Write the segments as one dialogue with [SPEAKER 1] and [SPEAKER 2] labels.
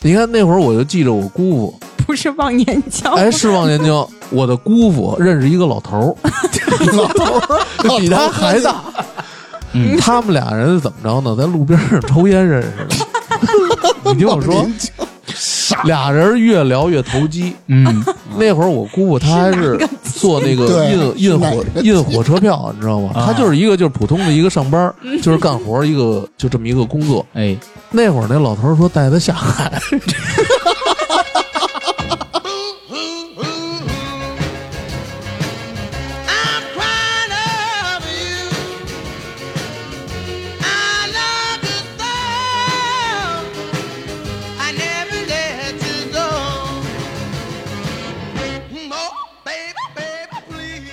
[SPEAKER 1] 你看那会儿我就记着我姑父，
[SPEAKER 2] 不是忘年交。
[SPEAKER 1] 哎，是忘年交。我的姑父认识一个老头 儿，老头儿比他还大。
[SPEAKER 3] 嗯
[SPEAKER 1] 他们俩人怎么着呢？在路边上抽烟认识的。 你听我说，俩人越聊越投机。
[SPEAKER 3] 嗯，
[SPEAKER 1] 那会儿我姑父他还是做那个
[SPEAKER 4] 对
[SPEAKER 1] 印
[SPEAKER 4] 是
[SPEAKER 1] 印
[SPEAKER 4] 哪
[SPEAKER 1] 火
[SPEAKER 4] 个
[SPEAKER 1] 印火车票，你知道吗？
[SPEAKER 3] 啊
[SPEAKER 1] 他就是一个就是普通的一个上班儿，就是干活儿一个就这么一个工作。
[SPEAKER 3] 哎，
[SPEAKER 1] 那会儿那老头儿说带他下海，
[SPEAKER 5] I'm crying over you. I love you so. I never let you go. Oh, baby, baby, please.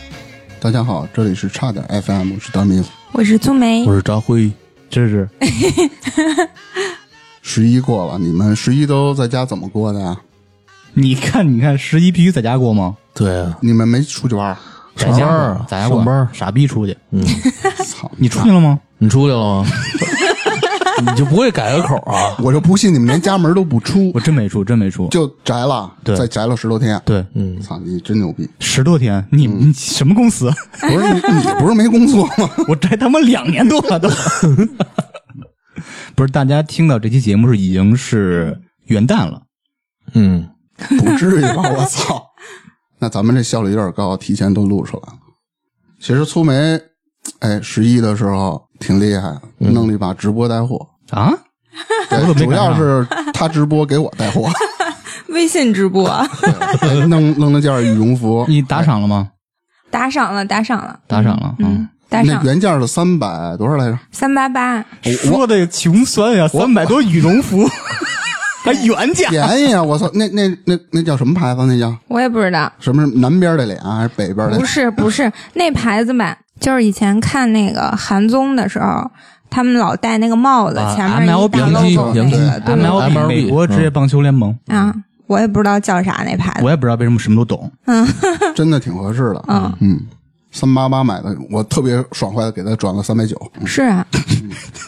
[SPEAKER 4] 大家好，这里是差点 FM，是大明。
[SPEAKER 2] 我是苏梅，
[SPEAKER 1] 是张辉。
[SPEAKER 3] 芝芝，
[SPEAKER 4] 十一过了，你们十一都在家怎么过的啊呀？
[SPEAKER 3] 你看，你看，十一必须在家过吗？
[SPEAKER 1] 对啊，
[SPEAKER 4] 你们没出去玩儿？
[SPEAKER 3] 在家
[SPEAKER 1] 上班
[SPEAKER 3] 过
[SPEAKER 1] 啊
[SPEAKER 3] 在家过
[SPEAKER 1] 上班啊
[SPEAKER 3] 傻逼出去，
[SPEAKER 4] 操！
[SPEAKER 3] 你出去了吗？
[SPEAKER 1] 你出去了 吗？你就不会改个口啊？
[SPEAKER 4] 我就不信你们连家门都不出
[SPEAKER 3] 我，真没出，真没出。
[SPEAKER 4] 就宅了，
[SPEAKER 3] 对
[SPEAKER 4] 再宅了十多天。
[SPEAKER 3] 对，
[SPEAKER 1] 嗯，
[SPEAKER 4] 操，你真牛逼！
[SPEAKER 3] 十多天，你你什么公司？
[SPEAKER 4] 不是你，你不是没工作吗？
[SPEAKER 3] 我宅他妈两年多了都。不是，大家听到这期节目是已经是元旦了，
[SPEAKER 1] 嗯，
[SPEAKER 4] 不至于吧？我操！ 那咱们这效率有点高，提前都录出来了。其实粗梅，哎，十一的时候挺厉害，弄了一把直播带 货。
[SPEAKER 3] 啊？
[SPEAKER 4] 对，
[SPEAKER 3] 嗯没
[SPEAKER 4] 主
[SPEAKER 3] 赶
[SPEAKER 4] 要
[SPEAKER 3] 上
[SPEAKER 4] 是他直播给我带货，
[SPEAKER 2] 微信直播
[SPEAKER 4] 对弄弄了件羽绒服，
[SPEAKER 3] 你打赏了吗？
[SPEAKER 2] 打赏了，打赏了，
[SPEAKER 3] 打赏了，嗯
[SPEAKER 2] 嗯，，打
[SPEAKER 4] 那
[SPEAKER 2] 赏
[SPEAKER 4] 原价是三百多 少来着？
[SPEAKER 2] 三八八，
[SPEAKER 3] 嗯说的穷酸呀，三百多羽绒服， 还原价，
[SPEAKER 4] 便宜啊！我操，那那那那叫什么牌子？那叫
[SPEAKER 2] 我也不知道，
[SPEAKER 4] 什么？南边的脸还是 北边的
[SPEAKER 2] 不
[SPEAKER 4] 脸？
[SPEAKER 2] 是不是那牌子吧？就是以前看那个韩综的时候，他们老戴那个帽子，
[SPEAKER 3] 啊
[SPEAKER 2] 前面一大
[SPEAKER 3] 洋
[SPEAKER 2] logo
[SPEAKER 1] 基
[SPEAKER 2] 那
[SPEAKER 1] 洋基
[SPEAKER 2] 个，对
[SPEAKER 3] MLB, 美国职业棒球联盟，
[SPEAKER 2] 啊，我也不知道叫啥那牌
[SPEAKER 3] 我
[SPEAKER 2] 子，
[SPEAKER 3] 也不知道为什么什么都懂。
[SPEAKER 4] 真的挺合适的。嗯嗯，三八八买的，我特别爽快的给他转了三百九。
[SPEAKER 2] 是啊，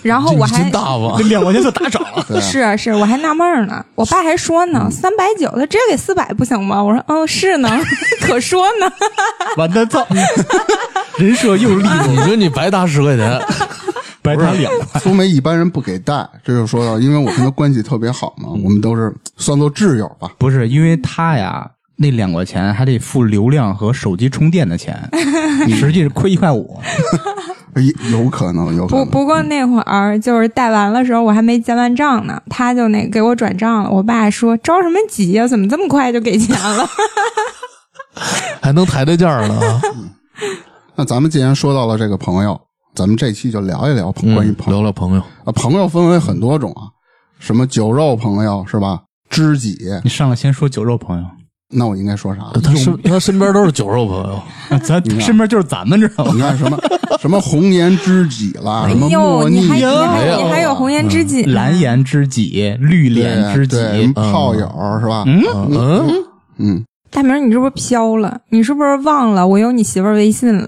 [SPEAKER 2] 然
[SPEAKER 4] 哦
[SPEAKER 2] 后我
[SPEAKER 1] 你真
[SPEAKER 2] 还。
[SPEAKER 1] 大方
[SPEAKER 3] 那。两块钱算打赏了，
[SPEAKER 4] 对 啊，
[SPEAKER 2] 是啊是啊，我还纳闷儿呢。我爸还说呢，三百九，他直接给四百不行吗？我说，嗯，是呢，可说呢。
[SPEAKER 3] 完蛋 操！人设又 立了，
[SPEAKER 1] 你说你白搭十块钱，
[SPEAKER 3] 白打两块。
[SPEAKER 4] 苏梅一般人不给带，这就说到，因为我跟他关系特别好嘛，
[SPEAKER 2] 嗯
[SPEAKER 4] 我们都是算作挚友吧。
[SPEAKER 3] 不是因为他呀，那两块钱还得付流量和手机充电的 钱，实际是亏一块五。
[SPEAKER 4] 哎有可能，有可
[SPEAKER 2] 不
[SPEAKER 4] 能。
[SPEAKER 2] 不过那会儿就是贷完了时候，我还没结完账呢，他就那给我转账了。我爸说着什么急呀、怎么这么快就给钱了？
[SPEAKER 1] 还能抬对价儿呢啊！
[SPEAKER 4] 那咱们既然说到了这个朋友，咱们这期就聊一聊朋 关于朋
[SPEAKER 1] 嗯
[SPEAKER 4] 友
[SPEAKER 1] 聊聊朋友，
[SPEAKER 4] 啊。朋友分为很多种啊，什么酒肉朋友是吧？知己，
[SPEAKER 3] 你上来先说酒肉朋友，
[SPEAKER 4] 那我应该说啥？
[SPEAKER 1] 他身他身边都是酒肉朋友，
[SPEAKER 3] 啊咱身边就是咱们知道
[SPEAKER 4] 哦你
[SPEAKER 3] 吗？
[SPEAKER 4] 看什么什么红颜知己啦，什么
[SPEAKER 2] 哟，
[SPEAKER 4] 哦莫逆
[SPEAKER 2] 哎你还你
[SPEAKER 4] 啊
[SPEAKER 2] 还
[SPEAKER 1] 没有
[SPEAKER 2] 你还有红颜知己呢？
[SPEAKER 3] 嗯蓝颜知己，绿
[SPEAKER 4] 对
[SPEAKER 3] 脸知己，
[SPEAKER 4] 对什么炮友是吧？嗯
[SPEAKER 1] 嗯，
[SPEAKER 4] 嗯，
[SPEAKER 2] 大明儿，你是不是飘了？你是不是忘了我有你媳妇儿微信了？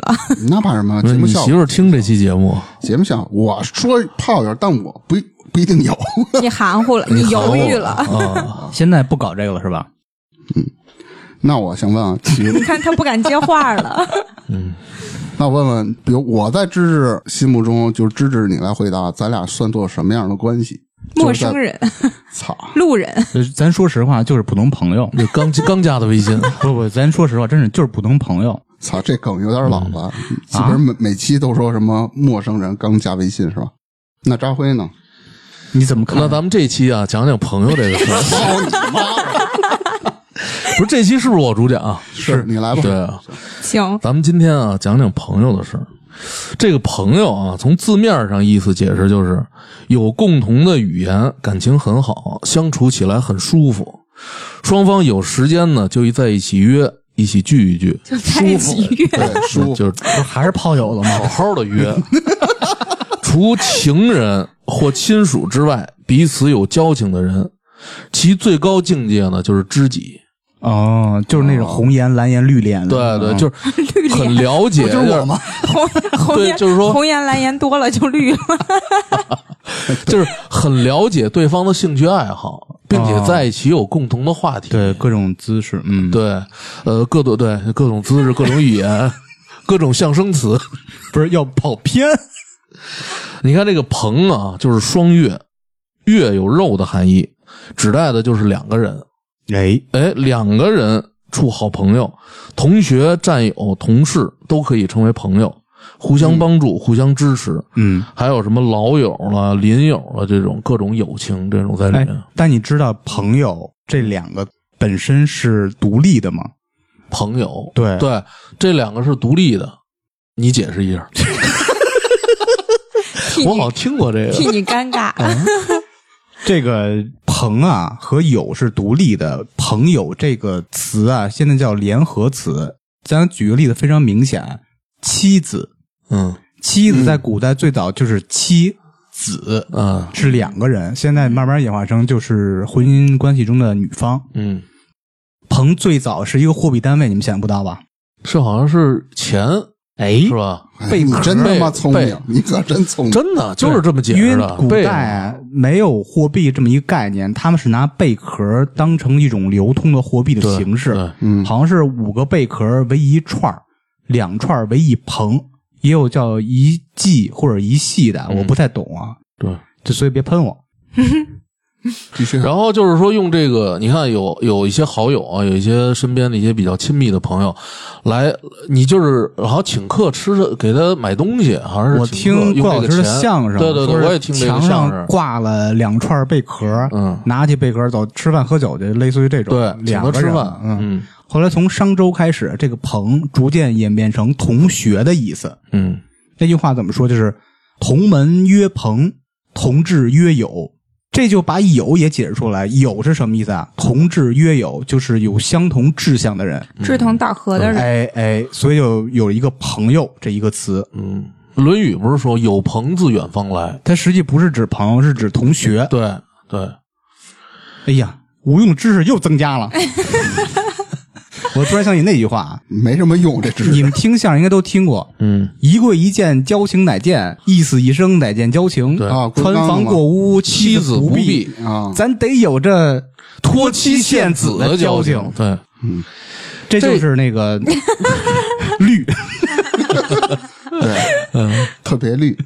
[SPEAKER 4] 那 怕什么？
[SPEAKER 1] 不
[SPEAKER 4] 节
[SPEAKER 1] 是
[SPEAKER 4] 目
[SPEAKER 1] 你
[SPEAKER 4] 效
[SPEAKER 1] 媳
[SPEAKER 4] 果，
[SPEAKER 1] 妇儿听这期节目，
[SPEAKER 4] 节目效果。我说炮友，但我不不一定有。
[SPEAKER 2] 你含糊了，你犹豫了。
[SPEAKER 1] 啊，
[SPEAKER 3] 嗯现在不搞这个了是吧？
[SPEAKER 4] 那我想问啊，比如
[SPEAKER 2] 你看他不敢接话了。
[SPEAKER 4] 那我问问，比如我在芝芝心目中，就是芝芝，你来回答，咱俩算作什么样的关系？
[SPEAKER 2] 陌生
[SPEAKER 4] 就是
[SPEAKER 2] 人、
[SPEAKER 4] 在，操，
[SPEAKER 2] 路人，
[SPEAKER 3] 呃咱说实话，就是普通朋友。
[SPEAKER 1] 这刚刚加的微 信，
[SPEAKER 3] 不不，咱说实话，真是就是普通朋友。
[SPEAKER 4] 操，这梗有点老了，
[SPEAKER 1] 嗯啊
[SPEAKER 4] 基本上每每期都说什么陌生人刚加微信是吧？那扎辉呢？
[SPEAKER 3] 你怎么看？
[SPEAKER 1] 那咱们这期啊，讲讲朋友这个 事儿。
[SPEAKER 4] 操哦你妈！ 哎
[SPEAKER 1] 不是这期是不是我主讲啊？
[SPEAKER 4] 是你来吧。
[SPEAKER 1] 对啊，
[SPEAKER 2] 行，
[SPEAKER 1] 咱们今天啊，讲讲朋友的事儿。这个朋友啊，从字面上意思解释就是有共同的语言，感情很好，相处起来很舒服。双方有时间呢，就一在一起约，一起聚一聚，
[SPEAKER 2] 就在一起约。
[SPEAKER 4] 对，舒服。
[SPEAKER 1] 就是
[SPEAKER 3] 不是还是炮友了吗？
[SPEAKER 1] 好好的约。除情人或亲属之外，彼此有交情的人，其最高境界呢就是知己。
[SPEAKER 3] 哦，就是那种红颜、蓝颜、绿脸的。
[SPEAKER 1] 对对，
[SPEAKER 3] 嗯
[SPEAKER 1] 就是很了解，
[SPEAKER 4] 就是我
[SPEAKER 1] 是
[SPEAKER 4] 吗？
[SPEAKER 2] 红红
[SPEAKER 1] 对
[SPEAKER 2] 颜
[SPEAKER 1] 就是说
[SPEAKER 2] 红颜蓝颜多了就绿了。
[SPEAKER 1] 就是很了解对方的兴趣爱好，并且在一起有共同的话题。
[SPEAKER 3] 啊对各种姿势，嗯，，
[SPEAKER 1] 对，呃，各种对各种姿势、各种语言、各种象声词。
[SPEAKER 3] 不是要跑偏，
[SPEAKER 1] 你看这个“朋”啊，就是双月，月有肉的含义，指代的就是两个人。
[SPEAKER 3] 哎，
[SPEAKER 1] 哎，两个人处好朋友、同学、战友、同事都可以成为朋友，互相帮助、互相支持。
[SPEAKER 3] 嗯，
[SPEAKER 1] 还有什么老友了、邻友了这种各种友情，这种在里
[SPEAKER 3] 哎
[SPEAKER 1] 面。，
[SPEAKER 3] 但你知道“朋友”这两个本身是独立的吗？
[SPEAKER 1] 朋友，
[SPEAKER 3] 对
[SPEAKER 1] 对，这两个是独立的，你解释一下。
[SPEAKER 2] 替
[SPEAKER 1] 我好
[SPEAKER 2] 你
[SPEAKER 1] 像听过这 个，
[SPEAKER 2] 替你尴尬。
[SPEAKER 3] 这个“朋”啊和“友”是独立的，“朋友”这个词啊，现在叫联合词。咱举个例子，非常明显，妻子，
[SPEAKER 1] 嗯
[SPEAKER 3] 妻子在古代最早就是妻子，
[SPEAKER 1] 啊
[SPEAKER 3] 是两个人，现在慢慢演化成就是婚姻关系中的女方。
[SPEAKER 1] 嗯，
[SPEAKER 3] 朋最早是一个货币单位，你们想不到吧？
[SPEAKER 1] 是好像是钱
[SPEAKER 3] 哎
[SPEAKER 1] 是吧？
[SPEAKER 4] 哎
[SPEAKER 1] 贝
[SPEAKER 4] 你
[SPEAKER 1] 壳
[SPEAKER 4] 真他
[SPEAKER 1] 贝
[SPEAKER 4] 妈聪明
[SPEAKER 1] 贝，
[SPEAKER 4] 你可真聪明。
[SPEAKER 1] 真的就是这么解
[SPEAKER 3] 因
[SPEAKER 1] 释
[SPEAKER 3] 为
[SPEAKER 1] 的。
[SPEAKER 3] 古
[SPEAKER 1] 贝
[SPEAKER 3] 代没有货币这么一个概念，他们是拿贝壳当成一种流通的货币的形
[SPEAKER 1] 对
[SPEAKER 3] 式，
[SPEAKER 4] 嗯
[SPEAKER 3] 好像是五个贝壳为一串儿两串儿为一朋，也有叫一季或者一系的，
[SPEAKER 1] 嗯
[SPEAKER 3] 我不太懂啊，
[SPEAKER 1] 对，
[SPEAKER 3] 这所以别喷我。
[SPEAKER 4] 继
[SPEAKER 3] 嗯
[SPEAKER 4] 续。
[SPEAKER 1] 然后就是说用这个，你看有有一些好友啊，有一些身边的一些比较亲密的朋友来，你就是好像请客吃的，给他买东西，好像是
[SPEAKER 3] 我
[SPEAKER 1] 请客
[SPEAKER 3] 听
[SPEAKER 1] 用
[SPEAKER 3] 郭
[SPEAKER 1] 这
[SPEAKER 3] 老
[SPEAKER 1] 个
[SPEAKER 3] 师的
[SPEAKER 1] 钱
[SPEAKER 3] 相声，
[SPEAKER 1] 对对
[SPEAKER 3] 说
[SPEAKER 1] 对，
[SPEAKER 3] 是
[SPEAKER 1] 我也听这个
[SPEAKER 3] 墙
[SPEAKER 1] 相
[SPEAKER 3] 上
[SPEAKER 1] 声。
[SPEAKER 3] 挂了两串贝壳，
[SPEAKER 1] 嗯
[SPEAKER 3] 拿起贝壳走，吃饭喝酒去，类似于这种。
[SPEAKER 1] 对，请
[SPEAKER 3] 两
[SPEAKER 1] 他
[SPEAKER 3] 个
[SPEAKER 1] 吃
[SPEAKER 3] 人
[SPEAKER 1] 饭，
[SPEAKER 3] 嗯。
[SPEAKER 1] 嗯
[SPEAKER 3] 后来从商周开始，这个“朋”逐渐演变成同学的意思。
[SPEAKER 1] 嗯，
[SPEAKER 3] 那句话怎么说？就是“同门曰朋，同志曰友”。这就把“友”也解释出来。“友”是什么意思啊？“同志曰友”就是有相同志向的人。
[SPEAKER 2] 志同道合的人，
[SPEAKER 3] 哎哎，所以就有一个“朋友”这一个词。
[SPEAKER 1] 《嗯论语》不是说“有朋自远方来
[SPEAKER 3] 它实际不是指朋友，是指同学”？。
[SPEAKER 1] 对对，
[SPEAKER 3] 哎呀，无用知识又增加了。我突然想起那句话啊，
[SPEAKER 4] 没什么用，这知
[SPEAKER 3] 你
[SPEAKER 4] 识。
[SPEAKER 3] 们听相声应该都听过。
[SPEAKER 1] 嗯，
[SPEAKER 3] 一跪一见交情乃见，一死一生乃见交情。
[SPEAKER 1] 对
[SPEAKER 4] 啊
[SPEAKER 3] 穿房过屋，妻
[SPEAKER 1] 妻子
[SPEAKER 3] 不
[SPEAKER 1] 不
[SPEAKER 3] 避。
[SPEAKER 1] 避，
[SPEAKER 4] 啊，
[SPEAKER 3] 咱得有这
[SPEAKER 1] 托
[SPEAKER 3] 妻献子的交情，
[SPEAKER 1] 对，
[SPEAKER 3] 这就是那个绿。
[SPEAKER 4] 对，特别绿，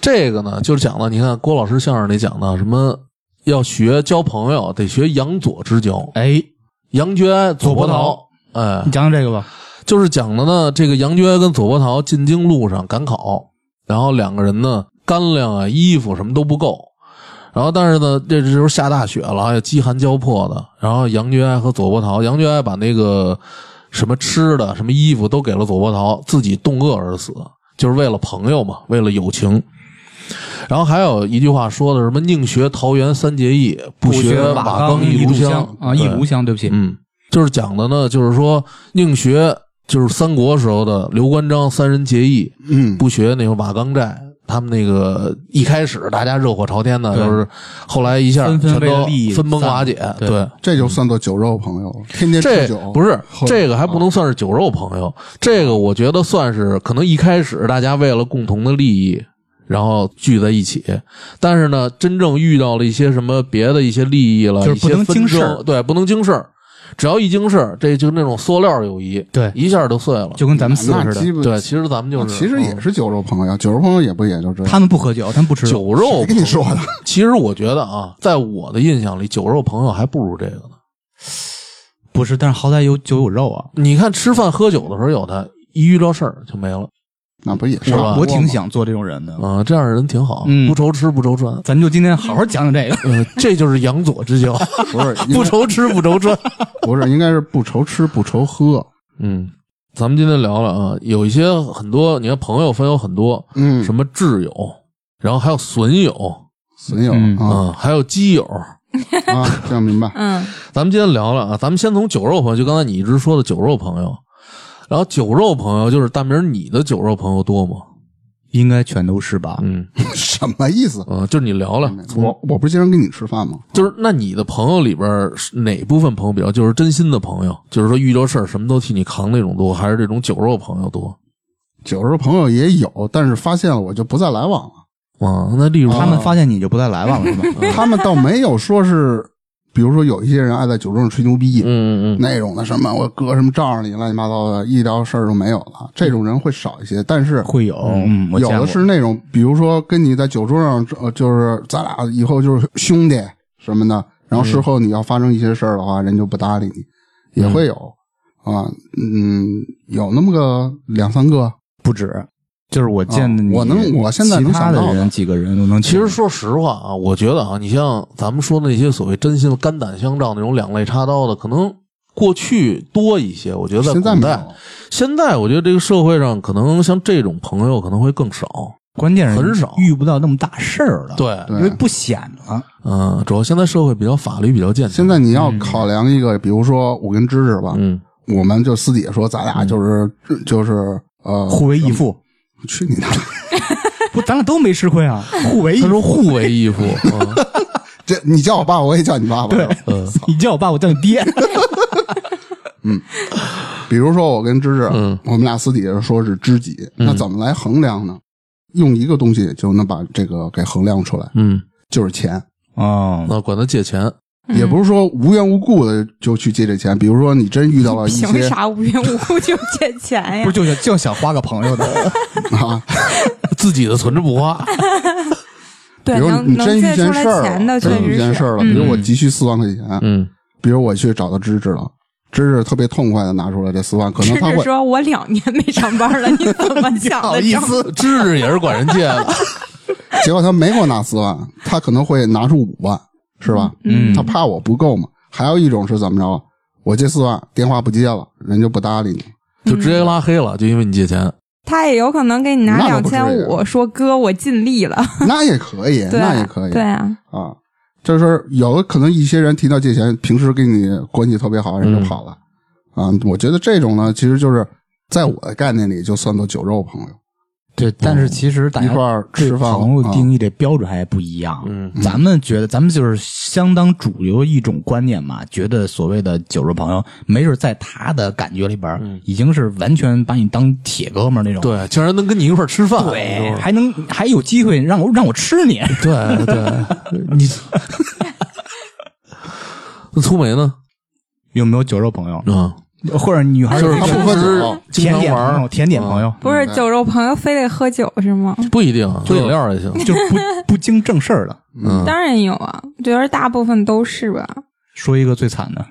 [SPEAKER 1] 这个呢，就是讲的，你看郭老师相声里讲的什么，要学交朋友，得学杨左之交，
[SPEAKER 3] 哎，
[SPEAKER 1] 杨觉哀、左伯桃。哎
[SPEAKER 3] 你，讲讲这个吧。
[SPEAKER 1] 就是讲的呢，这个杨觉哀跟左伯桃进京路上赶考，然后两个人呢，干粮啊、衣服什么都不够，然后但是呢，这时候下大雪了，还有饥寒交迫的，然后杨觉哀和左伯桃，杨觉哀把那个什么吃的、什么衣服都给了左伯桃，自己冻饿而死，就是为了朋友嘛，为了友情。然后还有一句话说的什么“宁学桃园三结义，不学瓦
[SPEAKER 3] 岗
[SPEAKER 1] 一
[SPEAKER 3] 炉
[SPEAKER 1] 香”
[SPEAKER 3] 啊，一
[SPEAKER 1] 对
[SPEAKER 3] 炉香，对不起。
[SPEAKER 1] 嗯，就是讲的呢，就是说宁学就是三国时候的刘关张三人结义，
[SPEAKER 4] 嗯，
[SPEAKER 1] 不学那个瓦岗寨。他们那个一开始大家热火朝天的，
[SPEAKER 3] 对
[SPEAKER 1] 就是后来一下
[SPEAKER 3] 纷纷
[SPEAKER 1] 全
[SPEAKER 3] 为了
[SPEAKER 1] 都
[SPEAKER 3] 利益
[SPEAKER 1] 分崩
[SPEAKER 3] 散
[SPEAKER 1] 瓦解。
[SPEAKER 3] 对
[SPEAKER 1] 对，
[SPEAKER 4] 这就算作酒肉朋友了，天天吃
[SPEAKER 1] 这
[SPEAKER 4] 酒。啊
[SPEAKER 1] 不是
[SPEAKER 4] 喝
[SPEAKER 1] 这个还不能算是酒肉朋友，这个我觉得算是可能一开始大家为了共同的利益，然后聚在一起，但是呢，真正遇到了一些什么别的一些利益了，
[SPEAKER 3] 就是
[SPEAKER 1] 一些
[SPEAKER 3] 不能
[SPEAKER 1] 纷
[SPEAKER 3] 经事
[SPEAKER 1] 争
[SPEAKER 3] 儿
[SPEAKER 1] 对，不能经事儿只要一经事儿这就那种塑料友谊，
[SPEAKER 3] 对
[SPEAKER 1] 一下就碎了。
[SPEAKER 3] 就跟咱们四
[SPEAKER 4] 那
[SPEAKER 3] 个似
[SPEAKER 4] 基
[SPEAKER 3] 的，
[SPEAKER 4] 本
[SPEAKER 1] 对，其实咱们就是，
[SPEAKER 4] 啊其实也是酒肉朋友，酒肉朋友也不也就这样。
[SPEAKER 3] 他们不喝酒，他们不吃
[SPEAKER 1] 嗯
[SPEAKER 3] 肉。
[SPEAKER 1] 酒肉
[SPEAKER 4] 跟你说的，
[SPEAKER 1] 其实我觉得啊，在我的印象里，酒肉朋友还不如这个呢。
[SPEAKER 3] 不是，但是好歹有酒有肉啊。
[SPEAKER 1] 你看吃饭喝酒的时候有他，一遇到事儿就没了。
[SPEAKER 4] 那不也是
[SPEAKER 1] 是吧
[SPEAKER 4] 吗
[SPEAKER 3] 我挺想做这种人的。
[SPEAKER 1] 啊、这样的人挺好，
[SPEAKER 3] 嗯
[SPEAKER 1] 不愁吃不愁穿，
[SPEAKER 3] 咱就今天好好讲讲这个。
[SPEAKER 1] 呃，这就是杨左之交，
[SPEAKER 4] 不是应该
[SPEAKER 1] 不愁吃不愁穿。
[SPEAKER 4] 不是应该是不愁吃不愁喝。
[SPEAKER 1] 嗯，咱们今天聊了啊，有一些很多，你看朋友分有很多，
[SPEAKER 4] 嗯，
[SPEAKER 1] 什么挚友，然后还有损友
[SPEAKER 4] 损友
[SPEAKER 3] 嗯
[SPEAKER 1] 啊、
[SPEAKER 4] 啊
[SPEAKER 1] 还有基友。
[SPEAKER 4] 啊，这样明白。
[SPEAKER 2] 嗯，
[SPEAKER 1] 咱们今天聊了啊，咱们先从酒肉朋友，就刚才你一直说的酒肉朋友，然后酒肉朋友就是大明，你的酒肉朋友多吗？
[SPEAKER 3] 应该全都是吧？
[SPEAKER 1] 嗯
[SPEAKER 4] 什么意思？
[SPEAKER 1] 嗯、呃就是你聊了，
[SPEAKER 4] 我我不是经常跟你吃饭吗？
[SPEAKER 1] 就是那你的朋友里边儿是哪部分朋友比较就是真心的朋友，就是说遇到事儿什么都替你扛那种多，还是这种酒肉朋友多？
[SPEAKER 4] 酒肉朋友也有，但是发现了我就不再来往了。
[SPEAKER 1] 啊，那例如
[SPEAKER 4] 嗯
[SPEAKER 3] 他们发现你就不再来往了，是吧？
[SPEAKER 4] 他们倒没有说是比如说有一些人爱在酒桌上吹牛逼，
[SPEAKER 1] 嗯嗯
[SPEAKER 4] 那种的什么我搁什么罩里乱七八糟的，一聊事儿就没有了，这种人会少一些。但是
[SPEAKER 3] 会有，嗯，我
[SPEAKER 4] 有
[SPEAKER 3] 见
[SPEAKER 4] 的
[SPEAKER 3] 过
[SPEAKER 4] 是那种，比如说跟你在酒桌上，呃，就是咱俩以后就是兄弟什么的，然后事后你要发生一些事儿的话，人就不搭理你，也会有啊，嗯，有那么个两三个，
[SPEAKER 3] 不止，就是我见的
[SPEAKER 4] 啊
[SPEAKER 3] 你，
[SPEAKER 4] 我能我现在
[SPEAKER 3] 其
[SPEAKER 4] 能
[SPEAKER 3] 他
[SPEAKER 4] 想到
[SPEAKER 3] 的人
[SPEAKER 4] 的
[SPEAKER 3] 几个人都能见。
[SPEAKER 1] 其实说实话啊，我觉得啊，你像咱们说的那些所谓真心肝胆相照那种两肋插刀的，可能过去多一些。我觉得在
[SPEAKER 4] 现在
[SPEAKER 1] 古
[SPEAKER 4] 没
[SPEAKER 1] 代，
[SPEAKER 4] 有。
[SPEAKER 1] 现在我觉得这个社会上可能像这种朋友可能会更少。
[SPEAKER 3] 关键是
[SPEAKER 1] 很少
[SPEAKER 3] 遇不到那么大事儿了，，
[SPEAKER 1] 对，
[SPEAKER 4] 对
[SPEAKER 3] 因为不显了。
[SPEAKER 1] 嗯，主要现在社会比较法律比较健全。
[SPEAKER 4] 现在你要考量一个，比如说我跟芝芝吧，
[SPEAKER 1] 嗯，
[SPEAKER 4] 我们就私底下说，咱俩
[SPEAKER 2] 嗯
[SPEAKER 4] 就是就是呃，
[SPEAKER 3] 互为义父，
[SPEAKER 4] 去你大爷！
[SPEAKER 3] 不，咱俩都没吃亏啊， 互为义
[SPEAKER 1] 他
[SPEAKER 3] 父。
[SPEAKER 1] 说互为义父， 嗯
[SPEAKER 4] 这你叫我爸，我也叫你爸爸。
[SPEAKER 3] 对，你叫我爸，我叫你爹。
[SPEAKER 4] 比如说我跟芝芝，
[SPEAKER 1] 嗯
[SPEAKER 4] 我们俩私底下说是知己，
[SPEAKER 2] 嗯
[SPEAKER 4] 那怎么来衡量呢？用一个东西就能把这个给衡量出来，
[SPEAKER 1] 嗯，
[SPEAKER 4] 就是钱。
[SPEAKER 3] 哦，
[SPEAKER 1] 那管他借钱，
[SPEAKER 2] 嗯
[SPEAKER 4] 也不是说无缘无故的就去借这钱，比如说你真遇到啊了一
[SPEAKER 2] 凭
[SPEAKER 4] 些
[SPEAKER 2] 啥无缘无故就借钱
[SPEAKER 3] 不
[SPEAKER 2] 呀
[SPEAKER 3] 是？就想就想花个朋友 的，
[SPEAKER 4] 啊，
[SPEAKER 1] 自己的存着不花，
[SPEAKER 4] 比
[SPEAKER 2] 对，
[SPEAKER 4] 如
[SPEAKER 2] 能
[SPEAKER 4] 你真
[SPEAKER 2] 能
[SPEAKER 4] 遇
[SPEAKER 2] 借
[SPEAKER 4] 见
[SPEAKER 2] 出来
[SPEAKER 4] 事儿
[SPEAKER 2] 钱的
[SPEAKER 4] 了，
[SPEAKER 2] 确
[SPEAKER 4] 真遇
[SPEAKER 2] 实
[SPEAKER 4] 见
[SPEAKER 2] 是
[SPEAKER 4] 事儿了，
[SPEAKER 2] 嗯
[SPEAKER 4] 比如我急需四万块钱，
[SPEAKER 1] 嗯，
[SPEAKER 4] 比如我去找到芝芝了，芝芝特别痛快的拿出来这四万，可能
[SPEAKER 2] 只
[SPEAKER 4] 他
[SPEAKER 2] 是
[SPEAKER 4] 会
[SPEAKER 2] 说我两年没上班了，你怎 么想的？这么，
[SPEAKER 1] 知识也是管人借 的，
[SPEAKER 4] 结果他没给我拿四万，他可能会拿出五万，是吧？
[SPEAKER 3] 嗯
[SPEAKER 4] 他怕我不够嘛。还有一种是怎么着？啊我借四万，电话不接了，人就不搭理你。
[SPEAKER 1] 就直接拉黑了，就因为你借钱。
[SPEAKER 2] 他也有可能给你拿
[SPEAKER 4] 那倒
[SPEAKER 2] 两
[SPEAKER 4] 不至于
[SPEAKER 2] 千五，说哥，我尽力了。
[SPEAKER 4] 那也可以，
[SPEAKER 2] 对
[SPEAKER 4] 那也可以，
[SPEAKER 2] 对啊，
[SPEAKER 4] 啊，就是有的可能一些人提到借钱，平时跟你关系特别好，人就跑了、啊。我觉得这种呢，其实就是在我的概念里，就算作酒肉朋友。
[SPEAKER 3] 对，但是其实大家
[SPEAKER 4] 一块儿吃
[SPEAKER 3] 对
[SPEAKER 4] 饭
[SPEAKER 3] 朋友
[SPEAKER 4] 啊
[SPEAKER 3] 定义这标准还不一样。
[SPEAKER 1] 嗯，
[SPEAKER 3] 咱们觉得，咱们就是相当主流一种观念嘛，觉得所谓的酒肉朋友，没准在他的感觉里边儿，已经是完全把你当铁哥们儿那种。
[SPEAKER 1] 对，竟然能跟你一块儿吃
[SPEAKER 2] 哎
[SPEAKER 1] 饭，
[SPEAKER 3] 对
[SPEAKER 1] 你说
[SPEAKER 3] 还能还有机会让我让我吃你。
[SPEAKER 1] 对对，你 那粗梅呢？
[SPEAKER 3] 有没有酒肉朋友，
[SPEAKER 1] 啊，
[SPEAKER 3] 或者女孩儿
[SPEAKER 1] 就
[SPEAKER 3] 有
[SPEAKER 1] 是
[SPEAKER 3] 一个
[SPEAKER 1] 平时经
[SPEAKER 3] 甜
[SPEAKER 1] 常
[SPEAKER 3] 点
[SPEAKER 1] 玩
[SPEAKER 3] 朋友，
[SPEAKER 1] 儿，
[SPEAKER 3] 甜点朋友，
[SPEAKER 2] 不是酒肉朋友非得喝酒是吗？
[SPEAKER 1] 不一定喝饮料也
[SPEAKER 2] 嗯
[SPEAKER 1] 行。
[SPEAKER 3] 就不不经正事儿的。
[SPEAKER 1] 嗯，
[SPEAKER 2] 当然有啊，我觉得大部分都是吧，
[SPEAKER 3] 说一个最惨的，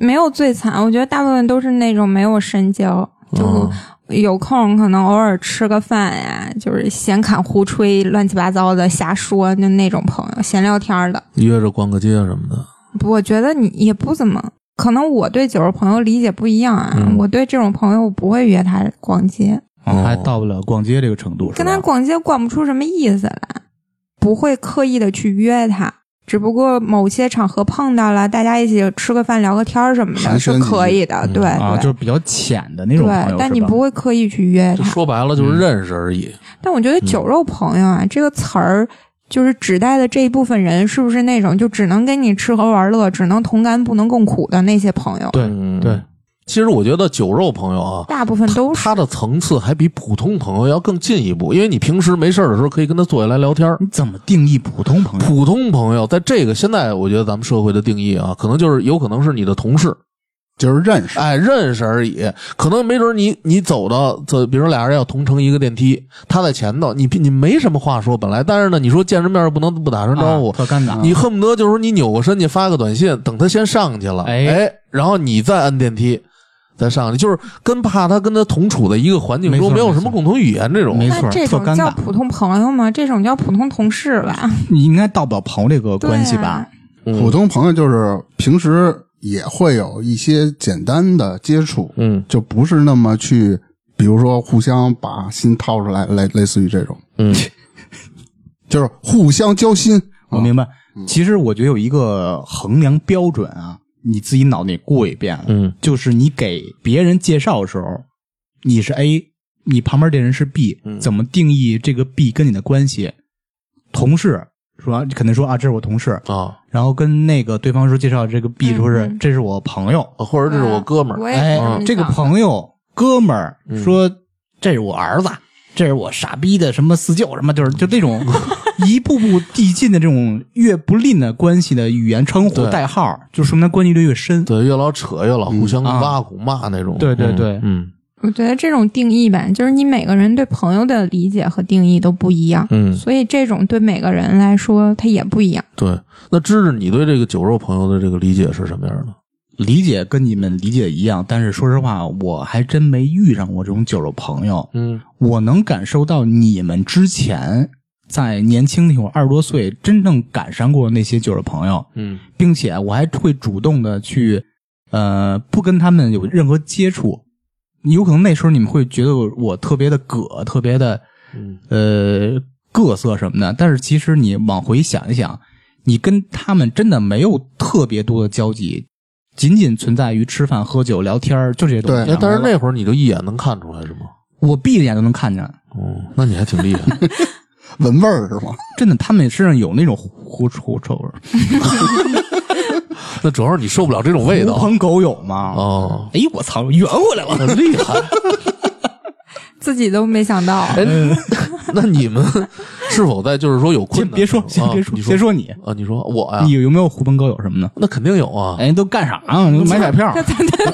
[SPEAKER 2] 没有最惨，我觉得大部分都是那种没有深交，就
[SPEAKER 4] 哦
[SPEAKER 1] 嗯
[SPEAKER 2] 有空可能偶尔吃个饭呀，就是闲侃胡吹、乱七八糟的瞎说，就那种朋友，闲聊天儿的。
[SPEAKER 1] 约着逛个街什么的，
[SPEAKER 2] 不我觉得你也不怎么，可能我对酒肉朋友理解不一样啊。
[SPEAKER 1] 嗯
[SPEAKER 2] 我对这种朋友，我不会约他逛街，
[SPEAKER 1] 哦
[SPEAKER 3] 还到不了逛街这个程度，是
[SPEAKER 2] 跟他
[SPEAKER 3] 吧
[SPEAKER 2] 逛街逛不出什么意思来，不会刻意的去约他。只不过某些场合碰到了，大家一起吃个饭、聊个天儿什么
[SPEAKER 4] 寒
[SPEAKER 2] 的，
[SPEAKER 4] 暄
[SPEAKER 2] 是
[SPEAKER 4] 几句
[SPEAKER 2] 可以的。
[SPEAKER 1] 嗯
[SPEAKER 2] 对
[SPEAKER 3] 啊，
[SPEAKER 2] 对，
[SPEAKER 3] 就是比较浅的那种朋
[SPEAKER 2] 对
[SPEAKER 3] 友，，
[SPEAKER 2] 但
[SPEAKER 3] 是
[SPEAKER 2] 你
[SPEAKER 3] 吧
[SPEAKER 2] 不会刻意去约
[SPEAKER 1] 就
[SPEAKER 2] 他。
[SPEAKER 1] 说白了就是认识而已。
[SPEAKER 2] 但我觉得“酒肉朋友”啊，这个词儿就是指代的这一部分人，是不是那种就只能跟你吃喝玩乐，只能同甘不能共苦的那些朋友？
[SPEAKER 3] 对
[SPEAKER 1] 嗯
[SPEAKER 3] 对，
[SPEAKER 1] 其实我觉得酒肉朋友啊，
[SPEAKER 2] 大部分都是。
[SPEAKER 1] 他的层次还比普通朋友要更进一步，因为你平时没事儿的时候可以跟他坐下来聊天儿。
[SPEAKER 3] 你怎么定义普通朋友？
[SPEAKER 1] 普通朋友在这个现在，我觉得咱们社会的定义啊，可能就是有可能是你的同事，
[SPEAKER 4] 就是认识，
[SPEAKER 1] 哎，认识而已。可能没准你你走到这，比如俩人要同乘一个电梯，他在前头，你你没什么话说本来，但是呢，你说见着面不能不打声招呼，
[SPEAKER 3] 啊特尴尬。
[SPEAKER 1] 你恨不得就是你扭过身去发个短信，等他先上去了，
[SPEAKER 3] 哎
[SPEAKER 1] 哎，然后你再按电梯。再上去，就是跟怕他跟他同处在一个环境
[SPEAKER 3] 没
[SPEAKER 1] 中，
[SPEAKER 3] 错
[SPEAKER 1] 没有什么共同语言这种
[SPEAKER 3] 没。
[SPEAKER 2] 那
[SPEAKER 3] 错
[SPEAKER 2] 这
[SPEAKER 3] 特
[SPEAKER 2] 种
[SPEAKER 3] 尴
[SPEAKER 2] 叫
[SPEAKER 3] 尬
[SPEAKER 2] 普通朋友吗？这种叫普通同事吧？
[SPEAKER 3] 你应该到不了朋友这个关系
[SPEAKER 2] 对
[SPEAKER 3] 吧
[SPEAKER 2] 啊？
[SPEAKER 1] 嗯
[SPEAKER 4] 普通朋友就是平时也会有一些简单的接触，
[SPEAKER 1] 嗯
[SPEAKER 4] 就不是那么去，比如说互相把心掏出来，类类似于这种，
[SPEAKER 1] 嗯，
[SPEAKER 4] 就是互相交心。
[SPEAKER 2] 啊
[SPEAKER 3] 我明白。其实我觉得有一个衡量标准啊，你自己脑子里过一遍，
[SPEAKER 1] 嗯，
[SPEAKER 3] 就是你给别人介绍的时候，你是 A，你旁边这人是 B，
[SPEAKER 1] 嗯
[SPEAKER 3] 怎么定义这个 B 跟你的关系？同事说肯定说啊，这是我同事，
[SPEAKER 1] 啊，
[SPEAKER 3] 然后跟那个对方说介绍这个 B
[SPEAKER 2] 嗯
[SPEAKER 3] 说是
[SPEAKER 2] 嗯
[SPEAKER 3] 这是我朋友，
[SPEAKER 1] 或者这是我哥们儿，
[SPEAKER 2] 我也
[SPEAKER 3] 哎
[SPEAKER 2] 是么，
[SPEAKER 3] 这个
[SPEAKER 2] 想
[SPEAKER 1] 嗯
[SPEAKER 2] 的
[SPEAKER 3] 朋友哥们儿说这是我儿子，这是我傻逼的什么四舅什么，就是就 这种一步步递进的这种越不吝的关系的语言称呼
[SPEAKER 1] 对
[SPEAKER 3] 代号，就说明它关系就越深。
[SPEAKER 1] 对，越老扯越老互相
[SPEAKER 3] 啊
[SPEAKER 1] 挖苦骂那种。
[SPEAKER 3] 对对
[SPEAKER 1] 嗯
[SPEAKER 3] 对
[SPEAKER 1] 嗯
[SPEAKER 2] 我觉得这种定义吧，就是你每个人对朋友的理解和定义都不一样，
[SPEAKER 1] 嗯，
[SPEAKER 2] 所以这种对每个人来说它也不一样。
[SPEAKER 1] 对。那芝芝，你对这个酒肉朋友的这个理解是什么样的？
[SPEAKER 3] 理解跟你们理解一样，但是说实话，我还真没遇上过这种酒肉朋友。
[SPEAKER 1] 嗯
[SPEAKER 3] 我能感受到你们之前在年轻那会儿二十多岁，真正赶上过那些酒肉朋友，
[SPEAKER 1] 嗯
[SPEAKER 3] 并且我还会主动的去，呃，不跟他们有任何接触。有可能那时候你们会觉得我特别的葛，特别的
[SPEAKER 1] 嗯
[SPEAKER 3] 呃各色什么的，但是其实你往回想一想，你跟他们真的没有特别多的交集，仅仅存在于吃饭、喝酒、聊天儿就这些东西
[SPEAKER 4] 对
[SPEAKER 1] 哎
[SPEAKER 3] 上。，
[SPEAKER 1] 但是那会儿你就一眼能看出来是吗？
[SPEAKER 3] 我闭着眼都能看见，
[SPEAKER 1] 哦，那你还挺厉害。
[SPEAKER 4] 闻味儿是 吗？
[SPEAKER 3] 真的，他们身上有那种狐狐臭味儿，
[SPEAKER 1] 那主要是你受不了这种味
[SPEAKER 3] 狐
[SPEAKER 1] 道
[SPEAKER 3] 朋狗友嘛。哦
[SPEAKER 1] 哦，
[SPEAKER 3] 哎，我操，圆回来了！
[SPEAKER 1] 很厉害。
[SPEAKER 2] 自己都没想到，
[SPEAKER 1] 哎，那你们是否在就是说有困
[SPEAKER 3] 先
[SPEAKER 1] 难
[SPEAKER 3] 别
[SPEAKER 1] 的时
[SPEAKER 3] 说
[SPEAKER 1] 候？，
[SPEAKER 3] 先别
[SPEAKER 1] 啊
[SPEAKER 3] 说，
[SPEAKER 1] 你
[SPEAKER 3] 先说哦你，
[SPEAKER 1] 啊，你说我呀、
[SPEAKER 3] 你有没有狐朋狗友什么的？
[SPEAKER 1] 那肯定有啊。
[SPEAKER 3] 哎，都干啥啊？买彩票，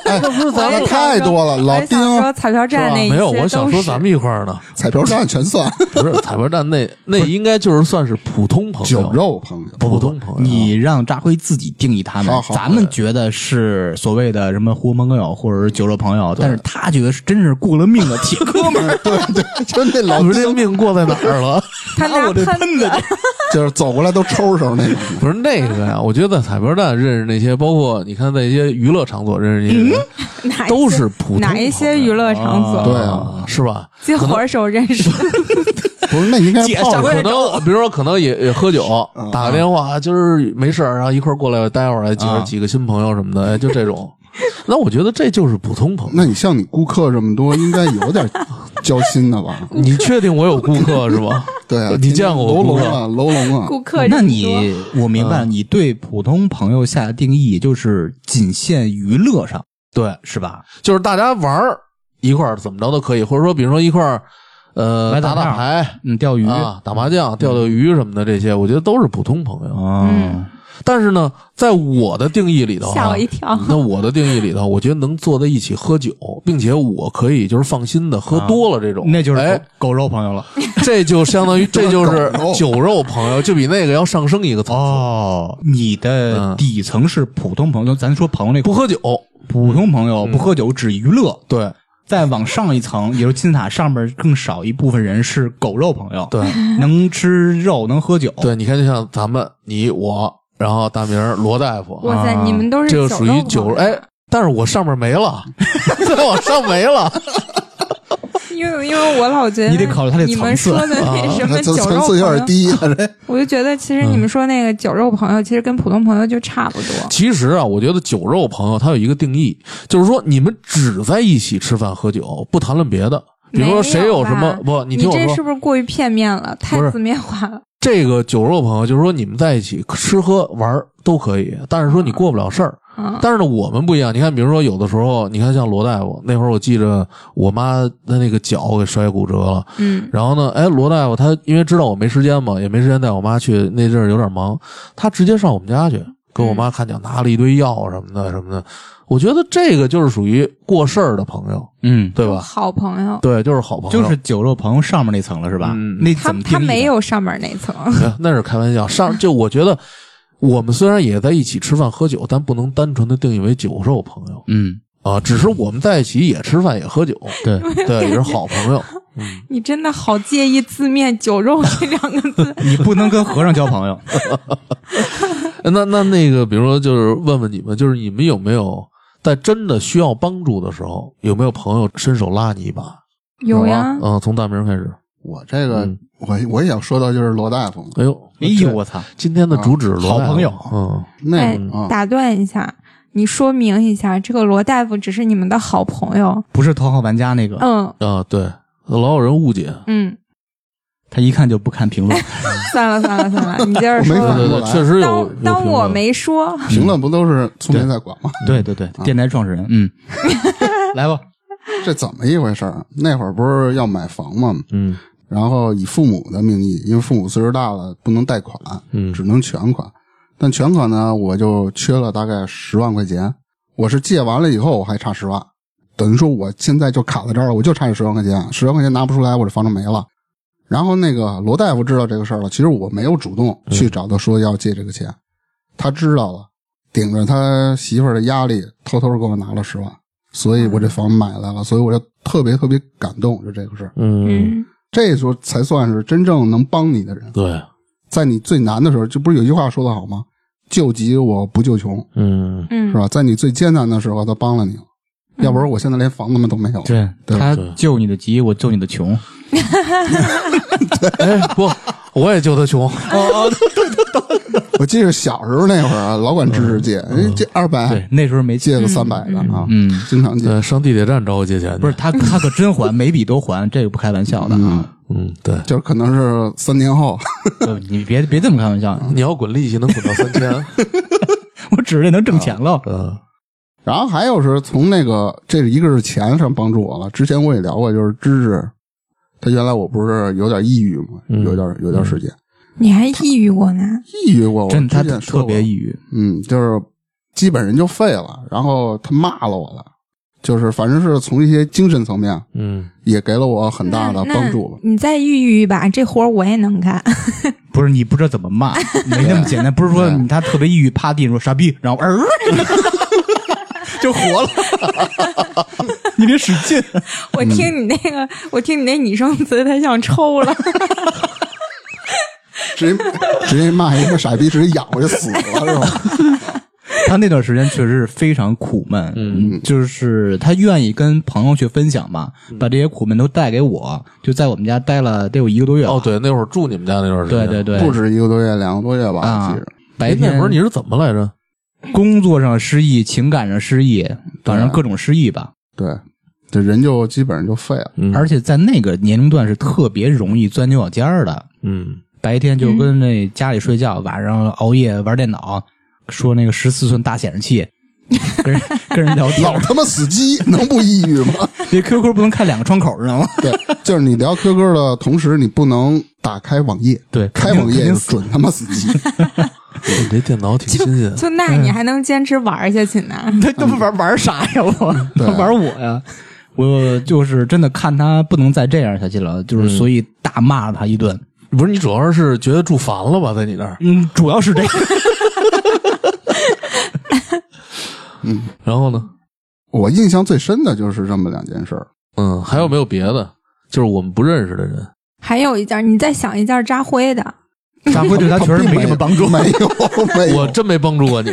[SPEAKER 4] 哎，那不是
[SPEAKER 2] 咱们
[SPEAKER 4] 太多了，
[SPEAKER 2] 我
[SPEAKER 4] 老
[SPEAKER 2] 也
[SPEAKER 4] 丁
[SPEAKER 2] 想说彩票站那一
[SPEAKER 1] 没有，
[SPEAKER 2] 些
[SPEAKER 1] 我想
[SPEAKER 2] 都
[SPEAKER 1] 说
[SPEAKER 2] 是
[SPEAKER 1] 咱们一块儿呢，
[SPEAKER 4] 彩票站全算
[SPEAKER 1] 不是彩票站那那应该就是算是普通朋友，
[SPEAKER 4] 酒肉朋友，
[SPEAKER 1] 普通朋友。
[SPEAKER 3] 你让扎辉自己定义他们
[SPEAKER 4] 好，好。
[SPEAKER 3] 咱们觉得是所谓的什么狐朋狗友或者是酒肉朋友，但是他觉得是真是过了命的铁哥们儿
[SPEAKER 4] 对对， 就那老
[SPEAKER 1] 你们这
[SPEAKER 4] 丁
[SPEAKER 1] 命过在哪儿 了？
[SPEAKER 2] 他
[SPEAKER 3] 拿
[SPEAKER 2] 拿
[SPEAKER 3] 我这
[SPEAKER 2] 喷
[SPEAKER 3] 喷子，
[SPEAKER 4] 就是走过来都抽抽那种的。
[SPEAKER 1] 不是那个呀，我觉得在彩票站认识那些，包括你看在一些娱乐场所认识那些人，
[SPEAKER 4] 嗯
[SPEAKER 2] 哪一
[SPEAKER 1] 都
[SPEAKER 2] 些
[SPEAKER 1] 是普通
[SPEAKER 2] 哪一些娱乐场所？
[SPEAKER 4] 对啊，
[SPEAKER 1] 啊，是吧？
[SPEAKER 2] 接活手认识，
[SPEAKER 4] 不是，那 应该
[SPEAKER 3] 姐
[SPEAKER 4] 泡着
[SPEAKER 3] 下回
[SPEAKER 1] 可能比如说可能也也喝酒，
[SPEAKER 4] 嗯
[SPEAKER 1] 打个电话，啊今儿没事儿，然后一块儿过来待会儿，几
[SPEAKER 4] 嗯
[SPEAKER 1] 个
[SPEAKER 3] 啊
[SPEAKER 1] 几个新朋友什么的，哎就这 种。那我觉得这就是普通朋友。
[SPEAKER 4] 那你像你顾客这么多，应该有点交心的吧？
[SPEAKER 1] 你确定我有顾客是吧？
[SPEAKER 4] 对啊，
[SPEAKER 1] 你见过我
[SPEAKER 4] 楼
[SPEAKER 1] 顾
[SPEAKER 4] 龙
[SPEAKER 1] 客
[SPEAKER 4] 啊，楼龙 啊，
[SPEAKER 2] 顾客
[SPEAKER 3] 那
[SPEAKER 2] 这么多
[SPEAKER 1] 啊
[SPEAKER 3] 你我明白了，你对普通朋友下的定义就是仅限娱乐上，
[SPEAKER 1] 对，
[SPEAKER 3] 是吧？
[SPEAKER 1] 就是大家玩儿一块儿怎么着都可以，或者说比如说一块儿呃
[SPEAKER 3] 买
[SPEAKER 1] 打
[SPEAKER 3] 彩票
[SPEAKER 1] 打牌
[SPEAKER 3] 嗯，钓鱼
[SPEAKER 1] 啊、打麻将、钓钓鱼什么的，这些我觉得都是普通朋友。
[SPEAKER 3] 哦，
[SPEAKER 1] 但是呢，在我的定义里头、啊，
[SPEAKER 2] 吓我一跳
[SPEAKER 1] 那我的定义里头，我觉得能坐在一起喝酒，并且我可以就是放心的喝多了这种，
[SPEAKER 3] 那就是
[SPEAKER 1] 哎，
[SPEAKER 3] 狗狗肉朋友了。
[SPEAKER 1] 这就相当于这就是
[SPEAKER 4] 狗肉
[SPEAKER 1] 酒肉朋友，就比那个要上升一个层次。
[SPEAKER 3] 哦，你的
[SPEAKER 1] 嗯
[SPEAKER 3] 底层是普通朋友，咱说朋友那
[SPEAKER 1] 不喝酒，
[SPEAKER 3] 普通朋友不喝酒只娱乐，
[SPEAKER 1] 对
[SPEAKER 3] 再往上一层，也就是金字塔上面更少一部分人是狗肉朋友，
[SPEAKER 1] 对，
[SPEAKER 3] 能吃肉，能喝酒，
[SPEAKER 1] 对，你看就像咱们你我，然后大明儿罗大夫，
[SPEAKER 2] 哇塞，
[SPEAKER 3] 啊
[SPEAKER 2] 你们都是
[SPEAKER 1] 这
[SPEAKER 2] 酒
[SPEAKER 1] 个
[SPEAKER 2] 肉
[SPEAKER 1] 属于酒肉
[SPEAKER 2] 朋友
[SPEAKER 1] 哎，但是我上面没了， 我上没了，
[SPEAKER 2] 因为因为我老觉得
[SPEAKER 3] 你得考虑他的
[SPEAKER 2] 你们
[SPEAKER 3] 层
[SPEAKER 2] 说
[SPEAKER 3] 次
[SPEAKER 2] 的
[SPEAKER 1] 啊
[SPEAKER 2] 那什么
[SPEAKER 4] 那层
[SPEAKER 2] 酒肉
[SPEAKER 4] 层
[SPEAKER 2] 朋
[SPEAKER 4] 次有
[SPEAKER 2] 友
[SPEAKER 4] 点，低啊，这
[SPEAKER 2] 我就觉得其实你
[SPEAKER 1] 嗯
[SPEAKER 2] 们说那个酒肉朋友，其实跟普通朋友就差不多。
[SPEAKER 1] 其实啊，我觉得酒肉朋友他有一个定义，就是说你们只在一起吃饭喝酒，不谈论别的。比如说谁
[SPEAKER 2] 没
[SPEAKER 1] 有
[SPEAKER 2] 有
[SPEAKER 1] 什么
[SPEAKER 2] 吧
[SPEAKER 1] 不，
[SPEAKER 2] 你
[SPEAKER 1] 听我
[SPEAKER 2] 这是
[SPEAKER 1] 说，
[SPEAKER 2] 不是过于片面了？太
[SPEAKER 1] 不是
[SPEAKER 2] 字面化了。
[SPEAKER 1] 这个酒肉朋友就是说你们在一起吃喝玩儿都可以，但是说你过不了事儿。
[SPEAKER 2] 嗯，
[SPEAKER 1] 但是呢，我们不一样。你看，比如说有的时候，你看像罗大夫那会儿，我记着我妈她那个脚给摔骨折了，
[SPEAKER 2] 嗯，
[SPEAKER 1] 然后呢，哎，罗大夫他因为知道我没时间嘛，也没时间带我妈去，那阵儿有点忙，他直接上我们家去给我妈看脚，拿了一堆药什么
[SPEAKER 3] 嗯
[SPEAKER 1] 的什么的。我觉得这个就是属于过事儿的朋友，
[SPEAKER 3] 嗯，
[SPEAKER 1] 对吧？
[SPEAKER 2] 好朋友，
[SPEAKER 1] 对，就是好朋友，
[SPEAKER 3] 就是酒肉朋友上面那层了，是吧？
[SPEAKER 1] 嗯
[SPEAKER 3] 那
[SPEAKER 2] 他
[SPEAKER 3] 怎么定义
[SPEAKER 2] 他
[SPEAKER 3] 的
[SPEAKER 2] 没有上面那层，
[SPEAKER 1] 哎那是开玩笑。上就我觉得，我们虽然也在一起吃饭喝酒，但不能单纯的定义为酒肉朋友
[SPEAKER 3] 嗯，
[SPEAKER 1] 啊，只是我们在一起也吃饭也喝酒，
[SPEAKER 3] 对，
[SPEAKER 1] 对，也是好朋友。
[SPEAKER 2] 你真的好介意字面“酒肉”这两个 字
[SPEAKER 3] 你不能跟和尚交朋友。哎
[SPEAKER 1] 哎那那那个，比如说，就是问问你们，就是你们有没有在真的需要帮助的时候，有没有朋友伸手拉你一把？
[SPEAKER 2] 有呀
[SPEAKER 4] 啊？
[SPEAKER 1] 嗯，从大明开始。
[SPEAKER 4] 我这个
[SPEAKER 1] 嗯
[SPEAKER 4] 我我也想说到就是罗大夫嘛，
[SPEAKER 1] 哎呦，
[SPEAKER 3] 哎呦，我操！啊
[SPEAKER 1] 今天的主旨罗大
[SPEAKER 3] 好朋友
[SPEAKER 1] 嗯，
[SPEAKER 4] 那
[SPEAKER 2] 哎
[SPEAKER 4] 个啊，
[SPEAKER 2] 打断一下，你说明一下，这个罗大夫只是你们的好朋友。
[SPEAKER 3] 不是头号玩家那个，
[SPEAKER 2] 嗯
[SPEAKER 1] 啊，对，老有人误解。
[SPEAKER 2] 嗯，
[SPEAKER 3] 他一看就不看评论。
[SPEAKER 2] 算了算了算 了，你接着说
[SPEAKER 4] 我没
[SPEAKER 1] 对
[SPEAKER 2] 吧
[SPEAKER 4] 反
[SPEAKER 3] 嗯
[SPEAKER 1] 对
[SPEAKER 4] 应。
[SPEAKER 1] 对
[SPEAKER 4] 过，来
[SPEAKER 1] 确实有。有
[SPEAKER 2] 当
[SPEAKER 1] 评
[SPEAKER 2] 当我
[SPEAKER 1] 论
[SPEAKER 2] 没说，
[SPEAKER 4] 评论不都是聪明在管吗？
[SPEAKER 3] 对对对，电台创始人，嗯，来吧，
[SPEAKER 4] 这怎么一回事儿？那会儿不是要买房吗？
[SPEAKER 1] 嗯
[SPEAKER 4] 然后以父母的名义，因为父母岁数大了，不能贷款，
[SPEAKER 1] 嗯
[SPEAKER 4] 只能全款。但全款呢，我就缺了大概十万块钱。我是借完了以后，我还差十万，等于说我现在就卡在这儿了，我就差这十万块钱，十万块钱拿不出来，我这房子没了。然后那个罗大夫知道这个事儿了，其实我没有主动去找他说要借这个钱，他知道了，顶着他媳妇儿的压力，偷偷给我拿了十万，所以我这房买来了，所以我就特别特别感动，就这个事儿。
[SPEAKER 1] 嗯，
[SPEAKER 2] 嗯
[SPEAKER 4] 这时候才算是真正能帮你的人。
[SPEAKER 1] 对，
[SPEAKER 4] 在你最难的时候，这不是有句话说得好吗？救急我不救穷，
[SPEAKER 1] 嗯
[SPEAKER 2] 嗯
[SPEAKER 4] 是吧？在你最艰难的时候，他帮了你了，要不然我现在连房子们都没有。
[SPEAKER 3] 对
[SPEAKER 4] 对
[SPEAKER 3] 他
[SPEAKER 1] 对
[SPEAKER 3] 救你的急，我救你的穷。
[SPEAKER 1] 哎不，我也救他穷，
[SPEAKER 4] 我记得小时候那会儿啊，老管知识借，人嗯借二
[SPEAKER 3] 嗯对
[SPEAKER 4] 百，，
[SPEAKER 3] 那时候没
[SPEAKER 4] 借
[SPEAKER 3] 借。
[SPEAKER 4] 个三百的啊，
[SPEAKER 3] 嗯，
[SPEAKER 4] 经常借。
[SPEAKER 1] 对，上地铁站找我借钱去，
[SPEAKER 3] 不是他，他可真还，每笔都还，这个不开玩笑的啊！
[SPEAKER 1] 嗯，对，
[SPEAKER 4] 就是可能是三年后，
[SPEAKER 3] 呃你别别这么开玩笑，
[SPEAKER 1] 你要滚利息能滚到三 千，
[SPEAKER 3] 我指着这能挣钱了。
[SPEAKER 1] 嗯
[SPEAKER 4] 然后还有是从那个，这一个是钱上帮助我了。之前我也聊过，就是知识，他原来我不是有点抑郁嘛，
[SPEAKER 1] 嗯
[SPEAKER 4] 有点有点时间
[SPEAKER 2] 你还抑郁过呢？
[SPEAKER 4] 抑郁过，我
[SPEAKER 3] 真的，他
[SPEAKER 4] 之前说
[SPEAKER 3] 特
[SPEAKER 4] 过
[SPEAKER 3] 别抑郁。
[SPEAKER 4] 嗯，就是基本人就废了，然后他骂了我了，就是反正是从一些精神层面
[SPEAKER 1] 嗯，
[SPEAKER 4] 也给了我很大的
[SPEAKER 2] 那
[SPEAKER 4] 帮助吧。嗯
[SPEAKER 2] 那你再抑郁一把，这活儿我也能干。
[SPEAKER 3] 不是你不知道怎么骂，没那么简单。不是说你他特别抑郁，趴地上说傻逼，然后呃 就活了。 你别使劲，
[SPEAKER 2] 我听你那个，我听你那拟声词，他想抽 了。
[SPEAKER 4] 直接直接骂一个傻逼，直接养过去死了是吧？
[SPEAKER 3] 他那段时间确实是非常苦闷，嗯，就是他愿意跟朋友去分享吧，把这些苦闷都带给我，就在我们家待了得有一个多月吧
[SPEAKER 1] 哦，对，那会儿住你们家那段时
[SPEAKER 3] 对
[SPEAKER 1] 间，
[SPEAKER 3] 对 对，
[SPEAKER 4] 不止一个多月，两个多月吧，
[SPEAKER 3] 啊
[SPEAKER 4] 我记着。
[SPEAKER 3] 白
[SPEAKER 1] 哎，那
[SPEAKER 3] 天
[SPEAKER 1] 会儿你是怎么来着？
[SPEAKER 3] 工作上失意，情感上失意，反正各种失意吧。
[SPEAKER 4] 对，这人就基本上就废了。
[SPEAKER 1] 嗯
[SPEAKER 3] 而且在那个年龄段是特别容易钻牛角尖儿的，
[SPEAKER 1] 嗯
[SPEAKER 3] 白天就跟那家里睡觉，晚上熬夜玩电脑，说那个十四寸大显示器，跟 人跟人聊
[SPEAKER 4] 老
[SPEAKER 3] 天，
[SPEAKER 4] 他妈死机，能不抑郁吗？
[SPEAKER 3] 这 QQ 不能开两个窗口，知道吗？
[SPEAKER 4] 对，就是你聊 QQ 的同时，你不能打开网页，
[SPEAKER 3] 对
[SPEAKER 4] 开网页就准他妈死 机。
[SPEAKER 1] 你这电脑挺新鲜，
[SPEAKER 2] 就那你还能坚持玩儿下去 呢？
[SPEAKER 3] 他他妈玩玩啥呀？我
[SPEAKER 4] 对
[SPEAKER 3] 他 玩我呀？我就是真的看他不能再这样下去了，就是所以大骂了他一顿。
[SPEAKER 1] 不是你主要是觉得住烦了吧，在你那儿，
[SPEAKER 3] 嗯，主要是这个。
[SPEAKER 1] 然后呢，
[SPEAKER 4] 我印象最深的就是这么两件事儿。
[SPEAKER 1] 嗯，还有没有别的？就是我们不认识的人，
[SPEAKER 2] 还有一件，你再想一件扎灰的，
[SPEAKER 3] 大辉 对他确实没什么帮助，
[SPEAKER 4] 没 有，没有。
[SPEAKER 1] 我真没帮助过 你。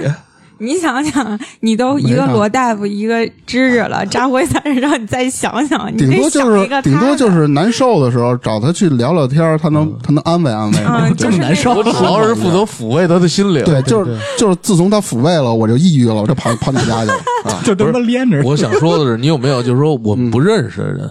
[SPEAKER 2] 你想想，你都一
[SPEAKER 4] 没
[SPEAKER 2] 个
[SPEAKER 4] 啥
[SPEAKER 2] 罗大夫，一个知识了，扎灰才是让你再想想，你
[SPEAKER 4] 顶多
[SPEAKER 2] 得
[SPEAKER 4] 就
[SPEAKER 2] 想一个
[SPEAKER 4] 是顶
[SPEAKER 2] 他
[SPEAKER 4] 多
[SPEAKER 2] 的
[SPEAKER 4] 就是难受的时候找他去聊聊天儿，他
[SPEAKER 1] 嗯
[SPEAKER 4] 能他能安慰安慰
[SPEAKER 2] 啊，
[SPEAKER 4] 嘛。
[SPEAKER 2] 就
[SPEAKER 3] 这么
[SPEAKER 2] 是
[SPEAKER 3] 难受
[SPEAKER 1] 我
[SPEAKER 2] 那
[SPEAKER 1] 主
[SPEAKER 2] 种
[SPEAKER 1] 要是负责抚慰他的心灵。
[SPEAKER 4] 对，就是就是自从他抚慰了，我就抑郁了，我就跑跑你家去了啊！
[SPEAKER 3] 就他妈连着。
[SPEAKER 1] 我想说的是，你有没有就是说我们不认识的人，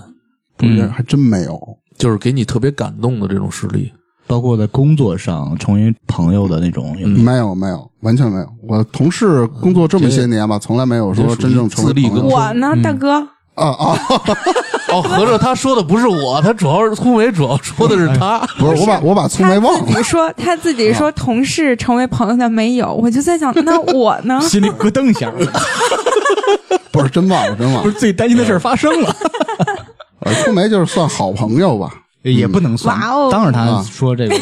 [SPEAKER 4] 不
[SPEAKER 1] 嗯
[SPEAKER 4] 是，还真没有。
[SPEAKER 1] 就是给你特别感动的这种实例？
[SPEAKER 3] 包括在工作上成为朋友的那种，
[SPEAKER 1] 嗯
[SPEAKER 3] 有没有
[SPEAKER 4] 没有没有，完全没有。我同事工作这么些年吧，从来没有
[SPEAKER 1] 这
[SPEAKER 4] 说
[SPEAKER 1] 属于
[SPEAKER 4] 真正成为
[SPEAKER 1] 自立
[SPEAKER 4] 朋
[SPEAKER 1] 跟
[SPEAKER 4] 友
[SPEAKER 2] 我呢，大哥，
[SPEAKER 4] 啊啊！
[SPEAKER 1] 哦，合着他说的不是我， 哎他主要是聪伟，主要说的是他。
[SPEAKER 4] 不是，我把我把聪
[SPEAKER 2] 他
[SPEAKER 4] 梅忘
[SPEAKER 2] 自
[SPEAKER 4] 了
[SPEAKER 2] 己。说他自己说同事成为朋友的没有，我就在想，那我呢？
[SPEAKER 3] 心里咯噔一下，
[SPEAKER 4] 不是真忘了，真忘
[SPEAKER 3] 不
[SPEAKER 4] 了
[SPEAKER 3] 是。 最担心的事儿发生了，
[SPEAKER 4] 呃聪梅就是算好朋友吧？
[SPEAKER 3] 也不能算
[SPEAKER 2] 哇哦。
[SPEAKER 3] 当然，他说这个，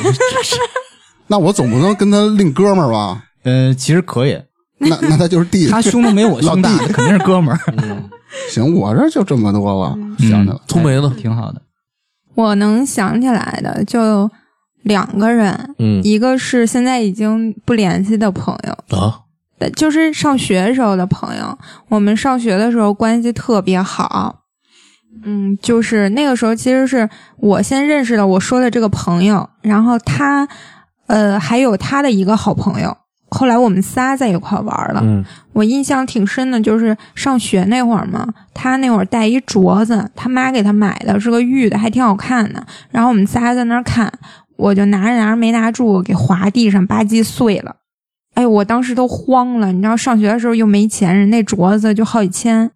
[SPEAKER 4] 那我总不能跟他另哥们儿吧？
[SPEAKER 3] 呃，其实可以，
[SPEAKER 4] 那那他就是弟。
[SPEAKER 3] 他
[SPEAKER 4] 弟。
[SPEAKER 3] 胸都没我胸大，
[SPEAKER 4] 老弟
[SPEAKER 3] 肯定是哥 们儿，
[SPEAKER 4] 行，我这就这么多了，
[SPEAKER 2] 嗯
[SPEAKER 4] 想起来了。
[SPEAKER 1] 聪梅呢？
[SPEAKER 3] 嗯哎挺好的。
[SPEAKER 2] 我能想起来的就两个人，
[SPEAKER 1] 嗯
[SPEAKER 2] 一个是现在已经不联系的朋友，
[SPEAKER 1] 啊，
[SPEAKER 2] 呃就是上学时候的朋友。我们上学的时候关系特别好，嗯，就是那个时候其实是我先认识了我说的这个朋友，然后他，呃，还有他的一个好朋友。后来我们仨在一块儿玩了，
[SPEAKER 1] 嗯
[SPEAKER 2] 我印象挺深的，就是上学那会儿嘛，他那会儿戴一镯子，他妈给他买的是个玉的，还挺好看的。然后我们仨在那儿看，我就拿着拿着没拿住，给滑地上吧唧碎了。哎，我当时都慌了，你知道，上学的时候又没钱，人那镯子就好几千。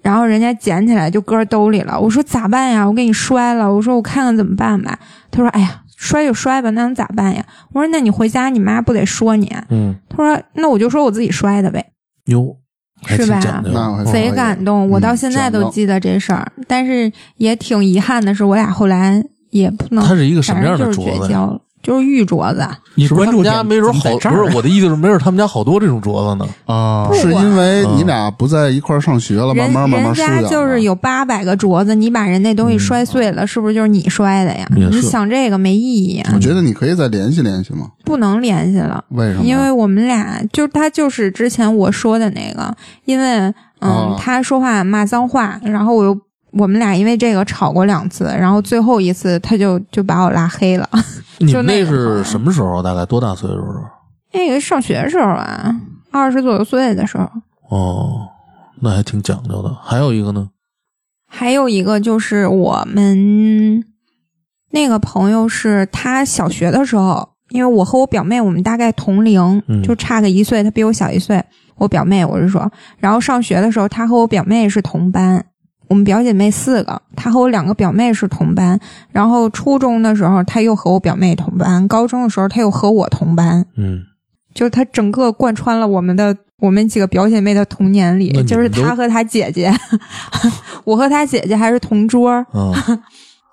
[SPEAKER 2] 然后人家捡起来就搁兜里了。我说咋办呀？我给你摔了。我说我看看怎么办吧。他说哎呀，摔就摔吧，那能咋办呀？我说那你回家你妈不得说你啊？
[SPEAKER 1] 嗯，
[SPEAKER 2] 他说那我就说我自己摔的呗。
[SPEAKER 1] 哟，还挺
[SPEAKER 2] 是吧
[SPEAKER 1] 讲究的，
[SPEAKER 4] 那我
[SPEAKER 1] 嗯
[SPEAKER 4] 还真
[SPEAKER 2] 贼感动，我到现在都记得这事儿，但是也挺遗憾的是，我俩后来也不能。
[SPEAKER 1] 它是一个什么样的
[SPEAKER 2] 反正
[SPEAKER 1] 镯
[SPEAKER 2] 就是
[SPEAKER 1] 子
[SPEAKER 2] 绝
[SPEAKER 1] 呀？
[SPEAKER 2] 交了，就是玉镯子。
[SPEAKER 3] 你
[SPEAKER 1] 是不是
[SPEAKER 3] 关
[SPEAKER 1] 他
[SPEAKER 3] 注
[SPEAKER 1] 们
[SPEAKER 3] 点
[SPEAKER 1] 家没准
[SPEAKER 3] 怎么
[SPEAKER 1] 好，
[SPEAKER 3] 在这
[SPEAKER 1] 不
[SPEAKER 3] 儿
[SPEAKER 1] 是我的意思是，没准他们家好多这种镯子呢。
[SPEAKER 3] 啊
[SPEAKER 2] 不，
[SPEAKER 4] 是因为你俩不在一块儿上学了，慢
[SPEAKER 2] 人
[SPEAKER 4] 慢慢慢
[SPEAKER 2] 人
[SPEAKER 4] 疏远
[SPEAKER 2] 家
[SPEAKER 4] 了。
[SPEAKER 2] 就是有八百个镯子，你把人那东西摔碎了，是不是就是你摔的呀？
[SPEAKER 1] 嗯啊也是
[SPEAKER 2] 你想这个没意义啊，
[SPEAKER 4] 我觉得你可以再联系联系嘛？
[SPEAKER 2] 不能联系了。
[SPEAKER 4] 为什么？
[SPEAKER 2] 因为我们俩就他就是之前我说的那个，因为嗯、
[SPEAKER 4] 哦
[SPEAKER 2] 他说话骂脏话，然后我又我们俩因为这个吵过两次，然后最后一次他就就把我拉黑了。
[SPEAKER 1] 你
[SPEAKER 2] 就
[SPEAKER 1] 们
[SPEAKER 2] 那
[SPEAKER 1] 那
[SPEAKER 2] 个好
[SPEAKER 1] 是
[SPEAKER 2] 像
[SPEAKER 1] 什么时候？大概多大岁数啊的时候？
[SPEAKER 2] 那个上学时候啊，二十左右岁的时候，
[SPEAKER 1] 哦，那还挺讲究的。还有一个呢，
[SPEAKER 2] 还有一个就是我们那个朋友是他小学的时候，因为我和我表妹我们大概同龄，
[SPEAKER 1] 嗯
[SPEAKER 2] 就差个一岁，他比我小一岁。我表妹我是说，然后上学的时候，他和我表妹是同班，我们表姐妹四个，他和我两个表妹是同班。然后初中的时候，他又和我表妹同班；高中的时候，他又和我同班。
[SPEAKER 1] 嗯，
[SPEAKER 2] 就他整个贯穿了我们的我们几个表姐妹的童年里
[SPEAKER 1] 那你，们
[SPEAKER 2] 就是
[SPEAKER 1] 都
[SPEAKER 2] 他和他姐姐， 我和他姐姐还是同桌，
[SPEAKER 1] 啊，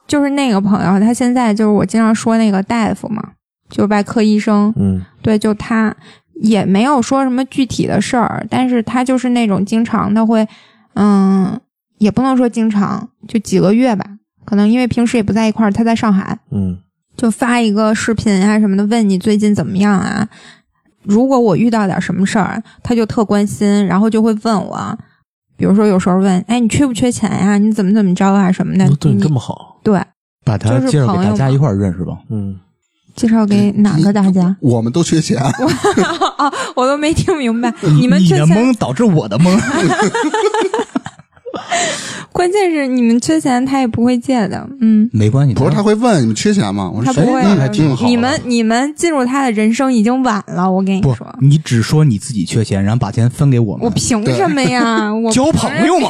[SPEAKER 2] 就是那个朋友，他现在就是我经常说那个大夫嘛，就是外科医生，
[SPEAKER 1] 嗯，
[SPEAKER 2] 对，就他也没有说什么具体的事儿，但是他就是那种经常的会，嗯，也不能说经常，就几个月吧，可能因为平时也不在一块儿，他在上海，
[SPEAKER 1] 嗯，
[SPEAKER 2] 就发一个视频啊什么的，问你最近怎么样啊？如果我遇到点什么事儿，他就特关心，然后就会问我，比如说有时候问，哎，你缺不缺钱呀、你怎么怎么着啊什么的
[SPEAKER 1] 那？嗯对你
[SPEAKER 2] 你
[SPEAKER 1] 这么好，
[SPEAKER 2] 对
[SPEAKER 3] 把他
[SPEAKER 2] 就是
[SPEAKER 3] 介绍给
[SPEAKER 2] 朋友
[SPEAKER 3] 大家
[SPEAKER 2] 嘛
[SPEAKER 3] 一块儿认识吧。
[SPEAKER 1] 嗯，
[SPEAKER 2] 介绍给哪个大家？
[SPEAKER 4] 我们都缺 钱，
[SPEAKER 2] 哦，我都没听明白。你们
[SPEAKER 3] 你
[SPEAKER 2] 缺
[SPEAKER 3] 的
[SPEAKER 2] 钱，
[SPEAKER 3] 懵导致我的 懵，
[SPEAKER 2] 关键是你们缺钱，他也不会借的。嗯，
[SPEAKER 3] 没关系。
[SPEAKER 4] 不是他会问你们缺钱吗？我
[SPEAKER 2] 他
[SPEAKER 4] 说
[SPEAKER 2] 不
[SPEAKER 4] 谁
[SPEAKER 2] 会
[SPEAKER 3] 那还
[SPEAKER 2] 的
[SPEAKER 3] 挺好。的
[SPEAKER 2] 你们你们进入他的人生已经晚了，我跟你
[SPEAKER 3] 不
[SPEAKER 2] 说，，
[SPEAKER 3] 你只说你自己缺钱，然后把钱分给我
[SPEAKER 2] 我
[SPEAKER 3] 们，
[SPEAKER 2] 凭什么呀？我
[SPEAKER 3] 交朋友嘛。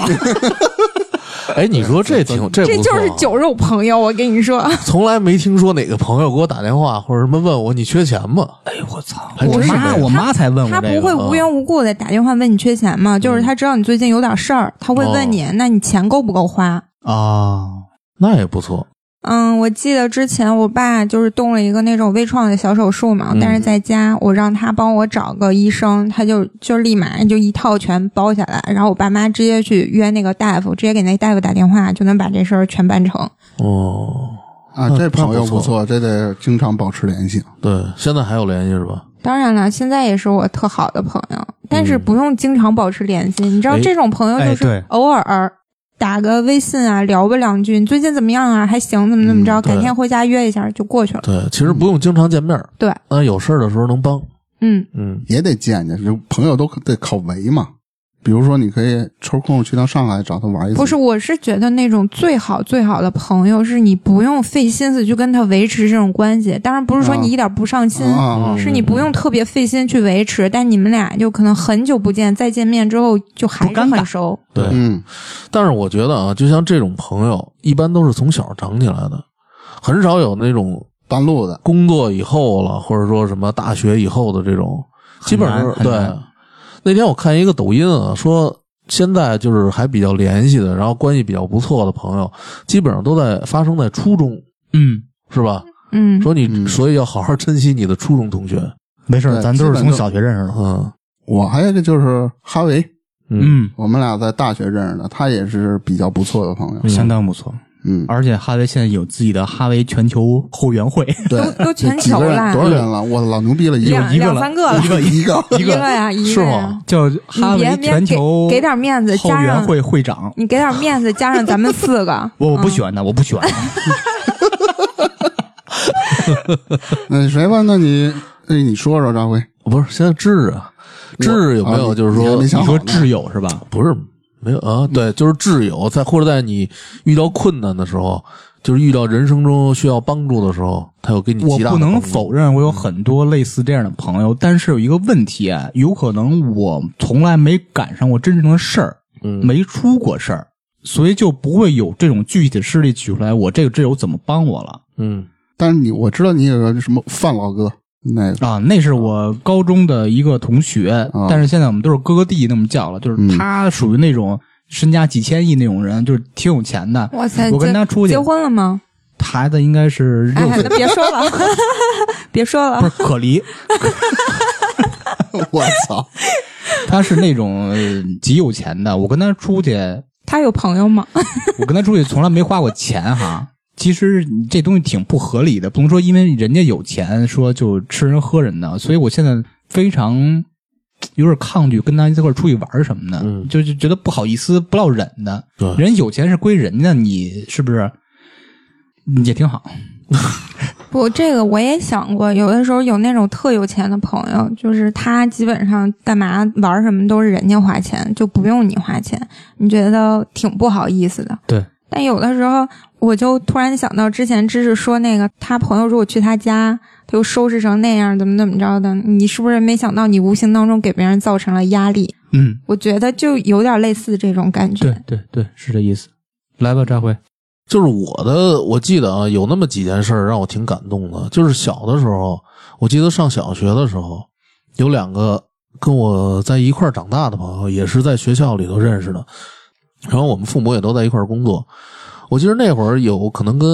[SPEAKER 1] 哎，你说这挺这
[SPEAKER 2] 这
[SPEAKER 1] 不错
[SPEAKER 2] 就
[SPEAKER 1] 啊
[SPEAKER 2] 是酒肉朋友，我跟你说。
[SPEAKER 1] 从来没听说哪个朋友给我打电话或者什么问我你缺钱吗？
[SPEAKER 3] 哎呦我操！
[SPEAKER 1] 还
[SPEAKER 3] 我
[SPEAKER 1] 真是
[SPEAKER 3] 妈，
[SPEAKER 1] 这样
[SPEAKER 3] 我妈才问
[SPEAKER 2] 他
[SPEAKER 3] 我这
[SPEAKER 2] 不
[SPEAKER 3] 个。啊嗯
[SPEAKER 2] 会无缘无故的打电话问你缺钱嘛？就是他知道你最近有点事儿，他会问
[SPEAKER 3] 哦
[SPEAKER 2] 你，那你钱够不够花？
[SPEAKER 3] 啊，
[SPEAKER 1] 那也不错，
[SPEAKER 2] 嗯，我记得之前我爸就是动了一个那种微创的小手术嘛，
[SPEAKER 1] 嗯
[SPEAKER 2] 但是在家我让他帮我找个医生，他就就立马就一套全包下来，然后我爸妈直接去约那个大夫，直接给那大夫打电话就能把这事儿全办成。
[SPEAKER 1] 哦，
[SPEAKER 4] 啊，
[SPEAKER 1] 那
[SPEAKER 4] 这朋友
[SPEAKER 1] 那不
[SPEAKER 4] 不错，这得经常保持联系。
[SPEAKER 1] 对，现在还有联系是吧？
[SPEAKER 2] 当然了，现在也是我特好的朋友，但
[SPEAKER 4] 嗯
[SPEAKER 2] 是不用经常保持联系。你知道
[SPEAKER 1] 哎
[SPEAKER 2] 这种朋友
[SPEAKER 3] 哎
[SPEAKER 2] 就是
[SPEAKER 3] 对
[SPEAKER 2] 偶尔打个微信啊，聊吧两句，你最近怎么样啊？还行，怎么怎么
[SPEAKER 4] 嗯
[SPEAKER 2] 着？
[SPEAKER 1] 对
[SPEAKER 2] 改天回家约一下就过去了。
[SPEAKER 1] 对，其实不用经常见面儿，
[SPEAKER 2] 嗯对，
[SPEAKER 1] 那有事儿的时候能帮，
[SPEAKER 2] 嗯，
[SPEAKER 1] 嗯，
[SPEAKER 4] 也得见见，就朋友都得考维嘛。比如说，你可以抽空去趟上海找他玩一次。
[SPEAKER 2] 不是，，我是觉得那种最好最好的朋友，是你不用费心思去跟他维持这种关系。当然不是说
[SPEAKER 4] 啊
[SPEAKER 2] 你一点不上心，
[SPEAKER 4] 啊，
[SPEAKER 2] 是你不用特别费心去维持，但你们俩就可能很久不见，再见面之后就还
[SPEAKER 3] 不
[SPEAKER 2] 是
[SPEAKER 3] 尴尬
[SPEAKER 2] 很熟。
[SPEAKER 1] 对，
[SPEAKER 4] 嗯，
[SPEAKER 1] 但是我觉得啊，就像这种朋友，一般都是从小长起来的，很少有那种
[SPEAKER 4] 半路的，
[SPEAKER 1] 工作以后了，或者说什么大学以后的这种，基本上
[SPEAKER 3] 很难很
[SPEAKER 1] 对
[SPEAKER 3] 难。
[SPEAKER 1] 那天我看一个抖音啊，说现在就是还比较联系的，然后关系比较不错的朋友，基本上都在发生在初中，
[SPEAKER 3] 嗯，
[SPEAKER 1] 是吧？
[SPEAKER 2] 嗯，
[SPEAKER 1] 说你、
[SPEAKER 4] 嗯
[SPEAKER 1] 所以要好好珍惜你的初中同学，
[SPEAKER 3] 没事儿，
[SPEAKER 4] 对
[SPEAKER 3] 咱
[SPEAKER 4] 基
[SPEAKER 3] 都是
[SPEAKER 4] 本
[SPEAKER 3] 从
[SPEAKER 4] 都
[SPEAKER 3] 小学认识的。
[SPEAKER 1] 嗯
[SPEAKER 4] 我还有一个就是哈维，
[SPEAKER 1] 嗯
[SPEAKER 3] 嗯，
[SPEAKER 4] 我们俩在大学认识的，他也是比较不错的朋友。
[SPEAKER 3] 相当不错。
[SPEAKER 4] 嗯，
[SPEAKER 3] 而且哈维现在有自己的哈维全球后援会，
[SPEAKER 4] 对，
[SPEAKER 2] 都都全
[SPEAKER 4] 几
[SPEAKER 2] 球
[SPEAKER 4] 个
[SPEAKER 2] 了
[SPEAKER 4] 人，多少人了？我老牛逼了，一
[SPEAKER 2] 两
[SPEAKER 4] 个
[SPEAKER 3] 有一个
[SPEAKER 2] 两
[SPEAKER 3] 了
[SPEAKER 2] 三个了
[SPEAKER 3] 一，个
[SPEAKER 4] 一个，
[SPEAKER 2] 一个呀，一
[SPEAKER 1] 是
[SPEAKER 2] 个
[SPEAKER 1] 吗
[SPEAKER 2] 呀。
[SPEAKER 3] 叫
[SPEAKER 2] 你
[SPEAKER 3] 哈维
[SPEAKER 2] 别别
[SPEAKER 3] 全球
[SPEAKER 2] 给给点面子，
[SPEAKER 3] 后
[SPEAKER 2] 加
[SPEAKER 3] 援
[SPEAKER 2] 上嗯
[SPEAKER 3] 会会长。，
[SPEAKER 2] 你给点面子，加上咱们四个
[SPEAKER 3] 我我不喜欢他，我不喜欢他。
[SPEAKER 4] 那嗯谁吧？那你，哎，你说说张辉，
[SPEAKER 1] 不是现在知识啊，知识有没有
[SPEAKER 4] 啊
[SPEAKER 1] 就是说、
[SPEAKER 4] 你还没想
[SPEAKER 3] 你
[SPEAKER 4] 好
[SPEAKER 3] 说
[SPEAKER 4] 呢
[SPEAKER 3] 挚友是吧？
[SPEAKER 1] 不是没有啊？对，就是挚友，在或者在你遇到困难的时候，就是遇到人生中需要帮助的时候，他有给你
[SPEAKER 3] 我
[SPEAKER 1] 极大的
[SPEAKER 3] 不能
[SPEAKER 1] 帮助
[SPEAKER 3] 否认，我有很多类似这样的朋友，但是有一个问题啊，有可能我从来没赶上过真正的事儿，
[SPEAKER 1] 嗯
[SPEAKER 3] 没出过事儿，所以就不会有这种具体的事例举出来，我这个挚友怎么帮我了
[SPEAKER 1] 嗯
[SPEAKER 4] 但是你我知道你有个什么范老哥那 个，
[SPEAKER 3] 啊？那是我高中的一个同学，
[SPEAKER 4] 啊
[SPEAKER 3] 但是现在我们都是哥哥弟那么叫了，就是
[SPEAKER 4] 嗯
[SPEAKER 3] 他属于那种身家几千亿那种人，就是挺有钱的。
[SPEAKER 2] 哇塞，
[SPEAKER 3] 我跟他出去
[SPEAKER 2] 结结婚了吗？
[SPEAKER 3] 孩子应该是
[SPEAKER 2] 哎
[SPEAKER 3] 六，岁，
[SPEAKER 2] 那别说了， 别说
[SPEAKER 3] 不
[SPEAKER 2] 了。
[SPEAKER 3] 是可离，
[SPEAKER 4] 我操！
[SPEAKER 3] 他是那种呃极有钱的。我跟他出去，
[SPEAKER 2] 他有朋友吗？
[SPEAKER 3] 我跟他出去从来没花过钱哈。其实这东西挺不合理的，不能说因为人家有钱说就吃人喝人的，所以我现在非常嘖有点抗拒跟他一块儿出去玩什么的，
[SPEAKER 1] 嗯
[SPEAKER 3] 就就觉得不好意思不落忍的。
[SPEAKER 1] 对
[SPEAKER 3] 人有钱是归人家，你是不是也挺好？
[SPEAKER 2] 不，这个我也想过，有的时候有那种特有钱的朋友，就是他基本上干嘛玩儿什么都是人家花钱，就不用你花钱，你觉得挺不好意思的。
[SPEAKER 3] 对。
[SPEAKER 2] 但有的时候，我就突然想到之前知识说那个，他朋友如果去他家，他又收拾成那样，怎么怎么着的，你是不是没想到你无形当中给别人造成了压力？
[SPEAKER 3] 嗯，
[SPEAKER 2] 我觉得就有点类似这种感觉。
[SPEAKER 3] 对对对，是这意思。来吧，扎辉，
[SPEAKER 1] 就是我的，我记得啊，有那么几件事儿让我挺感动的。就是小的时候，我记得上小学的时候，有两个跟我在一块儿长大的朋友，也是在学校里头认识的。然后我们父母也都在一块儿工作。我记得那会儿有可能跟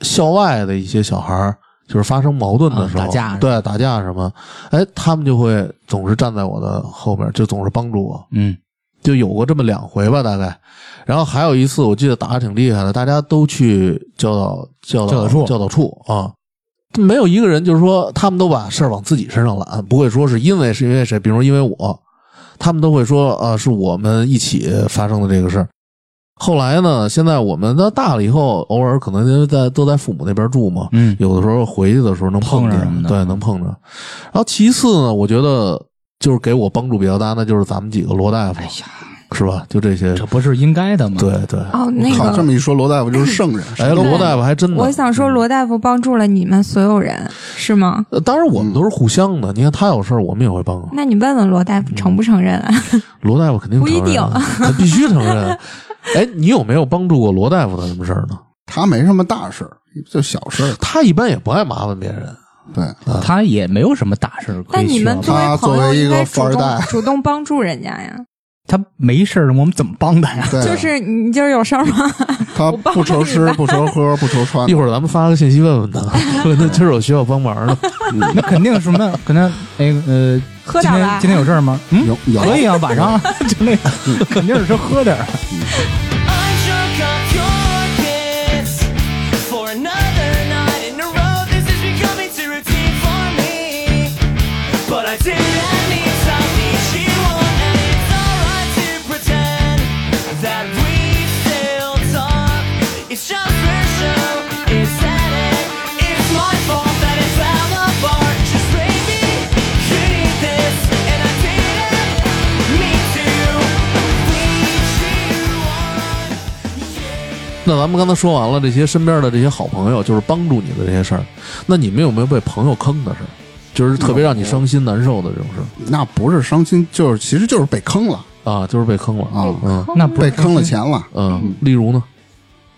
[SPEAKER 1] 校外的一些小孩儿就是发生矛盾的时候，
[SPEAKER 3] 啊打架
[SPEAKER 1] 对打架什么，哎，他们就会总是站在我的后边儿，就总是帮助我。
[SPEAKER 3] 嗯
[SPEAKER 1] 就有过这么两回吧，大概。然后还有一次，我记得打得挺厉害的，大家都去教导教导
[SPEAKER 3] 教导处
[SPEAKER 1] 教导处啊，没有一个人就是说他们都把事儿往自己身上揽，不会说是因为是因为谁，比如说因为我，他们都会说啊是我们一起发生的这个事儿。后来呢，现在我们都大了以后，偶尔可能就在都在父母那边住嘛，
[SPEAKER 3] 嗯
[SPEAKER 1] 有的时候回去的时候能碰
[SPEAKER 3] 碰着什么
[SPEAKER 1] 见，
[SPEAKER 3] 的
[SPEAKER 1] 对，能碰着。然后其次呢，我觉得就是给我帮助比较大，那就是咱们几个罗大夫，
[SPEAKER 3] 哎呀，
[SPEAKER 1] 是吧？就这些，
[SPEAKER 3] 这不是应该的吗？
[SPEAKER 1] 对对。
[SPEAKER 2] 哦，那
[SPEAKER 4] 靠，这
[SPEAKER 2] 个，
[SPEAKER 4] 么一嗯说，罗大夫就是圣人。
[SPEAKER 1] 哎，罗大夫还真的，嗯
[SPEAKER 2] 我想说，罗大夫帮助了你们所有人，是吗？
[SPEAKER 1] 呃当然我们都是互相的。你看他有事儿，我们也会帮啊。
[SPEAKER 2] 那你问问罗大夫承
[SPEAKER 1] 嗯
[SPEAKER 2] 不承认啊？
[SPEAKER 1] 罗大夫肯定
[SPEAKER 2] 不一
[SPEAKER 1] 承认啊，他必须承认啊。哎，你有没有帮助过罗大夫的什么事儿呢？
[SPEAKER 4] 他没什么大事儿，就小事儿。
[SPEAKER 1] 他一般也不爱麻烦别人。啊
[SPEAKER 4] 对，
[SPEAKER 3] 他也没有什么大事儿可
[SPEAKER 2] 但
[SPEAKER 3] 以
[SPEAKER 2] 你
[SPEAKER 3] 需要
[SPEAKER 2] 们
[SPEAKER 3] 帮
[SPEAKER 2] 作为
[SPEAKER 4] 他
[SPEAKER 2] 朋
[SPEAKER 4] 作
[SPEAKER 2] 友，
[SPEAKER 4] 为一
[SPEAKER 2] 应
[SPEAKER 4] 个
[SPEAKER 2] 该主
[SPEAKER 4] 富二
[SPEAKER 2] 动
[SPEAKER 4] 代
[SPEAKER 2] 主动帮助人家呀。
[SPEAKER 3] 他没事儿，我们怎么帮他呀？
[SPEAKER 4] 对啊
[SPEAKER 2] 就是你今儿有事儿吗？
[SPEAKER 4] 他不愁吃，不愁喝，不愁穿
[SPEAKER 1] 一。会儿咱们发个信息问问他，问他今儿有需要帮忙的。
[SPEAKER 3] 那肯定什么？可能哎呃，
[SPEAKER 2] 喝
[SPEAKER 3] 今
[SPEAKER 2] 点儿吧
[SPEAKER 3] 天今天有事 儿吗？嗯，
[SPEAKER 4] 有有
[SPEAKER 3] 可以啊， 晚上就那个，肯定是说喝点儿。啊
[SPEAKER 5] I shook off your kiss for another night in a row. This is becoming too routine for me. But I didn't need something she won't, and it's alright to pretend that we still talk. It's just for show. It's edit. It's my fault that it's out of art. Just rate me. You need this, and I didn't need to. We cheer on.
[SPEAKER 1] 那咱们刚才说完了这些身边的这些好朋友，就是帮助你的这些事儿。那你们有没有被朋友坑的事儿？就是特别让你伤心难受的这种事儿
[SPEAKER 4] 那不是伤心，就是其实就是被坑了
[SPEAKER 1] 啊，就是被坑了
[SPEAKER 4] 啊，
[SPEAKER 1] 嗯
[SPEAKER 3] 那不
[SPEAKER 4] 被
[SPEAKER 3] 是
[SPEAKER 4] 坑了钱了。
[SPEAKER 1] 嗯，例如呢？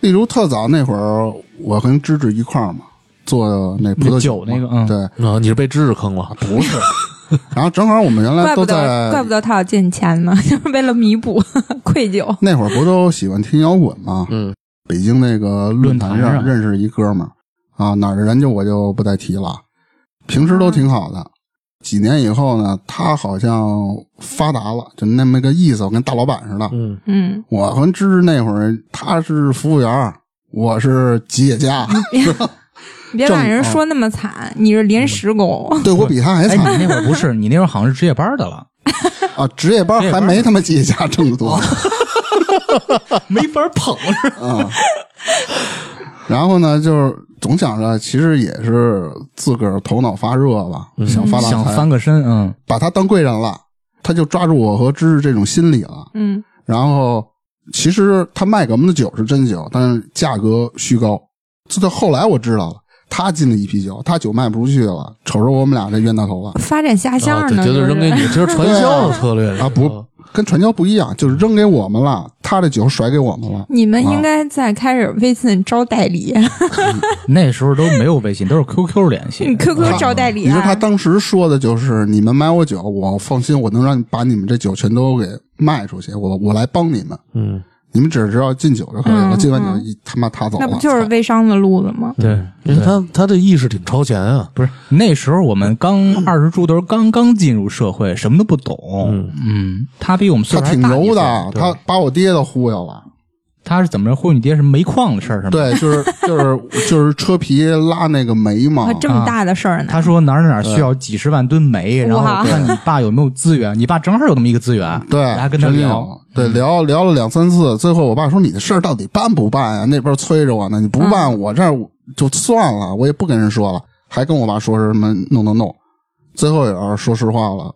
[SPEAKER 4] 例如特早那会儿，我跟芝芝一块儿嘛，做那葡萄
[SPEAKER 3] 酒那个
[SPEAKER 4] 嘛
[SPEAKER 3] 嗯
[SPEAKER 4] 对，
[SPEAKER 1] 啊，你是被知识坑了，
[SPEAKER 4] 不是。然后正好我们原来
[SPEAKER 2] 怪
[SPEAKER 4] 都
[SPEAKER 2] 不得，怪
[SPEAKER 4] 在
[SPEAKER 2] 不得他要借你钱呢， 就是为了弥补愧疚。
[SPEAKER 4] 那会儿不都喜欢听摇滚嘛？
[SPEAKER 1] 嗯，
[SPEAKER 4] 北京那个论坛
[SPEAKER 3] 论坛
[SPEAKER 4] 上
[SPEAKER 3] 上
[SPEAKER 4] 认识一哥们儿啊，哪儿的人就我就不再提了，平时都挺好的。几年以后呢，他好像发达了，就那么个意思，跟大老板似的。
[SPEAKER 1] 嗯，
[SPEAKER 2] 嗯，
[SPEAKER 4] 我和芝芝那会儿，他是服务员儿，我是吉野家，是吧
[SPEAKER 2] 你别把
[SPEAKER 4] 正啊嗯
[SPEAKER 2] 人说那么惨，你是临时工，
[SPEAKER 4] 对我比他还
[SPEAKER 3] 哎，
[SPEAKER 4] 惨
[SPEAKER 3] 你那会儿不是，你那会儿好像是值夜班的了，
[SPEAKER 4] 啊！值夜班
[SPEAKER 3] 值夜
[SPEAKER 4] 还
[SPEAKER 3] 班
[SPEAKER 4] 没他妈吉野家挣得多。
[SPEAKER 3] 没法捧是吧？
[SPEAKER 4] 然后呢，就是总想着，其实也是自个儿头脑发热吧，想发大
[SPEAKER 3] 想
[SPEAKER 4] 财，
[SPEAKER 3] 翻个身，嗯，
[SPEAKER 4] 把他当贵人了，他就抓住我和芝芝这种心理了。
[SPEAKER 2] 嗯，
[SPEAKER 4] 然后，其实他卖给我们的酒是真酒，但是价格虚高。这到后来我知道了，他进了一批酒，他酒卖不出去了，瞅着我们俩这冤大头了。
[SPEAKER 2] 发展下
[SPEAKER 1] 啊，
[SPEAKER 2] 线
[SPEAKER 1] 对
[SPEAKER 2] 呢，
[SPEAKER 1] 觉
[SPEAKER 2] 就
[SPEAKER 1] 得扔给
[SPEAKER 2] 是
[SPEAKER 1] 你，这是传销的策略
[SPEAKER 4] 啊不，跟传销不一样，就是扔给我们了，他的酒甩给我们了。
[SPEAKER 2] 你们
[SPEAKER 1] 啊
[SPEAKER 2] 应该在开始微信招代 理，
[SPEAKER 3] 那时候都没有微信，都是 QQ 联系。
[SPEAKER 2] 你 QQ 招代理
[SPEAKER 4] 你说他
[SPEAKER 2] 啊，
[SPEAKER 4] 当时说的就是你们买我酒，我放心，我能让你把你们这酒全都给卖出去，我我来帮你们，
[SPEAKER 1] 嗯，
[SPEAKER 4] 你们只只要进酒就可以了，
[SPEAKER 2] 嗯
[SPEAKER 4] 进完酒
[SPEAKER 2] 嗯
[SPEAKER 4] 一他妈他走了，
[SPEAKER 2] 那不就是
[SPEAKER 4] 操
[SPEAKER 2] 微商的路子吗？
[SPEAKER 1] 对，因为他他这意识挺超前啊，
[SPEAKER 3] 不是那时候我们
[SPEAKER 2] 嗯
[SPEAKER 3] 刚二十出头，刚刚进入社会，什么都不懂。嗯，他比我们岁
[SPEAKER 4] 他
[SPEAKER 3] 数还
[SPEAKER 4] 挺
[SPEAKER 3] 大一
[SPEAKER 4] 牛
[SPEAKER 3] 些
[SPEAKER 4] 的，
[SPEAKER 3] 对
[SPEAKER 4] 他把我爹都忽悠了。
[SPEAKER 3] 他是怎么着忽悠你爹什么煤矿的事儿是吗？，
[SPEAKER 4] 对，就是就是就是车皮拉那个煤嘛
[SPEAKER 2] 还，这么大的事儿呢？
[SPEAKER 3] 他说哪儿哪儿需要几十万吨煤，然后
[SPEAKER 2] 哇
[SPEAKER 3] 看你爸有没有资源，你爸正好有那么一个资源，
[SPEAKER 4] 对，
[SPEAKER 3] 来跟他
[SPEAKER 4] 真
[SPEAKER 3] 聊嗯
[SPEAKER 4] 有，对，聊聊了两三次，最后我爸说：“你的事儿到底办不办呀？”那边催着我呢，你不办，我这儿就算了，我也不跟人说了，还跟我爸说是什么弄弄弄。最后也是说实话了，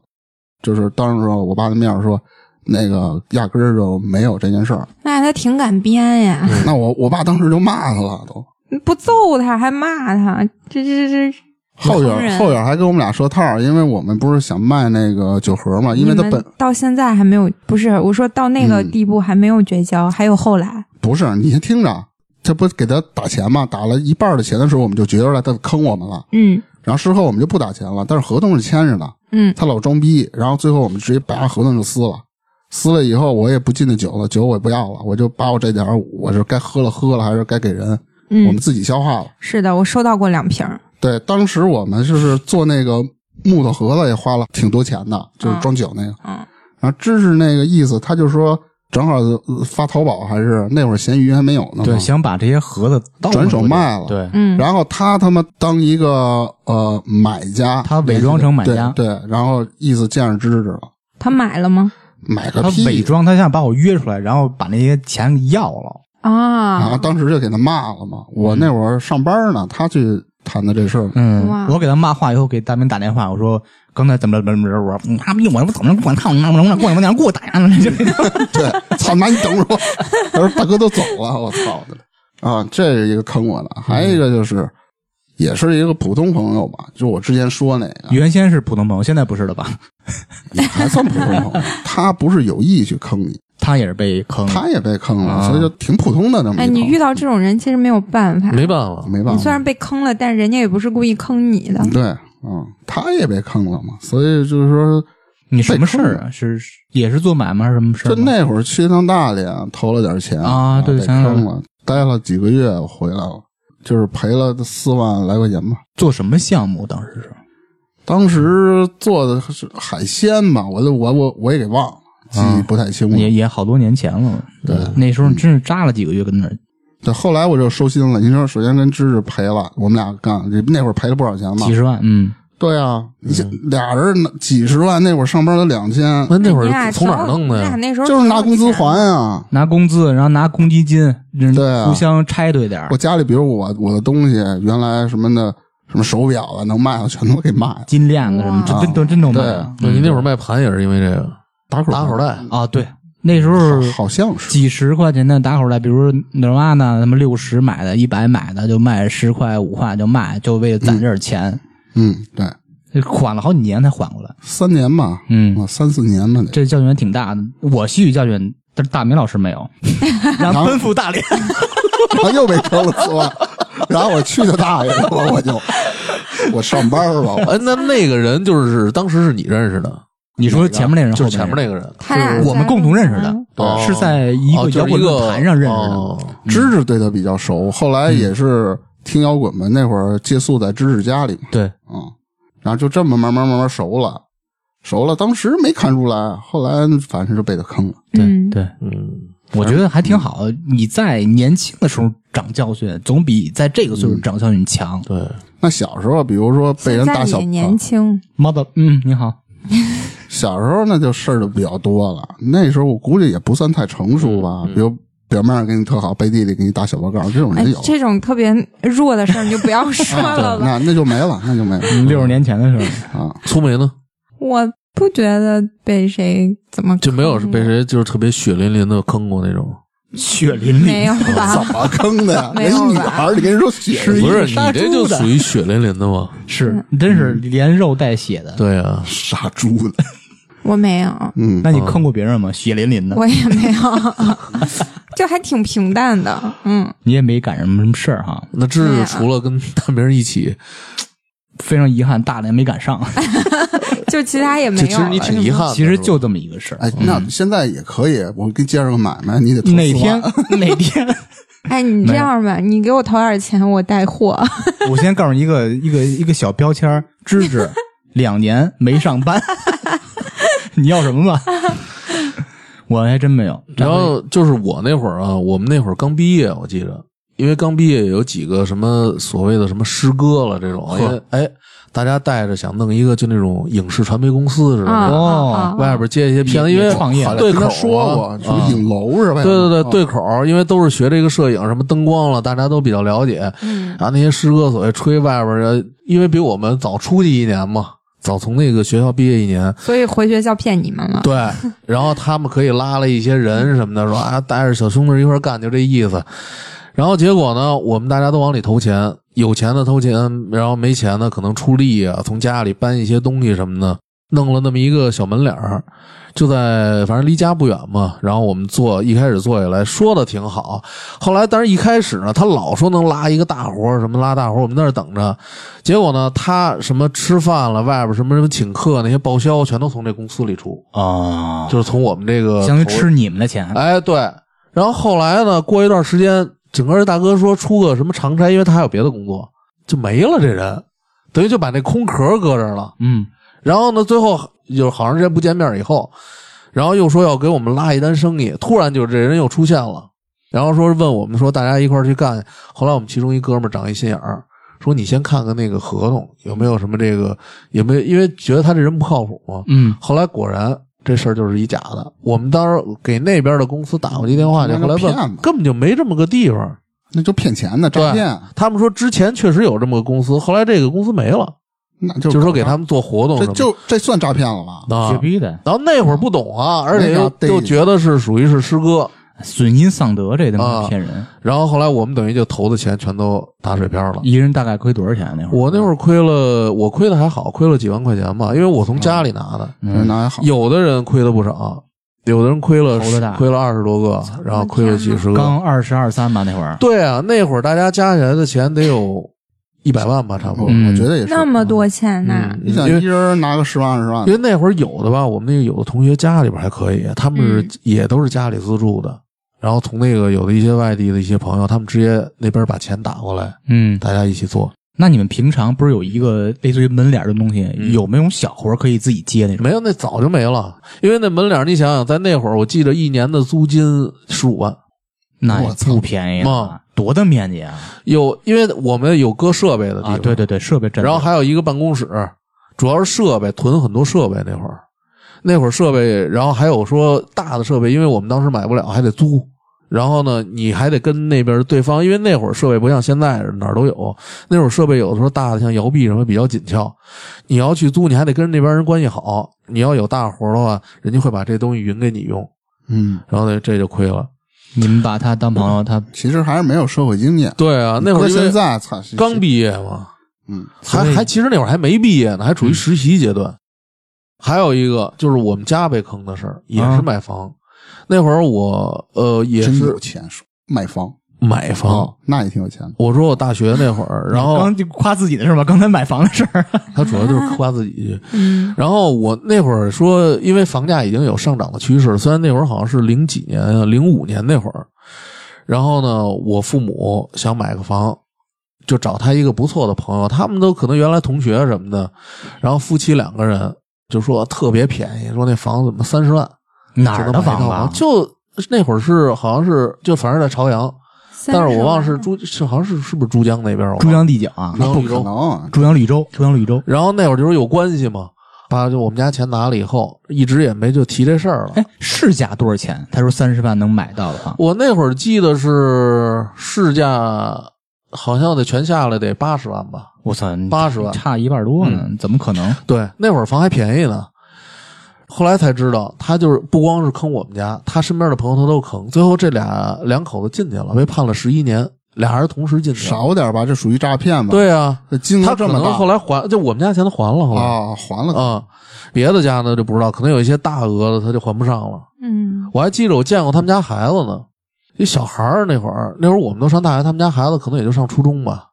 [SPEAKER 4] 就是当着我爸的面说，那个压根儿就没有这件事儿。
[SPEAKER 2] 那他挺敢编呀，
[SPEAKER 3] 嗯
[SPEAKER 4] 那我我爸当时就骂他了，都
[SPEAKER 2] 不揍他还骂他，这这这这
[SPEAKER 4] 后
[SPEAKER 2] 坑
[SPEAKER 4] 院
[SPEAKER 2] 人
[SPEAKER 4] 后院还跟我们俩说套儿，因为我们不是想卖那个酒盒嘛，因为他
[SPEAKER 2] 你
[SPEAKER 4] 本
[SPEAKER 2] 们到现在还没有，不是我说到那个
[SPEAKER 4] 嗯
[SPEAKER 2] 地步还没有绝交，还有后来，
[SPEAKER 4] 不是，你先听着，这不给他打钱吗？打了一半的钱的时候，我们就觉出来他坑我们了。
[SPEAKER 2] 嗯
[SPEAKER 4] 然后事后我们就不打钱了，但是合同是签着的，
[SPEAKER 2] 嗯，
[SPEAKER 4] 他老装逼，然后最后我们直接把合同就撕了。撕了以后，我也不进那酒了，酒我也不要了，我就把我这点儿，我是该喝了喝了，还是该给人，我们
[SPEAKER 2] 嗯，
[SPEAKER 4] 自己消化了。
[SPEAKER 2] 是的，我收到过两瓶儿，
[SPEAKER 4] 对，当时我们就是做那个木头盒子，也花了挺多钱的，就是装酒那个。
[SPEAKER 2] 嗯
[SPEAKER 4] 然后知识那个意思，他就说正好呃发淘宝还是那会儿闲鱼还没有呢嘛，
[SPEAKER 3] 对，想把这些盒子倒
[SPEAKER 4] 转手
[SPEAKER 3] 出去
[SPEAKER 4] 卖了
[SPEAKER 3] 对，
[SPEAKER 2] 嗯，
[SPEAKER 4] 然后他他妈当一个呃买家，
[SPEAKER 3] 他伪装成买家
[SPEAKER 4] 对，对然后意思见着芝芝了，
[SPEAKER 2] 他买了吗？
[SPEAKER 4] 买个
[SPEAKER 3] 他
[SPEAKER 4] 屁
[SPEAKER 3] 伪装，他想把我约出来，然后把那些钱给要了。
[SPEAKER 4] 然后
[SPEAKER 2] 啊，
[SPEAKER 4] 当时就给他骂了嘛。我那会儿上班呢，他去谈的这事儿，
[SPEAKER 3] 嗯
[SPEAKER 2] 哇，
[SPEAKER 3] 我给他骂话以后，给大明打电话，我说刚才怎么着怎么着，我说妈逼，我怎么着，我操你妈，我过来我想给我打呀，就
[SPEAKER 4] 对，操妈你等会儿， 他说大哥都走了，我操的啊，这是一个坑我的，还有一个就是。也是一个普通朋友吧，就我之前说那个，
[SPEAKER 3] 原先是普通朋友，现在不是了吧？
[SPEAKER 4] 也还算普通 朋友。他不是有意去坑你，
[SPEAKER 3] 他也是被坑，
[SPEAKER 4] 他也被坑了，
[SPEAKER 3] 啊
[SPEAKER 4] 所以就挺普通的那么一
[SPEAKER 2] 哎，
[SPEAKER 4] 朋友。
[SPEAKER 2] 你遇到这种人其实没有办法，
[SPEAKER 1] 没办法，
[SPEAKER 4] 没办
[SPEAKER 2] 你
[SPEAKER 4] 法，
[SPEAKER 2] 虽然被坑了，但人家也不是故意坑你的，
[SPEAKER 4] 对，嗯，他也被坑了嘛，所以就是说，
[SPEAKER 3] 你什么事儿啊？是是也是做买卖还是什么事儿
[SPEAKER 4] 就
[SPEAKER 3] 吗？
[SPEAKER 4] 那会儿去趟大连投了点钱
[SPEAKER 3] 啊对
[SPEAKER 4] 被
[SPEAKER 3] 想起来
[SPEAKER 4] 坑了，待了几个月回来了，就是赔了四万来块钱吧。
[SPEAKER 3] 做什么项目？当时是
[SPEAKER 4] 当时做的是海鲜吧，我都我我我也给忘了，记
[SPEAKER 3] 嗯
[SPEAKER 4] 忆不太清
[SPEAKER 3] 也
[SPEAKER 4] 了。
[SPEAKER 3] 也好多年前了。
[SPEAKER 4] 嗯对
[SPEAKER 3] 那时候真是扎了几个月跟那儿。
[SPEAKER 4] 对，后来我就收心了。你说，首先跟芝芝赔了，我们俩干，那会儿赔了不少钱吧
[SPEAKER 3] 几？十嗯万，嗯，
[SPEAKER 4] 对啊，你想俩人拿几十万，那会儿上班都两千，
[SPEAKER 1] 那那会
[SPEAKER 2] 你俩
[SPEAKER 1] 儿从哪儿弄的
[SPEAKER 2] 你俩
[SPEAKER 1] 呀？
[SPEAKER 2] 那时候
[SPEAKER 4] 就是拿工资还啊。
[SPEAKER 3] 拿工资，然后拿公积金，嗯
[SPEAKER 4] 对啊
[SPEAKER 3] 互相拆对点儿
[SPEAKER 4] 我，家里，比如我我的东西，原来什么的，什么手表啊，能卖的全都给卖了。
[SPEAKER 3] 金链子什么，
[SPEAKER 4] 哇
[SPEAKER 3] 这真都真都没
[SPEAKER 4] 对
[SPEAKER 3] 有。
[SPEAKER 1] 那嗯你那会儿卖盘也是因为这个
[SPEAKER 4] 打口
[SPEAKER 1] 打口袋，
[SPEAKER 3] 啊，对，那时候
[SPEAKER 4] 好好像是，
[SPEAKER 3] 几十块钱的打口袋，比如 Nirvana 他们六十买的，一百买的就卖十块五块就卖，就为了攒这点钱，
[SPEAKER 4] 嗯，对，
[SPEAKER 3] 缓了好几年才缓过来。
[SPEAKER 4] 三年吧，
[SPEAKER 3] 嗯，
[SPEAKER 4] 啊三四年吧得。
[SPEAKER 3] 这教训还挺大的。我西语教训，但是大明老师没有，然后奔赴大连。
[SPEAKER 4] 然后又被坑了四万，然后我去他大爷的吧，我就我上班吧，我
[SPEAKER 1] 哎，那那个人就是当时是你认识的，
[SPEAKER 3] 你说前面那人，
[SPEAKER 1] 就是前面那
[SPEAKER 3] 个，
[SPEAKER 1] 个人，
[SPEAKER 2] 他俩
[SPEAKER 3] 我们共同认识的，
[SPEAKER 1] 哦
[SPEAKER 3] 是在一
[SPEAKER 1] 哦
[SPEAKER 3] 个
[SPEAKER 1] 就
[SPEAKER 3] 摇
[SPEAKER 1] 是
[SPEAKER 3] 滚
[SPEAKER 1] 一
[SPEAKER 3] 论
[SPEAKER 1] 个
[SPEAKER 3] 坛上认识的。
[SPEAKER 1] 哦
[SPEAKER 4] 芝芝对他比较熟，后来也是听摇滚嘛，那会儿借宿在芝芝家里嘛，
[SPEAKER 3] 对，
[SPEAKER 4] 嗯，然后就这么慢慢慢慢熟了，熟了，当时没看出来，后来反正就被他坑了。
[SPEAKER 2] 嗯
[SPEAKER 3] 对对，
[SPEAKER 1] 嗯，
[SPEAKER 3] 我觉得还挺好。你在年轻的时候长教训，总比在这个岁数长教训强。
[SPEAKER 1] 对，
[SPEAKER 4] 那小时候，比如说被人
[SPEAKER 2] 现在
[SPEAKER 4] 打小
[SPEAKER 2] 也
[SPEAKER 4] 啊
[SPEAKER 2] 年轻，
[SPEAKER 3] 猫的，嗯，你好，
[SPEAKER 4] 小时候那就事儿就比较多了，那时候我估计也不算太成熟吧，比如表面上跟你特好，背地里给你打小报告，这种
[SPEAKER 2] 哎
[SPEAKER 4] 人 有，，啊
[SPEAKER 2] 这种特别弱的事儿你就不要说了吧。
[SPEAKER 4] 那那就没了，那就没了
[SPEAKER 3] 六十年前的时 候。
[SPEAKER 4] 啊。
[SPEAKER 1] 苏梅呢
[SPEAKER 2] 我不觉得被谁怎么
[SPEAKER 1] 就没有
[SPEAKER 3] 嗯
[SPEAKER 2] 坑
[SPEAKER 1] 被
[SPEAKER 2] 过
[SPEAKER 1] 谁就是特别血淋淋的坑过那种，
[SPEAKER 3] 血淋
[SPEAKER 1] 嗯
[SPEAKER 3] 淋，
[SPEAKER 2] 没有吧？
[SPEAKER 4] 怎么坑的呀？
[SPEAKER 2] 没
[SPEAKER 4] 人
[SPEAKER 2] 有吧
[SPEAKER 4] 女孩儿，你跟人说血
[SPEAKER 3] 是
[SPEAKER 1] 不是你
[SPEAKER 3] 杀
[SPEAKER 1] 这
[SPEAKER 3] 猪
[SPEAKER 1] 就
[SPEAKER 3] 的
[SPEAKER 1] 属于 血淋淋的吗？
[SPEAKER 2] 嗯
[SPEAKER 3] 是，真是连肉带血的。
[SPEAKER 1] 对呀，啊
[SPEAKER 4] 杀猪的，
[SPEAKER 2] 我没有，
[SPEAKER 4] 嗯，
[SPEAKER 3] 那你坑过别人吗？血淋淋的，
[SPEAKER 2] 我也 没有，就还挺平淡的。嗯，
[SPEAKER 3] 你也没赶上什么事儿哈，
[SPEAKER 1] 那芝
[SPEAKER 2] 对
[SPEAKER 1] 芝
[SPEAKER 2] 啊
[SPEAKER 1] 除了跟大明儿一起，
[SPEAKER 3] 非常遗憾，大连没赶上。
[SPEAKER 2] 哎就其他也没
[SPEAKER 1] 这
[SPEAKER 2] 有
[SPEAKER 1] 其实你
[SPEAKER 2] 了
[SPEAKER 1] 挺遗憾的。
[SPEAKER 3] 其实
[SPEAKER 1] 是吧
[SPEAKER 3] 就这么一个事儿。
[SPEAKER 4] 哎，那
[SPEAKER 1] 嗯
[SPEAKER 4] 现在也可以，我给你介绍个买卖，你得投啊
[SPEAKER 3] 哪
[SPEAKER 4] 4
[SPEAKER 3] 天
[SPEAKER 4] 万
[SPEAKER 3] 哪天，
[SPEAKER 2] 哎，你这样吧，你给我投点钱，我带货。
[SPEAKER 3] 我先告诉你一个一个一个小标签儿：芝芝两年没 上班，你要什么吧？我还真没有。
[SPEAKER 1] 然后就是我那会儿啊，我们那会儿刚毕业，我记着，因为刚毕业有几个什么所谓的什么师哥了这种，因为哎，大家带着想弄一个就那种影视传媒公司似的，
[SPEAKER 2] 啊
[SPEAKER 3] 哦
[SPEAKER 2] 啊啊
[SPEAKER 1] 外边接一些片子，
[SPEAKER 3] 也
[SPEAKER 1] 因为
[SPEAKER 3] 也创业
[SPEAKER 1] 好
[SPEAKER 3] 了
[SPEAKER 1] 对
[SPEAKER 4] 跟
[SPEAKER 1] 口
[SPEAKER 4] 他
[SPEAKER 1] 啊
[SPEAKER 4] 说过，什么
[SPEAKER 1] 啊
[SPEAKER 4] 影楼是吧？
[SPEAKER 1] 对对对，对口儿，因为都是学这个摄影，什么灯光了，大家都比较了解。
[SPEAKER 2] 嗯
[SPEAKER 1] 然后那些师哥所谓吹外边儿，因为比我们早出去一年嘛，早从那个学校毕业一年，
[SPEAKER 2] 所以回学校骗你们了。
[SPEAKER 1] 对，然后他们可以拉了一些人什么的，说啊，带着小兄弟一块儿干，就这意思。然后结果呢，我们大家都往里投钱，有钱的投钱，然后没钱的可能出力啊，从家里搬一些东西什么的，弄了那么一个小门脸儿，就在反正离家不远嘛。然后我们坐，一开始坐下来说的挺好，后来但是一开始呢，他老说能拉一个大活儿，什么拉大活儿，我们在那儿等着，结果呢，他什么吃饭了，外边什么什么请客那些报销，全都从这公司里出。
[SPEAKER 3] 哦，
[SPEAKER 1] 就是从我们这个
[SPEAKER 3] 相当于
[SPEAKER 1] 投
[SPEAKER 3] 吃你们的钱。
[SPEAKER 1] 哎，对。然后后来呢，过一段时间，整个这大哥说出个什么长差，因为他还有别的工作，就没了这人，等于就把那空壳搁这儿了。
[SPEAKER 3] 嗯，
[SPEAKER 1] 然后呢，最后有好长时间不见面以后，然后又说要给我们拉一单生意，突然就这人又出现了，然后说问我们说大家一块儿去干。后来我们其中一哥们儿长一心眼儿，说你先看看那个合同有没有什么这个有没有，因为觉得他这人不靠谱嘛，
[SPEAKER 3] 嗯，
[SPEAKER 1] 后来果然这事儿就是一假的。我们当时给那边的公司打过去电话去，
[SPEAKER 4] 那
[SPEAKER 1] 后
[SPEAKER 4] 就
[SPEAKER 1] 来
[SPEAKER 4] 骗
[SPEAKER 1] 问
[SPEAKER 4] 子
[SPEAKER 1] 根本就没这么个地方。
[SPEAKER 4] 那就骗钱的
[SPEAKER 1] 对
[SPEAKER 4] 诈骗，
[SPEAKER 1] 他们说之前确实有这么个公司，后来这个公司没了，
[SPEAKER 4] 那就
[SPEAKER 1] 就是是说给他们做活动什么
[SPEAKER 4] 这
[SPEAKER 1] 的
[SPEAKER 4] 就这算诈骗了吧？
[SPEAKER 1] 啊
[SPEAKER 3] 绝。逼的，
[SPEAKER 1] 然后那会儿不懂啊，而且
[SPEAKER 4] 那
[SPEAKER 1] 又
[SPEAKER 4] 个对
[SPEAKER 1] 又觉得是属于是师哥。
[SPEAKER 3] 损阴丧德，这他妈
[SPEAKER 1] 啊
[SPEAKER 3] 骗人！
[SPEAKER 1] 然后后来我们等于就投的钱全都打水漂了。
[SPEAKER 3] 一人大概亏多少钱啊那会儿？
[SPEAKER 1] 我那会儿亏了，我亏的还好，亏了几万块钱吧，因为我从家里拿的。
[SPEAKER 4] 嗯那还好，
[SPEAKER 1] 有的人亏了不少，有的人亏了
[SPEAKER 3] 投的大
[SPEAKER 1] 亏了二十多个，然后亏了几十个。
[SPEAKER 3] 刚二十二三吧，那会儿。
[SPEAKER 1] 对啊，那会儿大家加起来的钱得有一百万吧，差不多。
[SPEAKER 4] 我
[SPEAKER 3] 嗯
[SPEAKER 4] 我觉得也是。
[SPEAKER 2] 那么多钱呢、
[SPEAKER 1] 嗯
[SPEAKER 4] 你想一人拿个十万二十万
[SPEAKER 3] 嗯
[SPEAKER 1] 因，为那会儿有的吧，我们那个有的同学家里边还可以，啊他们是、
[SPEAKER 2] 嗯
[SPEAKER 1] 也都是家里资助的，然后从那个有的一些外地的一些朋友，他们直接那边把钱打过来，
[SPEAKER 3] 嗯，
[SPEAKER 1] 大家一起做。
[SPEAKER 3] 那你们平常不是有一个类似于门脸儿的东西，
[SPEAKER 1] 嗯
[SPEAKER 3] 有没有小活儿可以自己接那种？
[SPEAKER 1] 没有，那早就没了，因为那门脸儿，你想想，在那会儿，我记得一年的租金十五万，
[SPEAKER 3] 那也
[SPEAKER 4] 我操
[SPEAKER 3] 不便宜
[SPEAKER 1] 啊
[SPEAKER 3] 啊，多大面积啊！
[SPEAKER 1] 有，因为我们有搁设备的地方，
[SPEAKER 3] 啊，对对对，设备占地。
[SPEAKER 1] 然后还有一个办公室，主要是设备囤很多设备那会儿，那会儿设备，然后还有说大的设备，因为我们当时买不了，还得租。然后呢，你还得跟那边对方，因为那会儿设备不像现在哪儿都有，那会儿设备有的时候大的像摇臂什么比较紧俏，你要去租，你还得跟那边人关系好，你要有大活儿的话，人家会把这东西匀给你用，
[SPEAKER 4] 嗯，
[SPEAKER 1] 然后呢这就亏了。
[SPEAKER 3] 你们把他当朋友，他
[SPEAKER 4] 其实还是没有社会经验。
[SPEAKER 1] 对啊，那会儿
[SPEAKER 4] 搁
[SPEAKER 1] 因为
[SPEAKER 4] 现在操，是
[SPEAKER 1] 刚毕业嘛，
[SPEAKER 4] 嗯，
[SPEAKER 1] 还
[SPEAKER 3] 所以嗯
[SPEAKER 1] 还其实那会儿还没毕业呢，还处于实习阶段。还有一个就是我们家被坑的事儿，也
[SPEAKER 3] 啊
[SPEAKER 1] 是买房。那会儿我呃也
[SPEAKER 4] 真
[SPEAKER 1] 是哦
[SPEAKER 4] 有钱，说卖房
[SPEAKER 1] 买房。，
[SPEAKER 4] 那也挺有钱的。
[SPEAKER 1] 我说我大学那会儿，然后
[SPEAKER 3] 哦刚就夸自己的事儿吧，刚才买房的事儿。
[SPEAKER 1] 他主要就是夸自己。
[SPEAKER 2] 嗯，
[SPEAKER 1] 然后我那会儿说，因为房价已经有上涨的趋势，虽然那会儿好像是零几年啊，零五年那会儿。然后呢，我父母想买个房，就找他一个不错的朋友，他们都可能原来同学什么的，然后夫妻两个人就说特别便宜，说那房子怎么三十万
[SPEAKER 3] 哪儿
[SPEAKER 1] 就能
[SPEAKER 3] 的
[SPEAKER 1] 买一
[SPEAKER 3] 房
[SPEAKER 1] 套
[SPEAKER 3] 子啊？
[SPEAKER 1] 就那会儿是好像是就反正在朝阳，
[SPEAKER 2] 30
[SPEAKER 1] 但是我忘了
[SPEAKER 2] 万
[SPEAKER 1] 是珠是好像是是不是珠江那边儿，我忘了
[SPEAKER 3] 珠江地角啊，
[SPEAKER 4] 那
[SPEAKER 1] 然后
[SPEAKER 4] 不
[SPEAKER 1] 你
[SPEAKER 4] 可
[SPEAKER 1] 说
[SPEAKER 4] 能，
[SPEAKER 3] 珠江绿洲，珠江绿洲。
[SPEAKER 1] 然后那会儿就说有关系嘛，把就我们家钱拿了以后，一直也没就提这事儿 了。
[SPEAKER 3] 哎，市价多少钱？他说三十万能买到的房。
[SPEAKER 1] 我那会儿记得是市价好像得全下来得八十万吧？
[SPEAKER 3] 我操，你
[SPEAKER 1] 80万
[SPEAKER 3] 差一半多呢，嗯怎么可能？
[SPEAKER 1] 对，那会儿房还便宜呢。后来才知道，他就是不光是坑我们家，他身边的朋友他都坑。最后这俩两口子进去了，被判了十一年，俩人同时进的，
[SPEAKER 4] 少点吧，这属于诈骗吧？，
[SPEAKER 1] 对啊，
[SPEAKER 4] 这金
[SPEAKER 1] 他
[SPEAKER 4] 额
[SPEAKER 1] 可
[SPEAKER 4] 这么
[SPEAKER 1] 能
[SPEAKER 4] 大
[SPEAKER 1] 后来还，就我们家钱他还了，后来啊、
[SPEAKER 4] 啊，还了
[SPEAKER 1] 别的家呢就不知道，可能有一些大额的他就还不上了。
[SPEAKER 2] 嗯
[SPEAKER 1] 我还记着我见过他们家孩子呢，一小孩儿那会儿，那会儿我们都上大学，他们家孩子可能也就上初中吧。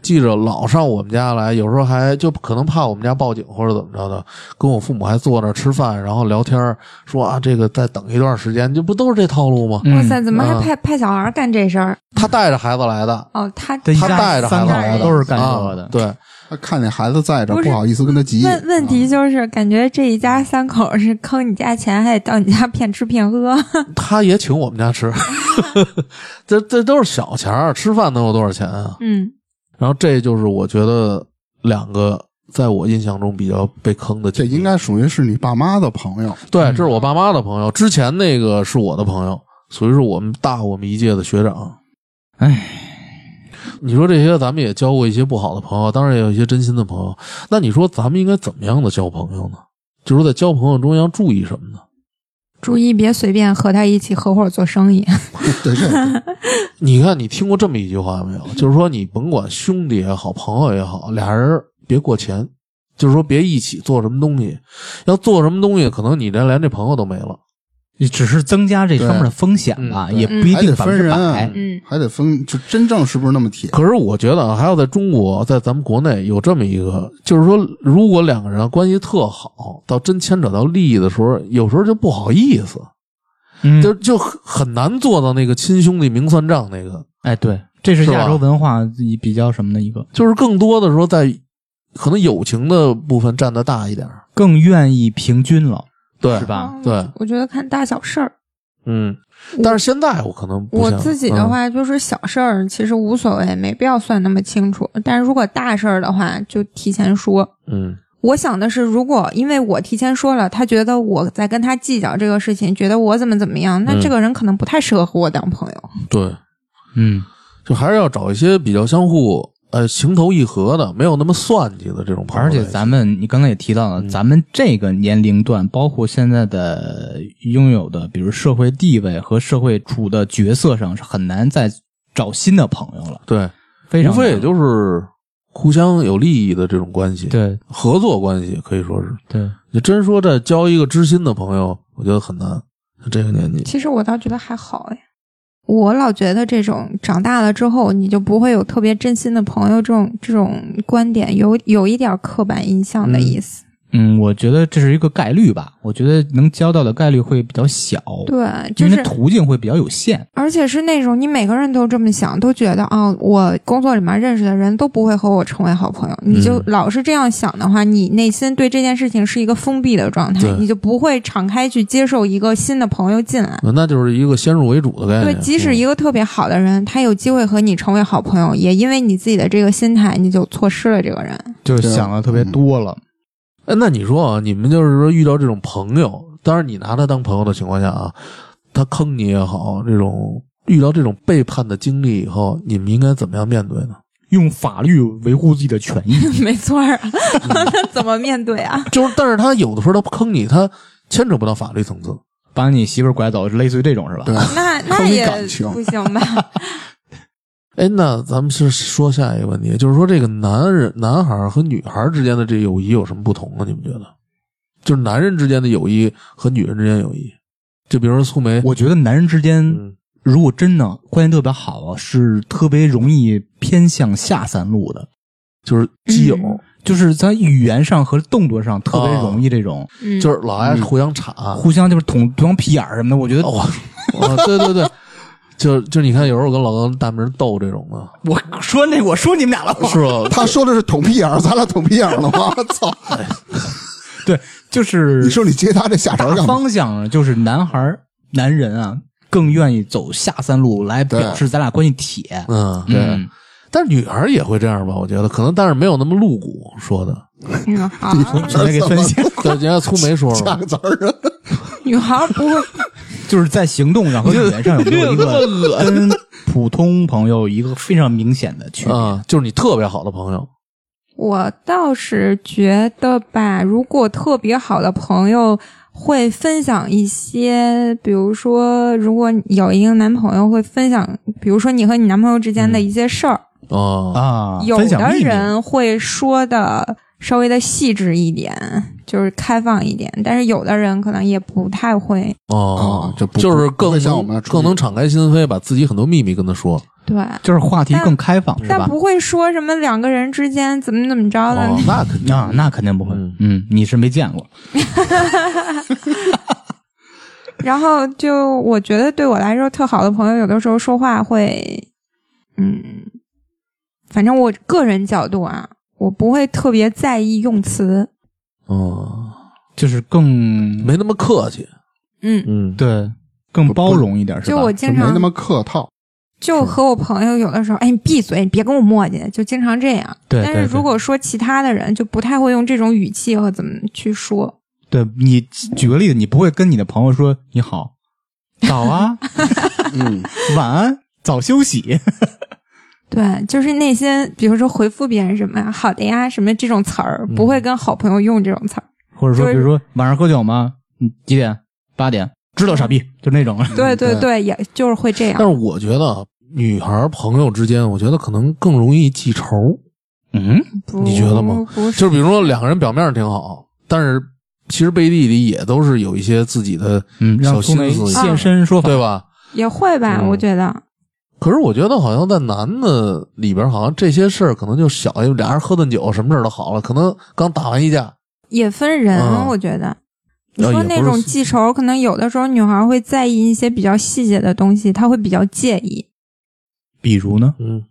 [SPEAKER 1] 记着老上我们家来，有时候还就可能怕我们家报警或者怎么着的，跟我父母还坐那儿吃饭，然后聊天儿，说啊这个再等一段时间，这不都是这套路吗？
[SPEAKER 2] 哇塞，
[SPEAKER 3] 嗯，
[SPEAKER 2] 怎么还
[SPEAKER 1] 啊
[SPEAKER 2] 派、派小孩干这事儿？
[SPEAKER 1] 他带着孩子来的，
[SPEAKER 2] 哦，他
[SPEAKER 3] 这一
[SPEAKER 1] 他
[SPEAKER 3] 家
[SPEAKER 1] 带着孩
[SPEAKER 3] 三
[SPEAKER 1] 子
[SPEAKER 3] 口
[SPEAKER 1] 来的
[SPEAKER 3] 都是干这
[SPEAKER 1] 啊
[SPEAKER 3] 的，
[SPEAKER 1] 对，
[SPEAKER 4] 他看那孩子在这儿，
[SPEAKER 2] 不是
[SPEAKER 4] 不好意思跟他急。
[SPEAKER 2] 问问
[SPEAKER 1] 啊
[SPEAKER 2] 题就是，感觉这一家三口是坑你家钱，还得到你家骗吃骗喝。
[SPEAKER 1] 他也请我们家 吃， 这这都是小钱儿，吃饭能有多少钱啊？
[SPEAKER 2] 嗯，
[SPEAKER 1] 然后这就是我觉得两个在我印象中比较被坑的
[SPEAKER 4] 这
[SPEAKER 1] 经历，
[SPEAKER 4] 应该嗯属于是你爸妈的朋 友，
[SPEAKER 1] 对，这是我爸妈的朋友，之前那个是我的朋友，属于是我们大我们一届的学长。
[SPEAKER 3] 哎，
[SPEAKER 1] 你说这些，咱们也交过一些不好的朋友，当然也有一些真心的朋友。那你说咱们应该怎么样的交朋友呢？就是在交朋友中要注意什么呢？
[SPEAKER 2] 注意别随便和他一起合伙做生意。
[SPEAKER 4] 对这
[SPEAKER 1] 你看，你听过这么一句话没有？就是说，你甭管兄弟也好，朋友也好，俩人别过钱，就是说别一起做什么东西。要做什么东西，可能你连连这朋友都没了。
[SPEAKER 3] 只是增加这方面的风险吧，
[SPEAKER 1] 对嗯
[SPEAKER 3] 也不一
[SPEAKER 4] 还
[SPEAKER 3] 定
[SPEAKER 4] 得
[SPEAKER 3] 百
[SPEAKER 4] 分
[SPEAKER 3] 分之
[SPEAKER 4] 人
[SPEAKER 3] 百
[SPEAKER 4] 啊。
[SPEAKER 2] 嗯
[SPEAKER 4] 还得分，就真正是不是那么铁？
[SPEAKER 1] 可是我觉得啊，还要在中国，在咱们国内有这么一个，就是说，如果两个人关系特好，到真牵扯到利益的时候，有时候就不好意思，
[SPEAKER 3] 嗯
[SPEAKER 1] 就就很很难做到那个亲兄弟明算账那个。
[SPEAKER 3] 哎，对，这是
[SPEAKER 1] 是吧
[SPEAKER 3] 亚洲文化一比较什么的一个，
[SPEAKER 1] 就是更多的时候，在可能友情的部分占的大一点儿，
[SPEAKER 3] 更愿意平均了，
[SPEAKER 1] 对
[SPEAKER 3] 是？吧？
[SPEAKER 1] 对，
[SPEAKER 2] 哦我觉得看大小事儿。
[SPEAKER 1] 嗯，但是现在我可能不
[SPEAKER 2] 我
[SPEAKER 1] 像
[SPEAKER 2] 自己的，话就是小事儿，其实无所谓，没必要算那么清楚。但是如果大事儿的话，就提前说。
[SPEAKER 1] 嗯
[SPEAKER 2] 我想的是，如果因为我提前说了，他觉得我在跟他计较这个事情，觉得我怎么怎么样，那
[SPEAKER 1] 嗯
[SPEAKER 2] 这个人可能不太适合和我当朋友。
[SPEAKER 1] 嗯，对，
[SPEAKER 3] 嗯，
[SPEAKER 1] 就还是要找一些比较相互呃情投意合的，没有那么算计的这种朋友
[SPEAKER 3] 而
[SPEAKER 1] 在一起。
[SPEAKER 3] 且咱们你刚才也提到了，
[SPEAKER 1] 嗯
[SPEAKER 3] 咱们这个年龄段，包括现在的拥有的，比如社会地位和社会处的角色上，是很难再找新的朋友了，
[SPEAKER 1] 对，
[SPEAKER 3] 非常
[SPEAKER 1] 无非
[SPEAKER 3] 难
[SPEAKER 1] 也就是互相有利益的这种关系，
[SPEAKER 3] 对
[SPEAKER 1] 合作关系可以说是。
[SPEAKER 3] 对，
[SPEAKER 1] 你真说这交一个知心的朋友，我觉得很难。这个年纪，
[SPEAKER 2] 其实我倒觉得还好哎，我老觉得这种长大了之后，你就不会有特别真心的朋友这种这种观点，有有一点刻板印象的意思。
[SPEAKER 3] 嗯，我觉得这是一个概率吧，我觉得能交到的概率会比较小，
[SPEAKER 2] 对，
[SPEAKER 3] 因
[SPEAKER 2] 就
[SPEAKER 3] 为
[SPEAKER 2] 是
[SPEAKER 3] 它途径会比较有限，
[SPEAKER 2] 而且是那种你每个人都这么想，都觉得啊、我工作里面认识的人都不会和我成为好朋友。你就
[SPEAKER 1] 嗯
[SPEAKER 2] 老是这样想的话，你内心对这件事情是一个封闭的状态
[SPEAKER 1] 对，
[SPEAKER 2] 你就不会敞开去接受一个新的朋友进来。
[SPEAKER 1] 那就是一个先入为主的概
[SPEAKER 2] 对
[SPEAKER 1] 念。，嗯
[SPEAKER 2] 即使一个特别好的人，他有机会和你成为好朋友，也因为你自己的这个心态，你就错失了这个人。
[SPEAKER 3] 就是
[SPEAKER 4] 对
[SPEAKER 3] 想的特别多了。
[SPEAKER 1] 哎，那你说啊，你们就是说遇到这种朋友，当然你拿他当朋友的情况下啊，他坑你也好，这种遇到这种背叛的经历以后，你们应该怎么样面对呢？
[SPEAKER 3] 用法律维护自己的权 益，
[SPEAKER 2] 没错 儿啊，那怎么面对啊？
[SPEAKER 1] 就是，但是他有的时候他坑你，他牵扯不到法律层次。
[SPEAKER 3] 把你媳妇儿拐走，类似于这种是吧？
[SPEAKER 4] 对，
[SPEAKER 2] 那那
[SPEAKER 4] 坑你
[SPEAKER 2] 也
[SPEAKER 4] 感情
[SPEAKER 2] 不行 吧？
[SPEAKER 1] 哎，那咱们是说下一个问题，就是说这个男人、男孩儿和女孩儿之间的这友谊有什么不同啊？你们觉得？就是男人之间的友谊和女人之间友谊，就比如说素梅，
[SPEAKER 3] 我觉得男人之间，
[SPEAKER 1] 哎嗯，
[SPEAKER 3] 如果真的关系特别好啊，是特别容易偏向下三路的，
[SPEAKER 1] 就是基友，
[SPEAKER 2] 嗯
[SPEAKER 3] 就是在语言上和动作上特别容易这种、
[SPEAKER 2] 嗯，
[SPEAKER 1] 就是老爱互相插。
[SPEAKER 3] 互相就是捅对方屁眼儿什么的。我觉得、
[SPEAKER 1] 哦，哦对对对，就就你看，有时候我跟老高、大明斗这种的，
[SPEAKER 3] 我说那我说你们俩了，
[SPEAKER 1] 是啊吧？
[SPEAKER 4] 他说的是捅屁眼儿，咱俩捅屁眼儿了 吗？操！
[SPEAKER 3] 对，就是
[SPEAKER 4] 你说你接他这下茬
[SPEAKER 3] 大
[SPEAKER 4] 儿干嘛？
[SPEAKER 3] 方向上就是男孩儿男人啊更愿意走下三路来表示咱俩关系铁。
[SPEAKER 1] 嗯，对。
[SPEAKER 3] 嗯，
[SPEAKER 1] 但是女孩儿也会这样吧？我觉得可能，但是没有那么露骨说的。
[SPEAKER 2] 女孩儿，
[SPEAKER 3] 总得给分析，
[SPEAKER 1] 对，人家粗梅说
[SPEAKER 4] 下
[SPEAKER 1] 了，
[SPEAKER 4] 个词儿啊！
[SPEAKER 2] 女孩儿不会，
[SPEAKER 3] 就是在行动上和语言上有没 有一
[SPEAKER 1] 这么
[SPEAKER 3] 个跟普通朋友一个非常明显的区别？
[SPEAKER 1] 嗯，就是你特别好的朋友，
[SPEAKER 2] 我倒是觉得吧，如果特别好的朋友会分享一些，比如说，如果有一个男朋友会分享，比如说你和你男朋友之间的一些事儿，
[SPEAKER 1] 啊，
[SPEAKER 3] 啊，
[SPEAKER 2] 哦有
[SPEAKER 3] 分享
[SPEAKER 2] 的
[SPEAKER 3] 秘密
[SPEAKER 2] 人会说的稍微的细致一点，就是开放一点，但是有的人可能也不太会。
[SPEAKER 1] 哦
[SPEAKER 4] 啊，就不
[SPEAKER 1] 就是
[SPEAKER 4] 不
[SPEAKER 1] 更
[SPEAKER 4] 会像我
[SPEAKER 1] 能
[SPEAKER 4] 们出去
[SPEAKER 1] 更能敞开心扉，把自己很多秘密跟他说。
[SPEAKER 2] 对，
[SPEAKER 3] 就是话题更开放，是
[SPEAKER 2] 但
[SPEAKER 3] 吧？
[SPEAKER 2] 不会说什么两个人之间怎么怎么着的。
[SPEAKER 1] 哦，那肯定
[SPEAKER 3] 啊，那肯定不会
[SPEAKER 1] 嗯。
[SPEAKER 3] 嗯，你是没见过。
[SPEAKER 2] 然后就我觉得对我来说特好的朋友，有的时候说话会，嗯，反正我个人角度啊，我不会特别在意用词，
[SPEAKER 1] 哦，
[SPEAKER 3] 就是更
[SPEAKER 1] 没那么客气。
[SPEAKER 2] 嗯，
[SPEAKER 1] 嗯，
[SPEAKER 3] 对，更包容一点，嗯是吧？
[SPEAKER 2] 就我
[SPEAKER 4] 就
[SPEAKER 2] 经
[SPEAKER 4] 没那
[SPEAKER 2] 常
[SPEAKER 4] 么客套。
[SPEAKER 2] 就和我朋友有的时候，哎，你闭嘴，你别跟我磨叽，就经常这样。
[SPEAKER 3] 对
[SPEAKER 2] 但
[SPEAKER 3] 对
[SPEAKER 2] 是
[SPEAKER 3] 对
[SPEAKER 2] 如果说其他的人，就不太会用这种语气和怎么去说。
[SPEAKER 3] 对你举个例子，你不会跟你的朋友说你好、早 啊、
[SPEAKER 4] 嗯，
[SPEAKER 3] 晚安、早休息，
[SPEAKER 2] 对，就是那些，比如说回复别人什么呀、好的呀，什么这种词儿，不会跟好朋友用这种词儿。
[SPEAKER 3] 或者
[SPEAKER 2] 就
[SPEAKER 3] 说
[SPEAKER 2] 是
[SPEAKER 3] 比如说晚上喝酒吗？嗯，几点？八点？知道傻逼，就那种。
[SPEAKER 2] 对对
[SPEAKER 4] 对
[SPEAKER 2] 对，也就是会这样
[SPEAKER 1] 但。是我觉得啊女孩儿朋友之间，我觉得可能更容易记仇。
[SPEAKER 3] 嗯，
[SPEAKER 2] 不
[SPEAKER 1] 你觉得吗？
[SPEAKER 2] 不是，
[SPEAKER 1] 就是比如说两个人表面上挺好，但是其实背地里也都是有一些自己的，
[SPEAKER 3] 嗯，让
[SPEAKER 1] 小
[SPEAKER 3] 苏梅
[SPEAKER 1] 心思
[SPEAKER 3] 现身说法。
[SPEAKER 1] 对吧？
[SPEAKER 2] 也会吧，
[SPEAKER 1] 嗯
[SPEAKER 2] 我觉得。
[SPEAKER 1] 可是我觉得好像在男的里边，好像这些事儿可能就小，因为俩人喝顿酒，什么事儿都好了。可能刚打完一架，
[SPEAKER 2] 也分人，
[SPEAKER 1] 嗯
[SPEAKER 2] 我觉得。你说
[SPEAKER 1] 也不
[SPEAKER 2] 那
[SPEAKER 1] 是
[SPEAKER 2] 种记仇，可能有的时候女孩会在意一些比较细节的东西，她会比较介意。
[SPEAKER 3] 比如呢？
[SPEAKER 1] 嗯，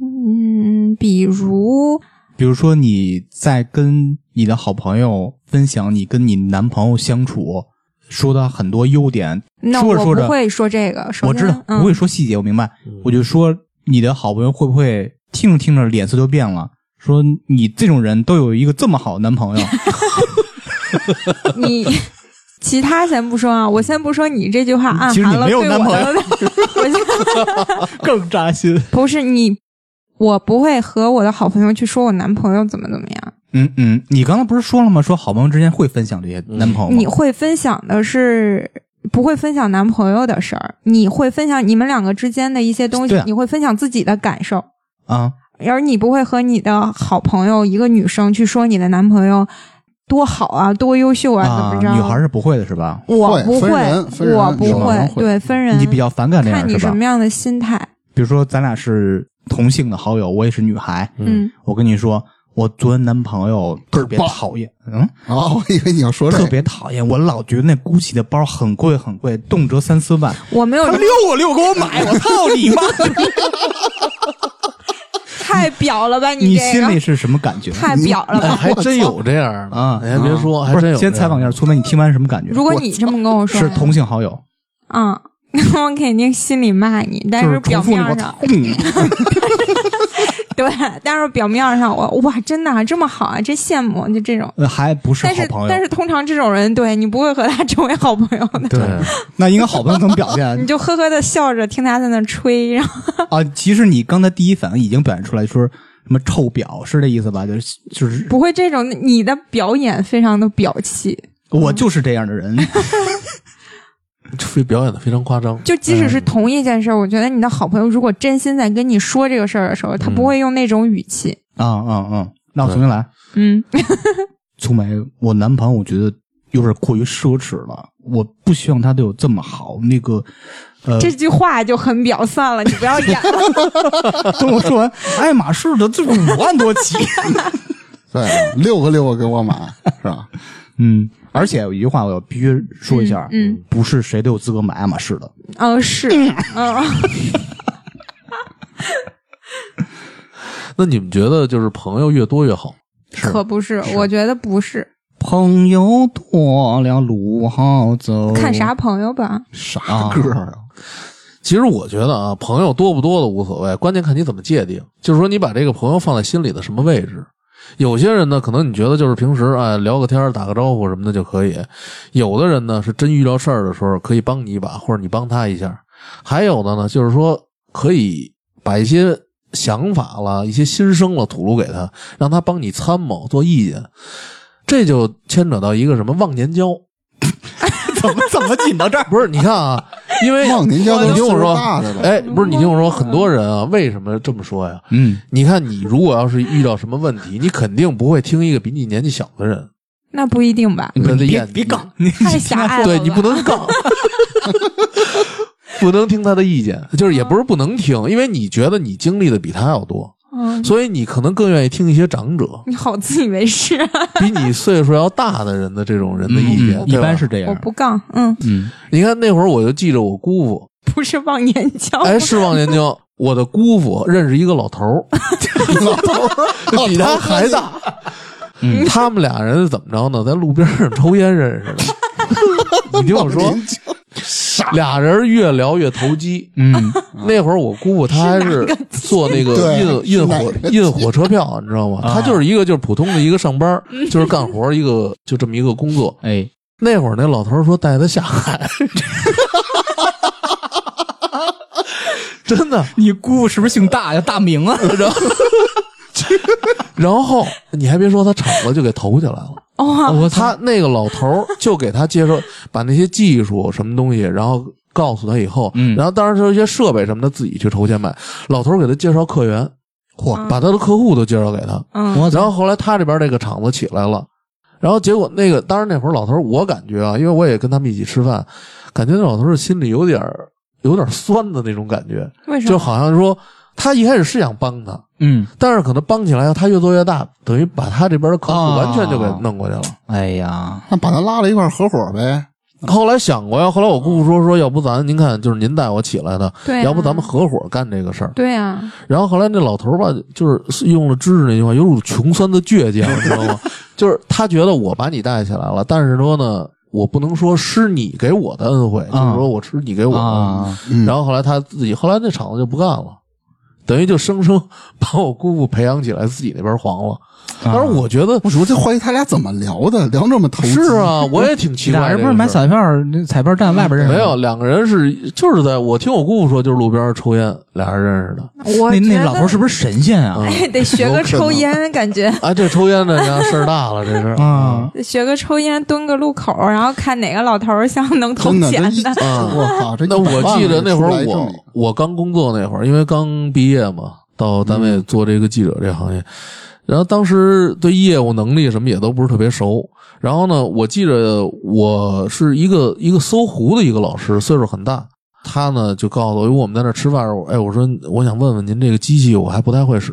[SPEAKER 2] 嗯，比如，
[SPEAKER 3] 比如说你在跟你的好朋友分享你跟你男朋友相处，说的很多优点，
[SPEAKER 2] 那
[SPEAKER 3] 说
[SPEAKER 2] 我
[SPEAKER 3] 着说着
[SPEAKER 2] 不会说这个。首
[SPEAKER 3] 我
[SPEAKER 2] 先
[SPEAKER 3] 知道
[SPEAKER 2] 嗯、
[SPEAKER 3] 不会说细节，我明白。我就说你的好朋友会不会听着听着脸色就变了？说你这种人都有一个这么好的男 朋友，
[SPEAKER 2] 你其他先不说啊，我先不说你这句话暗
[SPEAKER 3] 其实
[SPEAKER 2] 含
[SPEAKER 3] 你
[SPEAKER 2] 了
[SPEAKER 3] 没有
[SPEAKER 2] 对我
[SPEAKER 3] 男朋
[SPEAKER 2] 的， 我先
[SPEAKER 3] 更扎心。
[SPEAKER 2] 不是你，我不会和我的好朋友去说我男朋友怎么怎么样。
[SPEAKER 3] 嗯嗯，你刚才不是说了吗？说好朋友之间会分享这些男朋友吗？
[SPEAKER 2] 你会分享的是不会分享男朋友的事儿，你会分享你们两个之间的一些东西，
[SPEAKER 3] 对啊
[SPEAKER 2] 你会分享自己的感受，
[SPEAKER 3] 啊，
[SPEAKER 2] 而你不会和你的好朋友一个女生去说你的男朋友多好啊，多优秀啊，
[SPEAKER 3] 啊
[SPEAKER 2] 怎么着？
[SPEAKER 3] 女孩是不会的，是吧？
[SPEAKER 2] 我
[SPEAKER 4] 会
[SPEAKER 2] 不
[SPEAKER 4] 分人分人
[SPEAKER 2] 我
[SPEAKER 3] 啊
[SPEAKER 2] 不
[SPEAKER 4] 有
[SPEAKER 2] 会
[SPEAKER 4] 人，会
[SPEAKER 2] 对分人，
[SPEAKER 3] 你比较反感这
[SPEAKER 2] 看
[SPEAKER 3] 样
[SPEAKER 2] 你
[SPEAKER 3] 是
[SPEAKER 2] 什
[SPEAKER 3] 吧
[SPEAKER 2] 么？样的心态，
[SPEAKER 3] 比如说咱俩是同性的好友，我也是女孩，
[SPEAKER 2] 嗯，
[SPEAKER 3] 我跟你说，我昨天男朋友特
[SPEAKER 4] 倍
[SPEAKER 3] 别
[SPEAKER 4] 儿棒
[SPEAKER 3] 讨厌，嗯，
[SPEAKER 4] 啊，我以为你要说这
[SPEAKER 3] 特
[SPEAKER 4] 个，
[SPEAKER 3] 别讨厌，我老觉得那 GUCCI 的包很贵很贵，动辄三四万，
[SPEAKER 2] 我没有
[SPEAKER 3] 他溜
[SPEAKER 2] 啊
[SPEAKER 3] 我溜给我买，我操你妈！
[SPEAKER 2] 太表了吧，
[SPEAKER 3] 你
[SPEAKER 2] 这
[SPEAKER 3] 心
[SPEAKER 2] 个
[SPEAKER 3] 里嗯是什么感觉？
[SPEAKER 2] 太表 了
[SPEAKER 1] 哎
[SPEAKER 2] 吧。
[SPEAKER 1] 还真有这样的
[SPEAKER 3] 啊
[SPEAKER 1] 你还哎别说，还
[SPEAKER 3] 不
[SPEAKER 1] 真
[SPEAKER 3] 是，
[SPEAKER 1] 有。哎
[SPEAKER 3] 先采访一下，苏梅，你听完什么感觉？
[SPEAKER 2] 如果你这么跟我说，
[SPEAKER 3] 是同性好友，
[SPEAKER 2] 啊， 我肯定心里骂你，但
[SPEAKER 3] 就是是
[SPEAKER 2] 表
[SPEAKER 3] 重复
[SPEAKER 2] 面
[SPEAKER 3] 那个
[SPEAKER 2] 上
[SPEAKER 3] 我操你
[SPEAKER 2] 对，但是表面上我哇，真的、啊、这么好啊，真羡慕，就这种。
[SPEAKER 3] 呃还不是
[SPEAKER 2] 但
[SPEAKER 3] 好
[SPEAKER 2] 是
[SPEAKER 3] 朋友，
[SPEAKER 2] 但是通常这种人，对你不会和他 成为好朋友的，
[SPEAKER 1] 对，
[SPEAKER 3] 那应该好朋友怎么表 现
[SPEAKER 2] 你就呵呵的笑着听他在那吹，然后
[SPEAKER 3] 啊？其实你刚才第一反应已经表现出来，说什么臭婊是这意思吧？就是就是
[SPEAKER 2] 不会这种，你的表演非常的表气，
[SPEAKER 3] 我就是这样的人，
[SPEAKER 1] 非表演的非常夸张。
[SPEAKER 2] 就即
[SPEAKER 3] 嗯
[SPEAKER 2] 使是同一件事儿，我觉得你的好朋友如果真心在跟你说这个事儿的时候，他
[SPEAKER 3] 嗯
[SPEAKER 2] 不会用那种语气，
[SPEAKER 3] 啊啊啊！那我重新来，
[SPEAKER 2] 嗯，
[SPEAKER 3] 苏梅，我男朋友我觉得有点过于奢侈了，我不希望他对我这么好。那 个，呃，
[SPEAKER 2] 这句话就很表散了，你不要演了，
[SPEAKER 3] 跟我说完， 爱马仕的这五万多 起。
[SPEAKER 4] 对，六个六个给我买，是吧？
[SPEAKER 3] 嗯，而且有一句话我要必须说一下，
[SPEAKER 2] 嗯嗯
[SPEAKER 3] 不是谁都有资格买爱马仕的。
[SPEAKER 2] 嗯，是，嗯。
[SPEAKER 1] 那你们觉得就是朋友越多越好？
[SPEAKER 2] 可不是，我觉得不是，
[SPEAKER 3] 朋友多了路好走，
[SPEAKER 2] 看啥朋友吧。
[SPEAKER 4] 啥
[SPEAKER 3] 啊
[SPEAKER 4] 歌啊？
[SPEAKER 1] 其实我觉得啊，朋友多不多的无所谓，关键看你怎么界定。就是说，你把这个朋友放在心里的什么位置。有些人呢，可能你觉得就是平时哎聊个天儿、打个招呼什么的就可以；有的人呢是真遇到事儿的时候可以帮你一把，或者你帮他一下；还有的呢，就是说可以把一些想法啦、一些心声了吐露给他，让他帮你参谋做意见。这就牵扯到一个什么忘年交，
[SPEAKER 3] 怎么怎么紧到这儿？
[SPEAKER 1] 不是，你看啊， 因为
[SPEAKER 4] 忘您家都
[SPEAKER 1] 你听我
[SPEAKER 4] 岁数
[SPEAKER 1] 说
[SPEAKER 4] 大的，了
[SPEAKER 1] 哎，不是，你听我说，很多人啊，为什么这么说呀？
[SPEAKER 3] 嗯，
[SPEAKER 1] 你看，你如果要是遇到什么问题，你肯定不会听一个比你年纪小的人，
[SPEAKER 2] 那不一定吧？
[SPEAKER 1] 那得
[SPEAKER 3] 别
[SPEAKER 1] 演
[SPEAKER 3] 别杠，你
[SPEAKER 2] 太狭隘了吧。
[SPEAKER 1] 对你不能 杠，不能听他的意见，就是也不是不能听，因为你觉得你经历的比他要多，
[SPEAKER 2] 嗯，
[SPEAKER 1] 所以你可能更愿意听一些长 者
[SPEAKER 2] 你好自以为是，啊
[SPEAKER 1] 比你岁数要大的人的这种人的意见。
[SPEAKER 3] 嗯一
[SPEAKER 1] 对吧
[SPEAKER 3] 般是这
[SPEAKER 2] 我
[SPEAKER 3] 样。
[SPEAKER 2] 不杠，嗯，
[SPEAKER 3] 嗯，
[SPEAKER 1] 你看那会儿我就记着我姑父，
[SPEAKER 2] 不是忘年交，
[SPEAKER 1] 哎，是忘年交。我的姑父认识一个老头儿，
[SPEAKER 4] 老头儿
[SPEAKER 1] 就比他还大。
[SPEAKER 4] 嗯
[SPEAKER 1] 他们俩人怎么着呢？在路边上抽烟认识的。 你听我说，俩人越聊越投机。
[SPEAKER 3] 嗯，
[SPEAKER 1] 那会儿我姑父他还是做那个
[SPEAKER 4] 对
[SPEAKER 1] 印
[SPEAKER 4] 是
[SPEAKER 1] 印
[SPEAKER 4] 哪
[SPEAKER 1] 火
[SPEAKER 4] 个
[SPEAKER 1] 印火车票，你知道吗？
[SPEAKER 3] 啊
[SPEAKER 1] 他就是一个就是普通的一个上班儿，
[SPEAKER 4] 嗯
[SPEAKER 1] 就是干活儿一个就这么一个工作。
[SPEAKER 3] 哎，
[SPEAKER 1] 那会儿那老头儿说带他下海，真的。
[SPEAKER 3] 你姑父是不是姓大呀？大明啊？
[SPEAKER 1] 然后，然后你还别说，他厂子就给投起来了。
[SPEAKER 2] 哇、
[SPEAKER 3] 我操
[SPEAKER 1] 他那个老头儿就给他介绍，把那些技术什么东西，然后告诉他以后，
[SPEAKER 3] 嗯
[SPEAKER 1] 然后当然说一些设备什么的自己去筹钱买。老头儿给他介绍客源，嚯，把他的客户都介绍给他。
[SPEAKER 2] 嗯，
[SPEAKER 3] 我
[SPEAKER 1] 然
[SPEAKER 3] 操！
[SPEAKER 1] 后后来他这边这个厂子起来了，然后结果那个当然那会儿老头儿，我感觉啊，因为我也跟他们一起吃饭，感觉那老头儿心里有点儿有点儿酸的那种感觉，
[SPEAKER 2] 为什
[SPEAKER 1] 就
[SPEAKER 2] 么？
[SPEAKER 1] 好像说他一开始是想帮他，
[SPEAKER 3] 嗯，
[SPEAKER 1] 但是可能帮起来他越做越大，等于把他这边的客
[SPEAKER 2] 啊
[SPEAKER 1] 户完全就给弄过去了。
[SPEAKER 3] 哎呀，
[SPEAKER 4] 那把他拉到一块儿合伙呗，
[SPEAKER 1] 后来想过呀，后来我姑父说说，要不咱您看就是您带我起来的，
[SPEAKER 2] 对啊
[SPEAKER 1] 要不咱们合伙干这个事儿。
[SPEAKER 2] 对啊，
[SPEAKER 1] 然后后来那老头儿吧，就是用了知识那句话，有种穷酸的倔强，你知道 吗？就是他觉得我把你带起来了，但是说呢，我不能说吃你给我的恩惠，就是说我吃你给我的。
[SPEAKER 3] 啊，
[SPEAKER 4] 嗯
[SPEAKER 1] 然后后来他自己，后来那厂子就不干了，等于就生生把我姑父培养起来，自己那边黄了。
[SPEAKER 3] 啊
[SPEAKER 1] 当然，我觉得
[SPEAKER 4] 我主要就怀疑他俩怎么聊的，聊这么投机。
[SPEAKER 1] 是，啊，我也挺奇怪
[SPEAKER 3] 俩
[SPEAKER 1] 这个事儿。
[SPEAKER 3] 人不是买彩票，那彩票站外边认识
[SPEAKER 1] 没
[SPEAKER 3] 的
[SPEAKER 1] 有，两个人是就是在我听我姑父说，就是路边儿抽烟，俩人认识 的。
[SPEAKER 2] 我
[SPEAKER 3] 那
[SPEAKER 2] 觉
[SPEAKER 3] 那
[SPEAKER 2] 得
[SPEAKER 3] 老头是不是神仙啊？
[SPEAKER 2] 哎，得学个抽烟，感觉
[SPEAKER 1] 啊，这抽烟的家事儿大了，这是
[SPEAKER 3] 啊，
[SPEAKER 2] 得学个抽烟，蹲个路口，然后看哪个老头儿像能投
[SPEAKER 4] 真的，
[SPEAKER 2] 钱
[SPEAKER 4] 这一
[SPEAKER 2] 的。
[SPEAKER 1] 嗯
[SPEAKER 4] 我靠，这
[SPEAKER 1] 那我记得那会儿我
[SPEAKER 4] 我
[SPEAKER 1] 我刚工作那会儿，因为刚毕业嘛，到单位做这个记者这行业，然后当时对业务能力什么也都不是特别熟。然后呢，我记着我是一个一个搜狐的一个老师，岁数很大。他呢就告诉我，因为我们在那儿吃饭的时候，哎，我说我想问问您这个机器我还不太会使，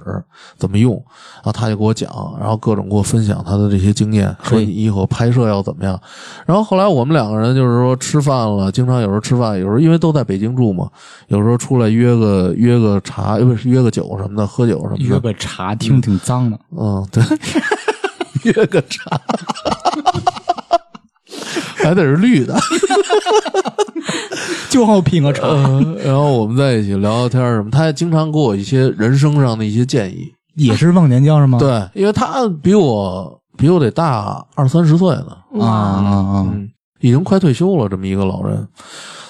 [SPEAKER 1] 怎么用？然后他就给我讲，然后各种给我分享他的这些经验，说
[SPEAKER 3] 嘿
[SPEAKER 1] 你以后拍摄要怎么样。然后后来我们两个人就是说吃饭了，经常有时候吃饭，有时候因为都在北京住嘛，有时候出来约个约个茶，呃不是约个酒什么的，喝酒什么的。
[SPEAKER 3] 约个茶听挺脏的，
[SPEAKER 1] 嗯，对， 约个茶，还得是绿的。
[SPEAKER 3] 就好品个茶。
[SPEAKER 1] 嗯，然后我们在一起聊聊天儿什么，他也经常给我一些人生上的一些建议。
[SPEAKER 3] 也是忘年交是吗？
[SPEAKER 1] 对，因为他比我比我得大二三十岁呢。
[SPEAKER 3] 啊啊啊！
[SPEAKER 1] 嗯，已经快退休了，这么一个老人，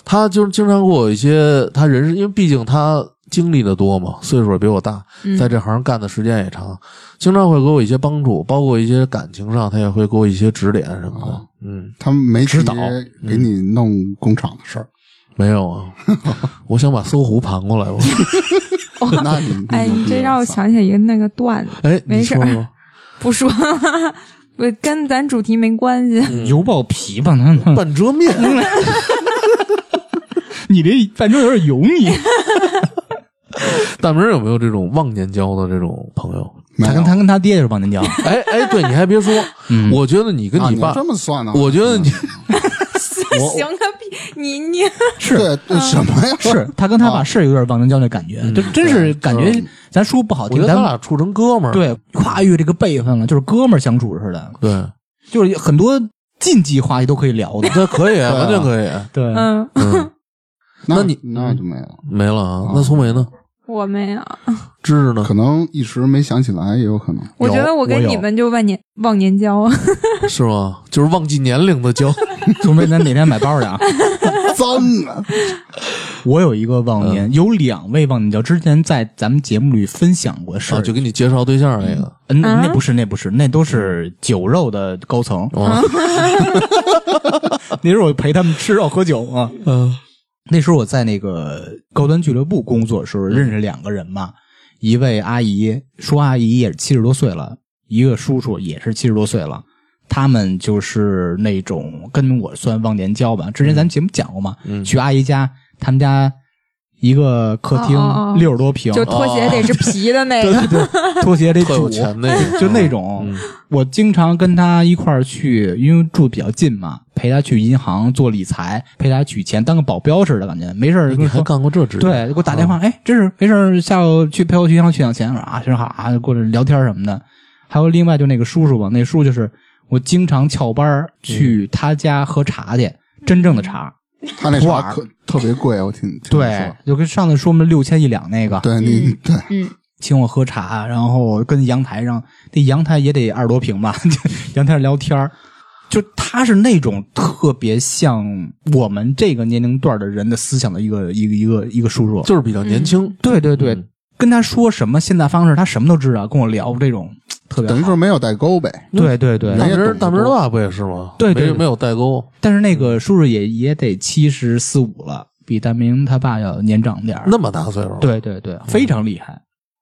[SPEAKER 1] 他就是经常给我一些他人生，因为毕竟他经历的多嘛，岁数也比我大，
[SPEAKER 2] 嗯
[SPEAKER 1] 在这行干的时间也长，经常会给我一些帮助，包括一些感情上，他也会给我一些指点什么的。
[SPEAKER 2] 哦
[SPEAKER 1] 嗯，
[SPEAKER 4] 他们没
[SPEAKER 1] 指导
[SPEAKER 4] 提给你弄工厂的事儿，
[SPEAKER 1] 没有啊， 我想把搜狐盘过来。 我
[SPEAKER 4] 那你你
[SPEAKER 2] 哎，你这让我想起一个那个段子，
[SPEAKER 1] 哎，你
[SPEAKER 2] 没事
[SPEAKER 1] 说
[SPEAKER 2] 儿
[SPEAKER 1] 说，
[SPEAKER 2] 不说， 我跟咱主题没关系。
[SPEAKER 3] 嗯油爆琵琶呢？
[SPEAKER 1] 半遮面，
[SPEAKER 3] 你这反正有点油 腻。
[SPEAKER 1] 大明儿有没有这种忘年交的这种朋友？
[SPEAKER 4] 没
[SPEAKER 3] 他
[SPEAKER 4] 有啊
[SPEAKER 3] 跟他跟他爹就是忘 年交。
[SPEAKER 1] 哎哎，对，你还别说，
[SPEAKER 3] 嗯
[SPEAKER 1] 我觉得你跟
[SPEAKER 4] 啊
[SPEAKER 1] 你
[SPEAKER 4] 你
[SPEAKER 1] 爸，
[SPEAKER 4] 要这么算呢？嗯
[SPEAKER 1] 我觉得你
[SPEAKER 2] 行个屁！你你
[SPEAKER 4] 是对对什么呀？
[SPEAKER 3] 是他跟他
[SPEAKER 1] 啊
[SPEAKER 3] 爸是有点忘年交那感觉，就真是感觉咱说不好
[SPEAKER 1] 嗯我觉
[SPEAKER 3] 听，
[SPEAKER 1] 得
[SPEAKER 3] 咱
[SPEAKER 1] 咱
[SPEAKER 3] 们
[SPEAKER 1] 俩处成哥们儿，
[SPEAKER 3] 嗯对跨越这个辈分了，就是哥们儿相处似的，
[SPEAKER 1] 对，
[SPEAKER 3] 就是很多禁忌话题都可以聊的。
[SPEAKER 1] 这可以，
[SPEAKER 4] 啊
[SPEAKER 1] 完全可以。
[SPEAKER 3] 对
[SPEAKER 2] 嗯，
[SPEAKER 1] 嗯，
[SPEAKER 4] 那
[SPEAKER 1] 那你
[SPEAKER 4] 那就没有，
[SPEAKER 1] 没了啊。那聪梅呢？
[SPEAKER 2] 我没有，
[SPEAKER 1] 知识呢
[SPEAKER 4] 可？能一时没想起来，也有可能。
[SPEAKER 2] 我觉得我跟
[SPEAKER 3] 我有
[SPEAKER 2] 你们就忘年忘年交。啊
[SPEAKER 1] 是吗？就是忘记年龄的交。
[SPEAKER 3] 总备咱哪天买包去啊？
[SPEAKER 4] 脏啊！
[SPEAKER 3] 我有一个忘年，
[SPEAKER 1] 嗯
[SPEAKER 3] 有两位忘年交，之前在咱们节目里分享过事
[SPEAKER 1] 啊，
[SPEAKER 3] 儿。
[SPEAKER 1] 就给你介绍对象那个。
[SPEAKER 3] 嗯，
[SPEAKER 2] 啊
[SPEAKER 3] 嗯那不是，那不是，那都是酒肉的高层。
[SPEAKER 1] 哦，
[SPEAKER 3] 那时候我陪他们吃肉哦喝酒嘛。
[SPEAKER 1] 嗯
[SPEAKER 3] 那时候我在那个高端俱乐部工作的时候，认识两个人嘛，一位阿姨，说阿姨也是七十多岁了，一个叔叔也是七十多岁了。他们就是那种跟我算忘年交吧，之前咱们节目讲过嘛，
[SPEAKER 1] 嗯
[SPEAKER 3] 去阿姨家，他们家一个客厅
[SPEAKER 2] 哦哦哦
[SPEAKER 3] 六十多平，
[SPEAKER 2] 就拖鞋得是皮的那个，
[SPEAKER 3] 对 对，拖鞋得
[SPEAKER 1] 特有
[SPEAKER 3] 煮，
[SPEAKER 1] 钱那个
[SPEAKER 3] 就那种。
[SPEAKER 1] 嗯
[SPEAKER 3] 我经常跟他一块儿去，因为住得比较近嘛，陪他去银行做理财，陪他取钱，当个保镖似的感觉。没事儿跟
[SPEAKER 1] 你
[SPEAKER 3] 我
[SPEAKER 1] 还
[SPEAKER 3] 说。
[SPEAKER 1] 干过这职业？
[SPEAKER 3] 对，给我打
[SPEAKER 1] 嗯
[SPEAKER 3] 电话，哎，真是没事儿，下午去陪我去银行取两钱。我说啊，行好啊，过来聊天什么的。还有另外就那个叔叔吧，那叔叔就是我经常翘班儿去他家喝茶去，真正的
[SPEAKER 1] 嗯
[SPEAKER 3] 茶。
[SPEAKER 4] 他那
[SPEAKER 3] 普
[SPEAKER 4] 茶
[SPEAKER 3] 洱
[SPEAKER 4] 可特别贵，我听听
[SPEAKER 3] 对
[SPEAKER 4] 说，
[SPEAKER 3] 就跟上次说我们六千一两那个，
[SPEAKER 4] 对你
[SPEAKER 2] 嗯
[SPEAKER 4] 对
[SPEAKER 2] 嗯，
[SPEAKER 3] 请我喝茶，然后跟阳台上，那阳台也得二十多平吧，就 阳台上聊天儿就他是那种特别像我们这个年龄段的人的思想的一个一个一个一个叔叔，
[SPEAKER 1] 就是比较年轻。
[SPEAKER 3] 对对对，
[SPEAKER 1] 嗯
[SPEAKER 3] 跟他说什么现在方式，他什么都知道，跟我聊这种特别好
[SPEAKER 4] 等于说没有代沟 呗。
[SPEAKER 3] 对对嗯对，
[SPEAKER 1] 大
[SPEAKER 4] 人也
[SPEAKER 1] 门
[SPEAKER 4] 懂
[SPEAKER 1] 大门
[SPEAKER 4] 得多
[SPEAKER 1] 大不也是吗？
[SPEAKER 3] 对对
[SPEAKER 1] 没
[SPEAKER 3] 对
[SPEAKER 1] 没有代沟。
[SPEAKER 3] 但是那个叔叔也也得七十四五了，比大明他爸要年长点儿。
[SPEAKER 1] 那么大岁数，，
[SPEAKER 3] 对对对，非常厉害。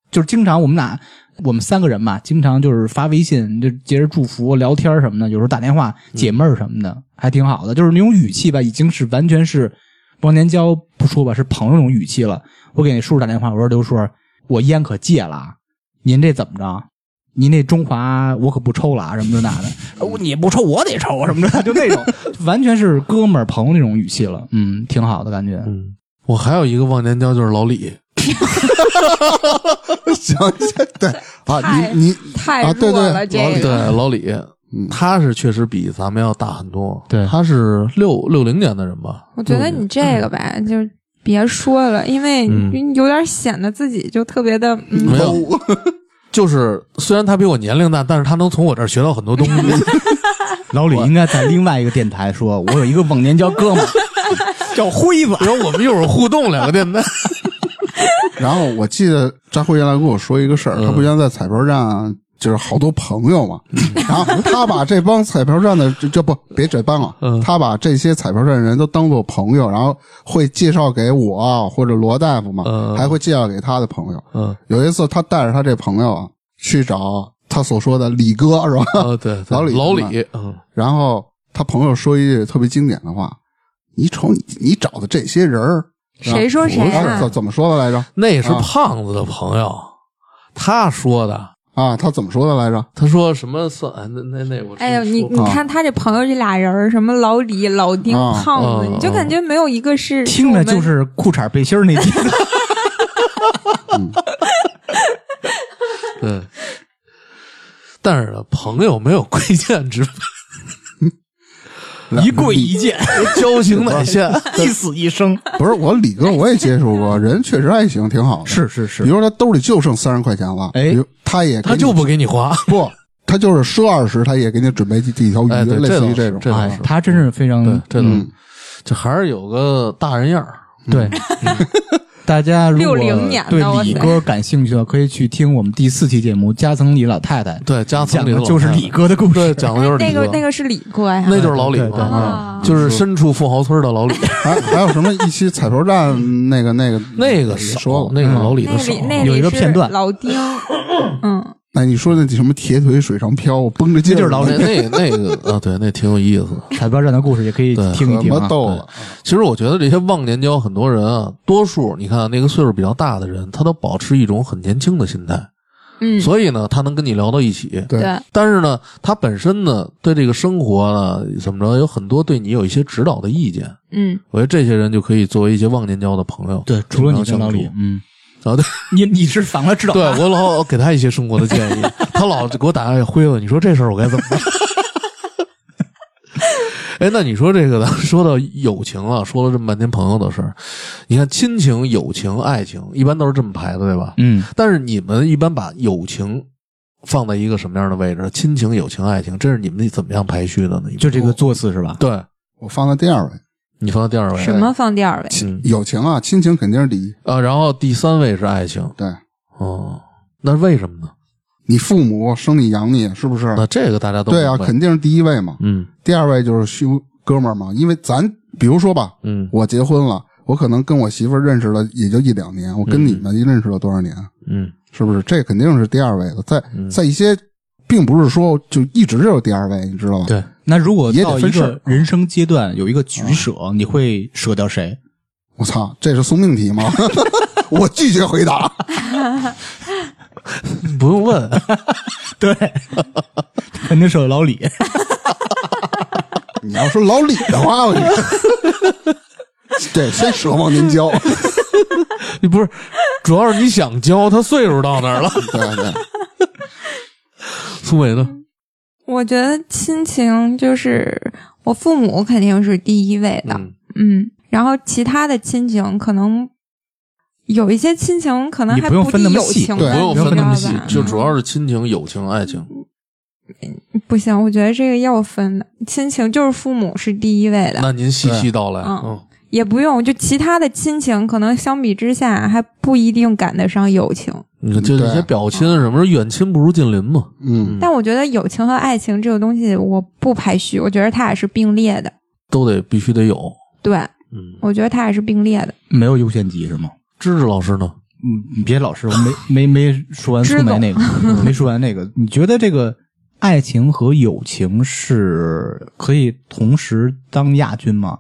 [SPEAKER 3] 就是经常我们俩，我们三个人嘛，经常就是发微信，就接着祝福、聊天什么的，有时候打电话解闷儿什么的，还挺好的。就是那种语气吧，已经是完全是忘年交不说吧，是朋友那种语气了。我给那叔叔打电话，我说刘叔，我烟可戒了啊，您这怎么着？您那中华我可不抽了啊，什么这那的，哦你不抽我得抽什么的， 就那种完全是哥们儿朋友那种语气了，嗯，挺好的感觉。
[SPEAKER 1] 嗯，我还有一个忘年交就是老李，
[SPEAKER 4] 行，对啊，
[SPEAKER 2] 太
[SPEAKER 4] 你你
[SPEAKER 2] 太
[SPEAKER 4] 啊对
[SPEAKER 2] 弱
[SPEAKER 4] 对
[SPEAKER 2] 了这
[SPEAKER 4] 老
[SPEAKER 2] 个
[SPEAKER 4] 李。
[SPEAKER 1] 对老李，
[SPEAKER 4] 嗯
[SPEAKER 1] 他是确实比咱们要大很多，
[SPEAKER 3] 对
[SPEAKER 1] 他是六六零年的人吧？
[SPEAKER 2] 我觉得你这个吧，就别说了，因为
[SPEAKER 1] 嗯
[SPEAKER 2] 有点显得自己就特别的，嗯
[SPEAKER 1] 没有， 就是虽然他比我年龄大，但是他能从我这儿学到很多 东西。
[SPEAKER 3] 老李应该在另外一个电台说：“我有一个忘年交哥 们儿叫辉子。
[SPEAKER 1] 然后我们一会儿互动两个电 台，
[SPEAKER 4] 然后我记得张辉原来跟我说一个事儿，他不原来在彩票站就是好多朋友嘛，然后他把这帮彩票站的这这不别这帮啊，他把这些彩票站的人都当做朋友，然后会介绍给我或者罗大夫嘛，
[SPEAKER 1] 嗯
[SPEAKER 4] 还会介绍给他的朋友。
[SPEAKER 1] 嗯，
[SPEAKER 4] 有一次他带着他这朋友啊去找他所说的李哥是吧？
[SPEAKER 1] 啊，对，对
[SPEAKER 4] 老李
[SPEAKER 1] 老
[SPEAKER 4] 嘛
[SPEAKER 1] 李，嗯，
[SPEAKER 4] 然后他朋友说一句特别经典的话：“你瞅你你找的这些人儿，
[SPEAKER 2] 谁说谁
[SPEAKER 4] 然后
[SPEAKER 2] 啊
[SPEAKER 4] 怎？怎么说的来着？
[SPEAKER 1] 那是
[SPEAKER 3] 啊
[SPEAKER 1] 胖子的朋友，他说的，
[SPEAKER 4] 啊，他怎么说的来着？
[SPEAKER 1] 他说什么算？哎那那那我
[SPEAKER 2] 哎呦，你
[SPEAKER 1] 说
[SPEAKER 2] 你看他这朋友这俩人儿，什么老李、老丁、
[SPEAKER 4] 啊
[SPEAKER 2] 胖子，
[SPEAKER 1] 啊
[SPEAKER 2] 你就感觉没有一个是”
[SPEAKER 3] 听着就。
[SPEAKER 2] 我们
[SPEAKER 3] 是裤衩背心儿那天，
[SPEAKER 1] 对。但是呢朋友没有贵贱之分，
[SPEAKER 3] 一跪一见，
[SPEAKER 1] 交情乃现。
[SPEAKER 3] 一死一生。
[SPEAKER 4] 不是我李哥，我也接触过，人确实还行，挺好的。，
[SPEAKER 3] 是是
[SPEAKER 4] 比
[SPEAKER 3] 是，
[SPEAKER 4] 如说他兜里就剩三十块钱了，
[SPEAKER 3] 哎
[SPEAKER 4] 比如他也给
[SPEAKER 1] 他
[SPEAKER 4] 你
[SPEAKER 1] 就不给你花。
[SPEAKER 4] 不，他就是赊二十，他也给你准备几条鱼，
[SPEAKER 1] 哎对
[SPEAKER 4] 类似于
[SPEAKER 1] 这倒是
[SPEAKER 4] 种。
[SPEAKER 1] 这倒
[SPEAKER 3] 哎
[SPEAKER 1] 是，
[SPEAKER 3] 他真是非常
[SPEAKER 1] 对，这种
[SPEAKER 4] 嗯
[SPEAKER 1] 这还是有个大人样儿。
[SPEAKER 3] 对。嗯大家如果
[SPEAKER 2] 60年的
[SPEAKER 3] 对
[SPEAKER 2] 哇塞
[SPEAKER 3] 李哥感兴趣的，可以去听我们第四期节目《家层里老太太》，
[SPEAKER 1] 对，家层
[SPEAKER 3] 讲
[SPEAKER 1] 里
[SPEAKER 3] 的
[SPEAKER 1] 的
[SPEAKER 3] 就是
[SPEAKER 1] 老太太
[SPEAKER 3] 李，哥的故
[SPEAKER 1] 对，
[SPEAKER 3] 事。
[SPEAKER 1] 讲的就是
[SPEAKER 2] 哎那
[SPEAKER 1] 李
[SPEAKER 2] 个那
[SPEAKER 1] 哥，
[SPEAKER 2] 个是李哥呀，
[SPEAKER 1] 那就是老李
[SPEAKER 3] 对对对
[SPEAKER 1] 嘛，
[SPEAKER 2] 啊
[SPEAKER 1] 就是身处富豪村的老李。
[SPEAKER 4] 还哎还有什么一期彩票站那个那个
[SPEAKER 1] 那个
[SPEAKER 4] 也
[SPEAKER 1] 少
[SPEAKER 4] 说，了，
[SPEAKER 1] 那个老李
[SPEAKER 2] 那
[SPEAKER 1] 的
[SPEAKER 2] 个
[SPEAKER 1] 少
[SPEAKER 2] 李，啊那
[SPEAKER 3] 有一
[SPEAKER 2] 里
[SPEAKER 3] 个
[SPEAKER 2] 是
[SPEAKER 3] 片段
[SPEAKER 2] 老丁，嗯，
[SPEAKER 4] 那你说那什么铁腿水上漂，绷着劲儿
[SPEAKER 3] 就是老
[SPEAKER 1] 那那那个啊，对，那挺有意思的。
[SPEAKER 3] 彩票站的故事也可以
[SPEAKER 1] 对
[SPEAKER 3] 听一
[SPEAKER 4] 怎
[SPEAKER 3] 听
[SPEAKER 4] 么
[SPEAKER 3] 啊。
[SPEAKER 4] 逗了？
[SPEAKER 1] 其实我觉得这些忘年交，很多人啊，多数你看那个岁数比较大的人，他都保持一种很年轻的心态，
[SPEAKER 2] 嗯
[SPEAKER 1] 所以呢，他能跟你聊到一起。
[SPEAKER 4] 对
[SPEAKER 2] 对，
[SPEAKER 1] 但是呢，他本身呢，对这个生活呢，怎么着，有很多对你有一些指导的意见。
[SPEAKER 2] 嗯，
[SPEAKER 1] 我觉得这些人就可以作为一些忘年交的朋友。
[SPEAKER 3] 对，除了你跟老
[SPEAKER 1] 经
[SPEAKER 3] 李
[SPEAKER 1] 常，
[SPEAKER 3] 嗯，
[SPEAKER 1] 啊，对，
[SPEAKER 3] 你你是反了指 导
[SPEAKER 1] 对
[SPEAKER 3] 他，
[SPEAKER 1] 我老给他一些生活的建 议，他老给我打电话挥了，你说这事儿我该怎么办？ 哎，那你说这个，咱说到友情了，说了这么半天朋友的事儿，你看亲情、友情、爱情，一般都是这么排的，对吧？
[SPEAKER 3] 嗯，
[SPEAKER 1] 但是你们一般把友情放在一个什么样的位置？亲情、友情、爱情，这是你们怎么样排序的呢？
[SPEAKER 3] 就这个座次是吧？
[SPEAKER 1] 对
[SPEAKER 4] 我放在第二位，
[SPEAKER 1] 你放到第二位
[SPEAKER 2] 什么放第二位？
[SPEAKER 1] 嗯
[SPEAKER 4] 友情啊，亲情肯定是第一。
[SPEAKER 1] 啊，然后第三位是爱情，
[SPEAKER 4] 对
[SPEAKER 1] 哦，那为什么呢？
[SPEAKER 4] 你父母生你养你，是不是？
[SPEAKER 1] 那这个大家都
[SPEAKER 4] 对啊，
[SPEAKER 1] 明白
[SPEAKER 4] 肯定是第一位嘛。
[SPEAKER 1] 嗯
[SPEAKER 4] 第二位就是兄哥们儿嘛，因为咱比如说吧，
[SPEAKER 1] 嗯
[SPEAKER 4] 我结婚了，我可能跟我媳妇儿认识了也就一两年，我跟你们认识了多少年？
[SPEAKER 1] 嗯
[SPEAKER 4] 是不是？这肯定是第二位的，在在一些，并不是说就一直就是第二位，你知道吧？
[SPEAKER 1] 对，
[SPEAKER 3] 那如果
[SPEAKER 4] 也得
[SPEAKER 3] 到一
[SPEAKER 4] 分事儿
[SPEAKER 3] 个人生阶段有一个取舍，你会舍掉谁？
[SPEAKER 4] 我操，这是送命题吗？ 我拒绝回答。
[SPEAKER 1] 不用问，
[SPEAKER 3] 对，肯定舍掉老李。
[SPEAKER 4] 你要说老李的话，我觉得对，先舍忘年交。
[SPEAKER 1] 你不是，主要是你想教他岁数到那儿了。
[SPEAKER 4] 对对，
[SPEAKER 1] 苏伟呢？
[SPEAKER 2] 我觉得亲情就是我父母肯定是第一位的，
[SPEAKER 1] 嗯
[SPEAKER 2] 嗯，然后其他的亲情可能有一些亲情可能
[SPEAKER 3] 你
[SPEAKER 2] 还
[SPEAKER 3] 不用分
[SPEAKER 2] 敌
[SPEAKER 3] 那么
[SPEAKER 2] 友
[SPEAKER 3] 细
[SPEAKER 2] 情
[SPEAKER 1] 不
[SPEAKER 3] 对
[SPEAKER 2] 吧，
[SPEAKER 1] 用
[SPEAKER 2] 你知
[SPEAKER 1] 分那么细嗯
[SPEAKER 2] 道吧，
[SPEAKER 1] 就主要是亲情、友情、爱情。
[SPEAKER 2] 嗯不行，我觉得这个要分的，亲情就是父母是第一位的，
[SPEAKER 1] 那您细细道来。
[SPEAKER 2] 嗯
[SPEAKER 1] 嗯
[SPEAKER 2] 也不用就其他的亲情，可能相比之下还不一定赶得上友情。
[SPEAKER 1] 你看，就这些
[SPEAKER 4] 对
[SPEAKER 1] 表亲什么，远亲不如近邻嘛。
[SPEAKER 4] 嗯，
[SPEAKER 2] 但我觉得友情和爱情这个东西，我不排序，我觉得它俩是并列的。
[SPEAKER 1] 都得必须得有。
[SPEAKER 2] 对，
[SPEAKER 1] 嗯，
[SPEAKER 2] 我觉得它俩是并列的。
[SPEAKER 3] 没有优先级是吗？
[SPEAKER 1] 芝芝老师呢？
[SPEAKER 3] 嗯，你别老是我没没没说完
[SPEAKER 2] 知
[SPEAKER 3] 苏
[SPEAKER 2] 道
[SPEAKER 3] 梅那个， 没说完那个。你觉得这个爱情和友情是可以同时当亚军吗？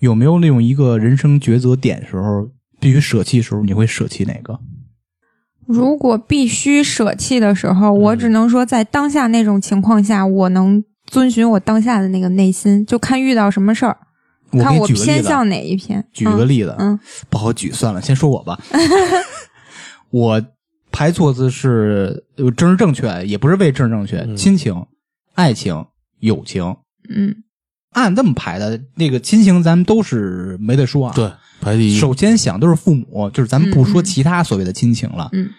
[SPEAKER 3] 有没有那种一个人生抉择点时候必须舍弃的时候，你会舍弃哪个？
[SPEAKER 2] 如果必须舍弃的时候，我只能说在当下那种情况下，我能遵循我当下的那个内心，就看遇到什么事儿，
[SPEAKER 3] 我
[SPEAKER 2] 看
[SPEAKER 3] 给你
[SPEAKER 2] 我
[SPEAKER 3] 举个例
[SPEAKER 2] 偏
[SPEAKER 3] 子啊，
[SPEAKER 2] 向哪一篇。
[SPEAKER 3] 举个
[SPEAKER 2] 嗯
[SPEAKER 3] 例子，
[SPEAKER 2] 嗯，
[SPEAKER 3] 不好举，算了，先说我 吧。我排错字是呃政治正确，也不是为政治正确，
[SPEAKER 1] 嗯
[SPEAKER 3] 亲情、爱情、友情，
[SPEAKER 2] 嗯，
[SPEAKER 3] 按这么排的。那个亲情咱们都是没得说啊，
[SPEAKER 1] 对，嗯排第一。
[SPEAKER 3] 首先想都是父母，就是咱们不说
[SPEAKER 2] 嗯嗯
[SPEAKER 3] 其他所谓的亲情了。
[SPEAKER 2] 嗯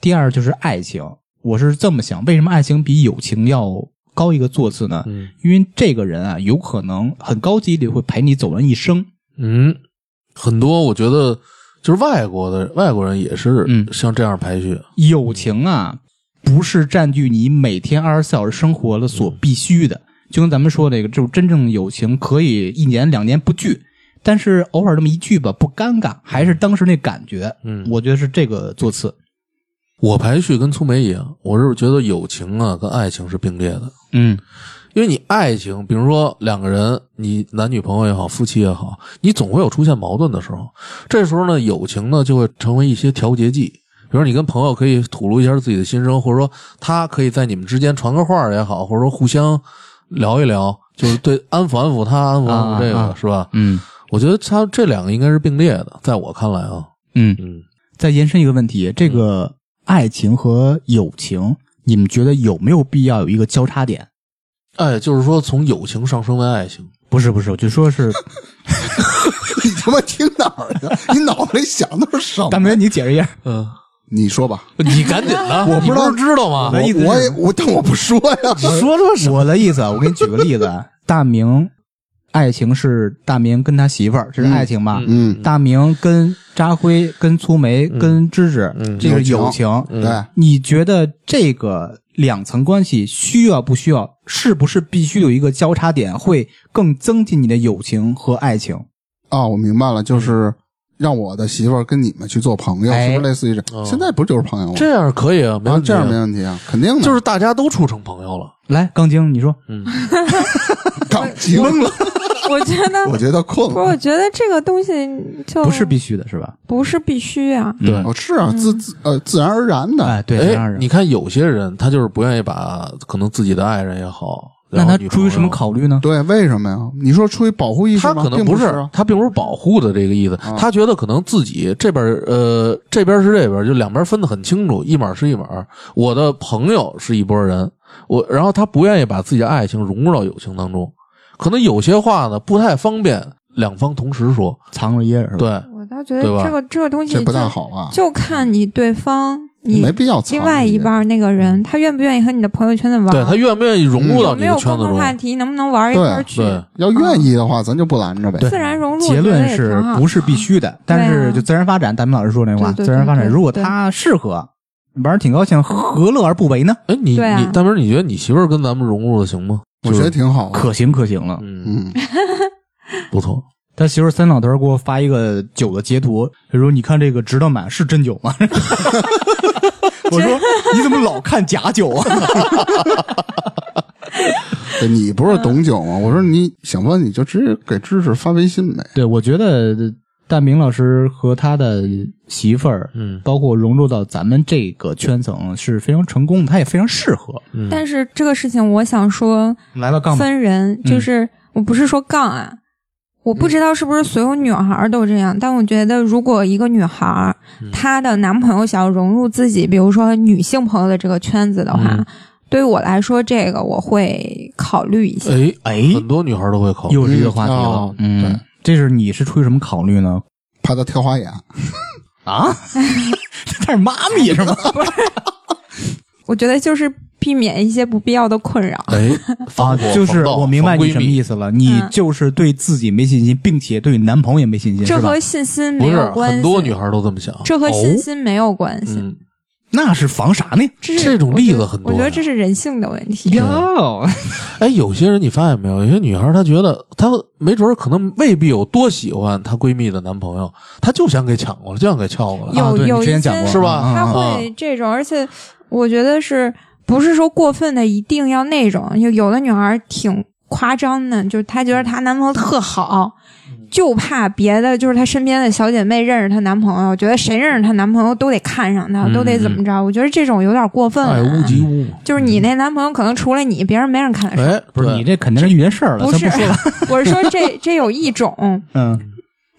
[SPEAKER 3] 第二就是爱情，我是这么想，为什么爱情比友情要高一个座次呢？
[SPEAKER 1] 嗯
[SPEAKER 3] 因为这个人啊，有可能很高级率会陪你走完一生。
[SPEAKER 1] 嗯，很多我觉得就是外国的外国人也是
[SPEAKER 3] 嗯
[SPEAKER 1] 像这样排序。
[SPEAKER 3] 友情啊，不是占据你每天二十四小时生活的所必须的。就跟咱们说这个，就是真正友情可以一年两年不聚，但是偶尔这么一聚吧，不尴尬，还是当时那感觉。
[SPEAKER 1] 嗯
[SPEAKER 3] 我觉得是这个座次。
[SPEAKER 1] 我排序跟粗梅一样，我是觉得友情啊跟爱情是并列的。
[SPEAKER 3] 嗯
[SPEAKER 1] 因为你爱情，比如说两个人，你男女朋友也好，夫妻也好，你总会有出现矛盾的时候。这时候呢，友情呢就会成为一些调节剂。比如你跟朋友可以吐露一下自己的心声，或者说他可以在你们之间传个话儿也好，或者说互相聊一聊，就是对安抚安抚他，安抚安
[SPEAKER 3] 啊
[SPEAKER 1] 抚这个、
[SPEAKER 3] 啊
[SPEAKER 1] 是吧？
[SPEAKER 3] 嗯
[SPEAKER 1] 我觉得他这两个应该是并列的，在我看来啊，
[SPEAKER 3] 嗯。
[SPEAKER 1] 嗯，
[SPEAKER 3] 再延伸一个问题，这个爱情和友情，你们觉得有没有必要有一个交叉点？
[SPEAKER 1] 哎，就是说从友情上升为爱情，
[SPEAKER 3] 不是不是，我就说 是，
[SPEAKER 4] 你他妈听哪儿呢？你脑子里想的是什么？
[SPEAKER 3] 大明你解释一下。
[SPEAKER 1] 嗯，
[SPEAKER 4] 你说吧，
[SPEAKER 1] 你赶紧的，我
[SPEAKER 4] 不知道
[SPEAKER 1] 是知道吗
[SPEAKER 4] 我？我也我，但我不说呀。
[SPEAKER 3] 说了什我的意思啊，我给你举个例子 啊，大明，爱情是大明跟他媳妇儿，这是爱情吧？
[SPEAKER 4] 嗯，
[SPEAKER 3] 大明跟扎辉、跟粗梅、跟芝芝，这个嗯是友
[SPEAKER 4] 友情
[SPEAKER 3] 情。嗯
[SPEAKER 4] 对，
[SPEAKER 3] 你觉得这个两层关系需要不需要？是不是必须有一个交叉点，会更增进你的友情和爱情？
[SPEAKER 4] 啊，我明白了，就是让我的媳妇儿跟你们去做朋友，
[SPEAKER 3] 哎
[SPEAKER 4] 是不是类似于这？现在不就是朋友吗？
[SPEAKER 1] 这样可以啊，没
[SPEAKER 4] 啊，
[SPEAKER 1] 问题
[SPEAKER 4] 这
[SPEAKER 1] 啊、
[SPEAKER 4] 样没问题啊，肯定的。
[SPEAKER 1] 就是大家都处成朋友了。
[SPEAKER 3] 来，钢晶，你说，
[SPEAKER 4] 感情懵了，
[SPEAKER 2] 嗯我觉得
[SPEAKER 4] 我觉得困
[SPEAKER 2] 不是，我
[SPEAKER 4] 了。
[SPEAKER 2] 觉得这个东西就
[SPEAKER 3] 不是必须的是吧？嗯
[SPEAKER 2] 不是必须啊。
[SPEAKER 1] 对
[SPEAKER 4] 哦，是啊，自自呃自然而然的。
[SPEAKER 3] 哎，对，这样
[SPEAKER 1] 哎，
[SPEAKER 3] 人
[SPEAKER 1] 你。看有些人他就是不愿意把可能自己的爱人也好，
[SPEAKER 3] 那
[SPEAKER 1] 然后
[SPEAKER 3] 他
[SPEAKER 1] 女
[SPEAKER 3] 出于什么
[SPEAKER 1] 朋友？
[SPEAKER 3] 考虑呢？
[SPEAKER 4] 对，为什么呀？你说出于保护意识
[SPEAKER 1] 他
[SPEAKER 4] 吗？
[SPEAKER 1] 可能
[SPEAKER 4] 并不
[SPEAKER 1] 是，
[SPEAKER 4] 啊
[SPEAKER 1] 他并不是保护的这个意思，他觉得可能自己这边儿呃这边儿是这边儿，就两边儿分得很清楚，一码儿是一码儿。我的朋友是一拨人，我然后他不愿意把自己的爱情融入到友情当中，可能有些话呢不太方便两方同时说。
[SPEAKER 3] 藏着掖着是吧？
[SPEAKER 1] 对，
[SPEAKER 2] 我倒觉得
[SPEAKER 1] 对吧
[SPEAKER 2] 这个这个东西
[SPEAKER 4] 这
[SPEAKER 2] 就
[SPEAKER 4] 不大好啊，
[SPEAKER 2] 就看你对方你
[SPEAKER 4] 没必要藏。
[SPEAKER 2] 另外一半那个人他愿不愿意和你的朋友圈子玩，
[SPEAKER 1] 对他愿不愿意融入到
[SPEAKER 2] 有
[SPEAKER 1] 你
[SPEAKER 2] 没
[SPEAKER 1] 的
[SPEAKER 2] 嗯有
[SPEAKER 1] 圈
[SPEAKER 2] 共
[SPEAKER 1] 子
[SPEAKER 2] 同
[SPEAKER 1] 中？
[SPEAKER 2] 话题，能不能玩一块儿去？
[SPEAKER 1] 对，
[SPEAKER 4] 要愿意的话，咱就不拦着呗。
[SPEAKER 2] 自然融入，
[SPEAKER 3] 结论是不是必须的？但是就自然发展，大明老师说那话，
[SPEAKER 2] 啊对对
[SPEAKER 3] 自然发展。
[SPEAKER 2] 对对
[SPEAKER 3] 如果他适合，玩儿挺高兴，何乐而不为呢？
[SPEAKER 1] 哎，你、
[SPEAKER 2] 对啊
[SPEAKER 1] 你大明儿，你觉得你媳妇儿跟咱们融入的行吗？
[SPEAKER 4] 我觉得挺好的。
[SPEAKER 3] 可行可行了。
[SPEAKER 1] 嗯，
[SPEAKER 4] 嗯，
[SPEAKER 1] 不错，
[SPEAKER 3] 他媳妇儿三老头儿给我发一个酒的截图，他说：“你看这个直到满是真酒吗？” 我说：“你怎么老看假酒啊
[SPEAKER 4] 对你不是懂酒吗？我说你想问你就直接给知识发微信呗。？”
[SPEAKER 3] 对，我觉得大明老师和他的媳妇儿，
[SPEAKER 1] 嗯
[SPEAKER 3] 包括融入到咱们这个圈层是非常成功的，他也非常适合。
[SPEAKER 1] 嗯
[SPEAKER 2] 但是这个事情，我想说
[SPEAKER 3] 来吧，杠吧，
[SPEAKER 2] 分
[SPEAKER 1] 嗯
[SPEAKER 2] 人，就是我不是说杠啊，我不知道是不是所有女孩儿都这样，但我觉得如果一个女孩儿
[SPEAKER 1] 嗯
[SPEAKER 2] 她的男朋友想要融入自己，比如说女性朋友的这个圈子的话，
[SPEAKER 1] 嗯
[SPEAKER 2] 对于我来说，这个我会考虑一下。
[SPEAKER 1] 哎，
[SPEAKER 3] 哎，
[SPEAKER 1] 很多女孩都会考虑，
[SPEAKER 3] 又是这个话题了
[SPEAKER 4] 哦。
[SPEAKER 3] 嗯，
[SPEAKER 4] 对
[SPEAKER 3] 这是你是出于什么考虑呢？
[SPEAKER 4] 怕他挑花眼，
[SPEAKER 3] 啊，他是妈咪是吗？
[SPEAKER 2] 我觉得就是避免一些不必要的困扰。
[SPEAKER 1] 哎，
[SPEAKER 3] 啊
[SPEAKER 1] 防火，
[SPEAKER 3] 就是
[SPEAKER 1] 防盗
[SPEAKER 3] 我明白
[SPEAKER 1] 防
[SPEAKER 3] 你
[SPEAKER 1] 闺
[SPEAKER 3] 什么
[SPEAKER 1] 蜜
[SPEAKER 3] 意思了，你就是对自己没信心，并且对男朋友也没信心，
[SPEAKER 2] 这
[SPEAKER 3] 是吧
[SPEAKER 2] 和？信心
[SPEAKER 1] 不
[SPEAKER 2] 没
[SPEAKER 1] 是
[SPEAKER 2] 有关系。
[SPEAKER 1] 很多女孩都这么想，
[SPEAKER 2] 这和信
[SPEAKER 1] 哦
[SPEAKER 2] 心没有关系。
[SPEAKER 1] 嗯，
[SPEAKER 3] 那是防啥呢？
[SPEAKER 2] 这是
[SPEAKER 1] 这种例子很多啊
[SPEAKER 2] 我觉得
[SPEAKER 1] 呀
[SPEAKER 2] 这是人性的问题。
[SPEAKER 3] 哟，
[SPEAKER 1] 哎，有些人你发现没有？有些女孩她觉得她没准儿可能未必有多喜欢她闺蜜的男朋友，她就想给抢过来，就想给撬过来。
[SPEAKER 2] 有
[SPEAKER 3] 啊对
[SPEAKER 2] 有
[SPEAKER 3] 你之
[SPEAKER 2] 一
[SPEAKER 3] 前
[SPEAKER 2] 些
[SPEAKER 3] 讲过
[SPEAKER 1] 是吧
[SPEAKER 3] 啊
[SPEAKER 2] 他
[SPEAKER 3] 啊啊
[SPEAKER 2] 会这种，而且我觉得是不是说过分的一定要那种？有有的女孩挺夸张的，就是她觉得她男朋
[SPEAKER 3] 嗯
[SPEAKER 2] 友特好，就怕别的就是她身边的小姐妹认识她男朋友，觉得谁认识她男朋友都得看上她，
[SPEAKER 1] 嗯
[SPEAKER 2] 都得怎么着？我觉得这种有点过
[SPEAKER 3] 哎
[SPEAKER 2] 分
[SPEAKER 1] 爱屋
[SPEAKER 2] 了。
[SPEAKER 1] 及乌嘛。
[SPEAKER 2] 就是你那男朋友可能除了你，别人没人看得上。
[SPEAKER 1] 哎，
[SPEAKER 3] 嗯不是
[SPEAKER 1] 对
[SPEAKER 3] 你这肯定是遇人事儿了，
[SPEAKER 2] 不
[SPEAKER 3] 哎咱
[SPEAKER 2] 是
[SPEAKER 3] 不说了。，
[SPEAKER 2] 我是说这这有一种，
[SPEAKER 3] 嗯，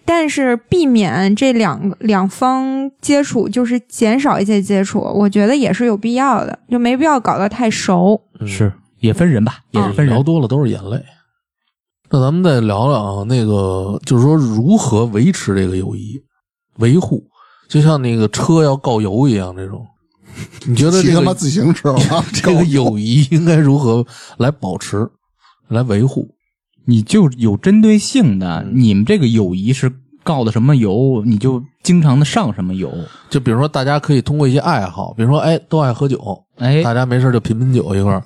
[SPEAKER 2] 但是避免这两个两方接触，就是减少一些接触，我觉得也是有必要的，就没必要搞得太熟。
[SPEAKER 1] 嗯
[SPEAKER 3] 是也分人吧，也啊是分
[SPEAKER 1] 聊
[SPEAKER 3] 人。
[SPEAKER 1] 多了都是眼泪。那咱们再聊聊啊，那个就是说如何维持这个友谊，维护，就像那个车要告油一样，这种，你觉 得
[SPEAKER 4] 骑
[SPEAKER 1] 这
[SPEAKER 4] 他妈
[SPEAKER 1] 个。
[SPEAKER 4] 自行车吧
[SPEAKER 1] 这个友谊应该如何来保持，来维护？
[SPEAKER 3] 你就有针对性的，你们这个友谊是告的什么油，你就经常的上什么油。
[SPEAKER 1] 就比如说，大家可以通过一些爱好，比如说，哎，都爱喝酒，
[SPEAKER 3] 哎，
[SPEAKER 1] 大家没事就品品酒一 块儿，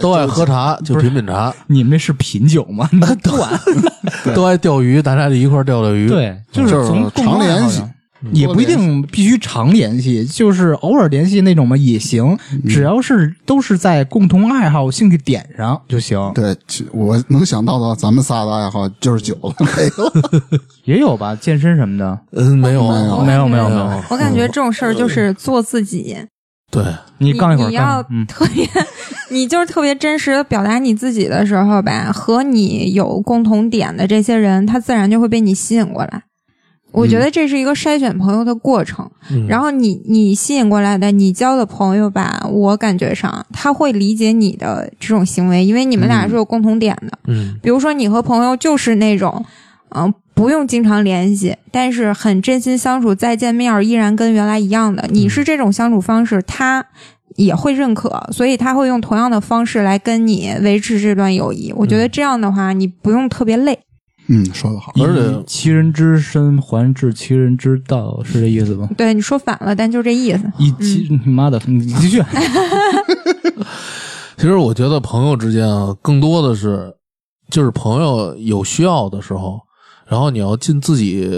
[SPEAKER 1] 都爱喝茶就品品茶，
[SPEAKER 3] 你们这是品酒吗？你们不管
[SPEAKER 1] 都爱钓鱼，大家就一块儿钓钓鱼。，
[SPEAKER 3] 对，就是
[SPEAKER 4] 就是
[SPEAKER 3] 从共
[SPEAKER 4] 常
[SPEAKER 3] 同爱好
[SPEAKER 4] 联系
[SPEAKER 3] 上，
[SPEAKER 1] 嗯
[SPEAKER 3] 也不一定必须常联系，就是偶尔联系那种嘛也行，
[SPEAKER 1] 嗯
[SPEAKER 3] 只要是都是在共同爱好、兴趣点上就行。
[SPEAKER 4] 对，其我能想到的，咱们仨的爱好就是酒了， 没有。
[SPEAKER 3] 也有吧，健身什么的。
[SPEAKER 1] 嗯，没有啊，
[SPEAKER 2] 我
[SPEAKER 3] 没有没有
[SPEAKER 2] 感觉
[SPEAKER 3] 没有
[SPEAKER 2] 我感觉这种事儿就是做自己，
[SPEAKER 1] 对，
[SPEAKER 3] 你
[SPEAKER 2] 你
[SPEAKER 3] 杠一会儿，
[SPEAKER 2] 你要
[SPEAKER 3] 杠一会儿嗯，
[SPEAKER 2] 特别，你就是特别真实的表达你自己的时候吧，和你有共同点的这些人，他自然就会被你吸引过来。我
[SPEAKER 3] 嗯
[SPEAKER 2] 觉得这是一个筛选朋友的过程，
[SPEAKER 1] 嗯
[SPEAKER 2] 然后你你吸引过来的，你交的朋友吧，我感觉上他会理解你的这种行为，因为你们俩是有共同点的。
[SPEAKER 1] 嗯，
[SPEAKER 2] 比如说你和朋友就是那种，嗯、不用经常联系，但是很真心相处，再见面儿依然跟原来一样的。
[SPEAKER 1] 嗯
[SPEAKER 2] 你是这种相处方式，他也会认可，所以他会用同样的方式来跟你维持这段友谊。我觉得这样的话，你不用特别累。
[SPEAKER 4] 嗯，说的好。
[SPEAKER 1] 而且
[SPEAKER 3] 以其人之身还治其人之道，是这意思吧？
[SPEAKER 2] 对你说反了，但就这意思。
[SPEAKER 3] 以其你妈的，你 继续。
[SPEAKER 1] 其实我觉得朋友之间啊，更多的是就是朋友有需要的时候，然后你要尽自己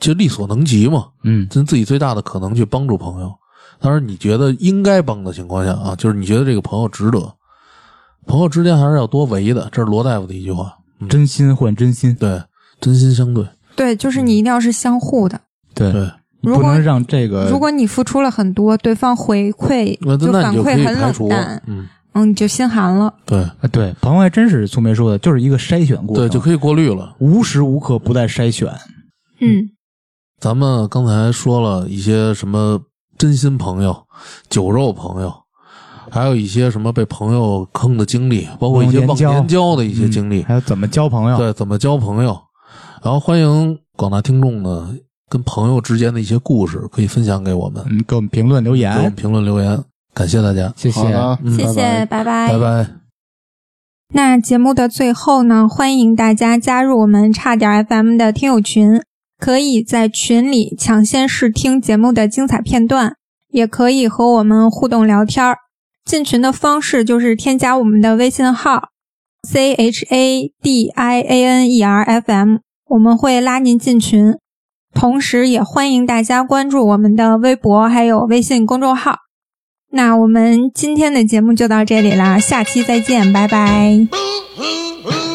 [SPEAKER 1] 就力所能及嘛，
[SPEAKER 3] 嗯，
[SPEAKER 1] 尽自己最大的可能去帮助朋友。当然，你觉得应该帮的情况下啊，就是你觉得这个朋友值得。朋友之间还是要多维的，这是罗大夫的一句话。
[SPEAKER 3] 真心换真心，
[SPEAKER 1] 对，真心相对。
[SPEAKER 2] 对，就是你一定要是相互的。
[SPEAKER 3] 对
[SPEAKER 1] 对，
[SPEAKER 3] 不
[SPEAKER 2] 如果
[SPEAKER 3] 能让这个。
[SPEAKER 2] 如果你付出了很多，对方回馈
[SPEAKER 1] 嗯那
[SPEAKER 2] 就
[SPEAKER 1] 那
[SPEAKER 2] 反
[SPEAKER 1] 你就可
[SPEAKER 2] 馈
[SPEAKER 1] 以
[SPEAKER 2] 很
[SPEAKER 1] 排除
[SPEAKER 2] 冷淡。，
[SPEAKER 1] 嗯，
[SPEAKER 2] 嗯，你就心寒了。
[SPEAKER 1] 对
[SPEAKER 3] 啊对，朋友还真是苏梅说的，就是一个筛选过程，
[SPEAKER 1] 对，就可以过滤了。
[SPEAKER 3] 无时无刻不在筛选。
[SPEAKER 2] 嗯，
[SPEAKER 1] 咱们刚才说了一些什么真心朋友、酒肉朋友，还有一些什么被朋友坑的经历，包括一些忘
[SPEAKER 3] 忘年交嗯
[SPEAKER 1] 年交的一些经历，
[SPEAKER 3] 还有怎么交朋友？
[SPEAKER 1] 对怎么交朋友。然后欢迎广大听众呢，跟朋友之间的一些故事可以分享给我们，
[SPEAKER 3] 嗯，给我们评论留
[SPEAKER 1] 给我们
[SPEAKER 3] 言，
[SPEAKER 1] 评论留言，感谢大家，
[SPEAKER 3] 谢谢
[SPEAKER 4] 好。的，
[SPEAKER 1] 嗯
[SPEAKER 2] 谢谢，拜拜
[SPEAKER 1] 拜拜。
[SPEAKER 2] 那节目的最后呢，欢迎大家加入我们差点 FM 的听友群，可以在群里抢先试听节目的精彩片段，也可以和我们互动聊天儿。进群的方式就是添加我们的微信号 C H A D I A N E R F M，我们会拉您进群，同时也欢迎大家关注我们的微博还有微信公众号。那我们今天的节目就到这里啦，下期再见，拜拜。
[SPEAKER 5] Ooh, ooh, ooh.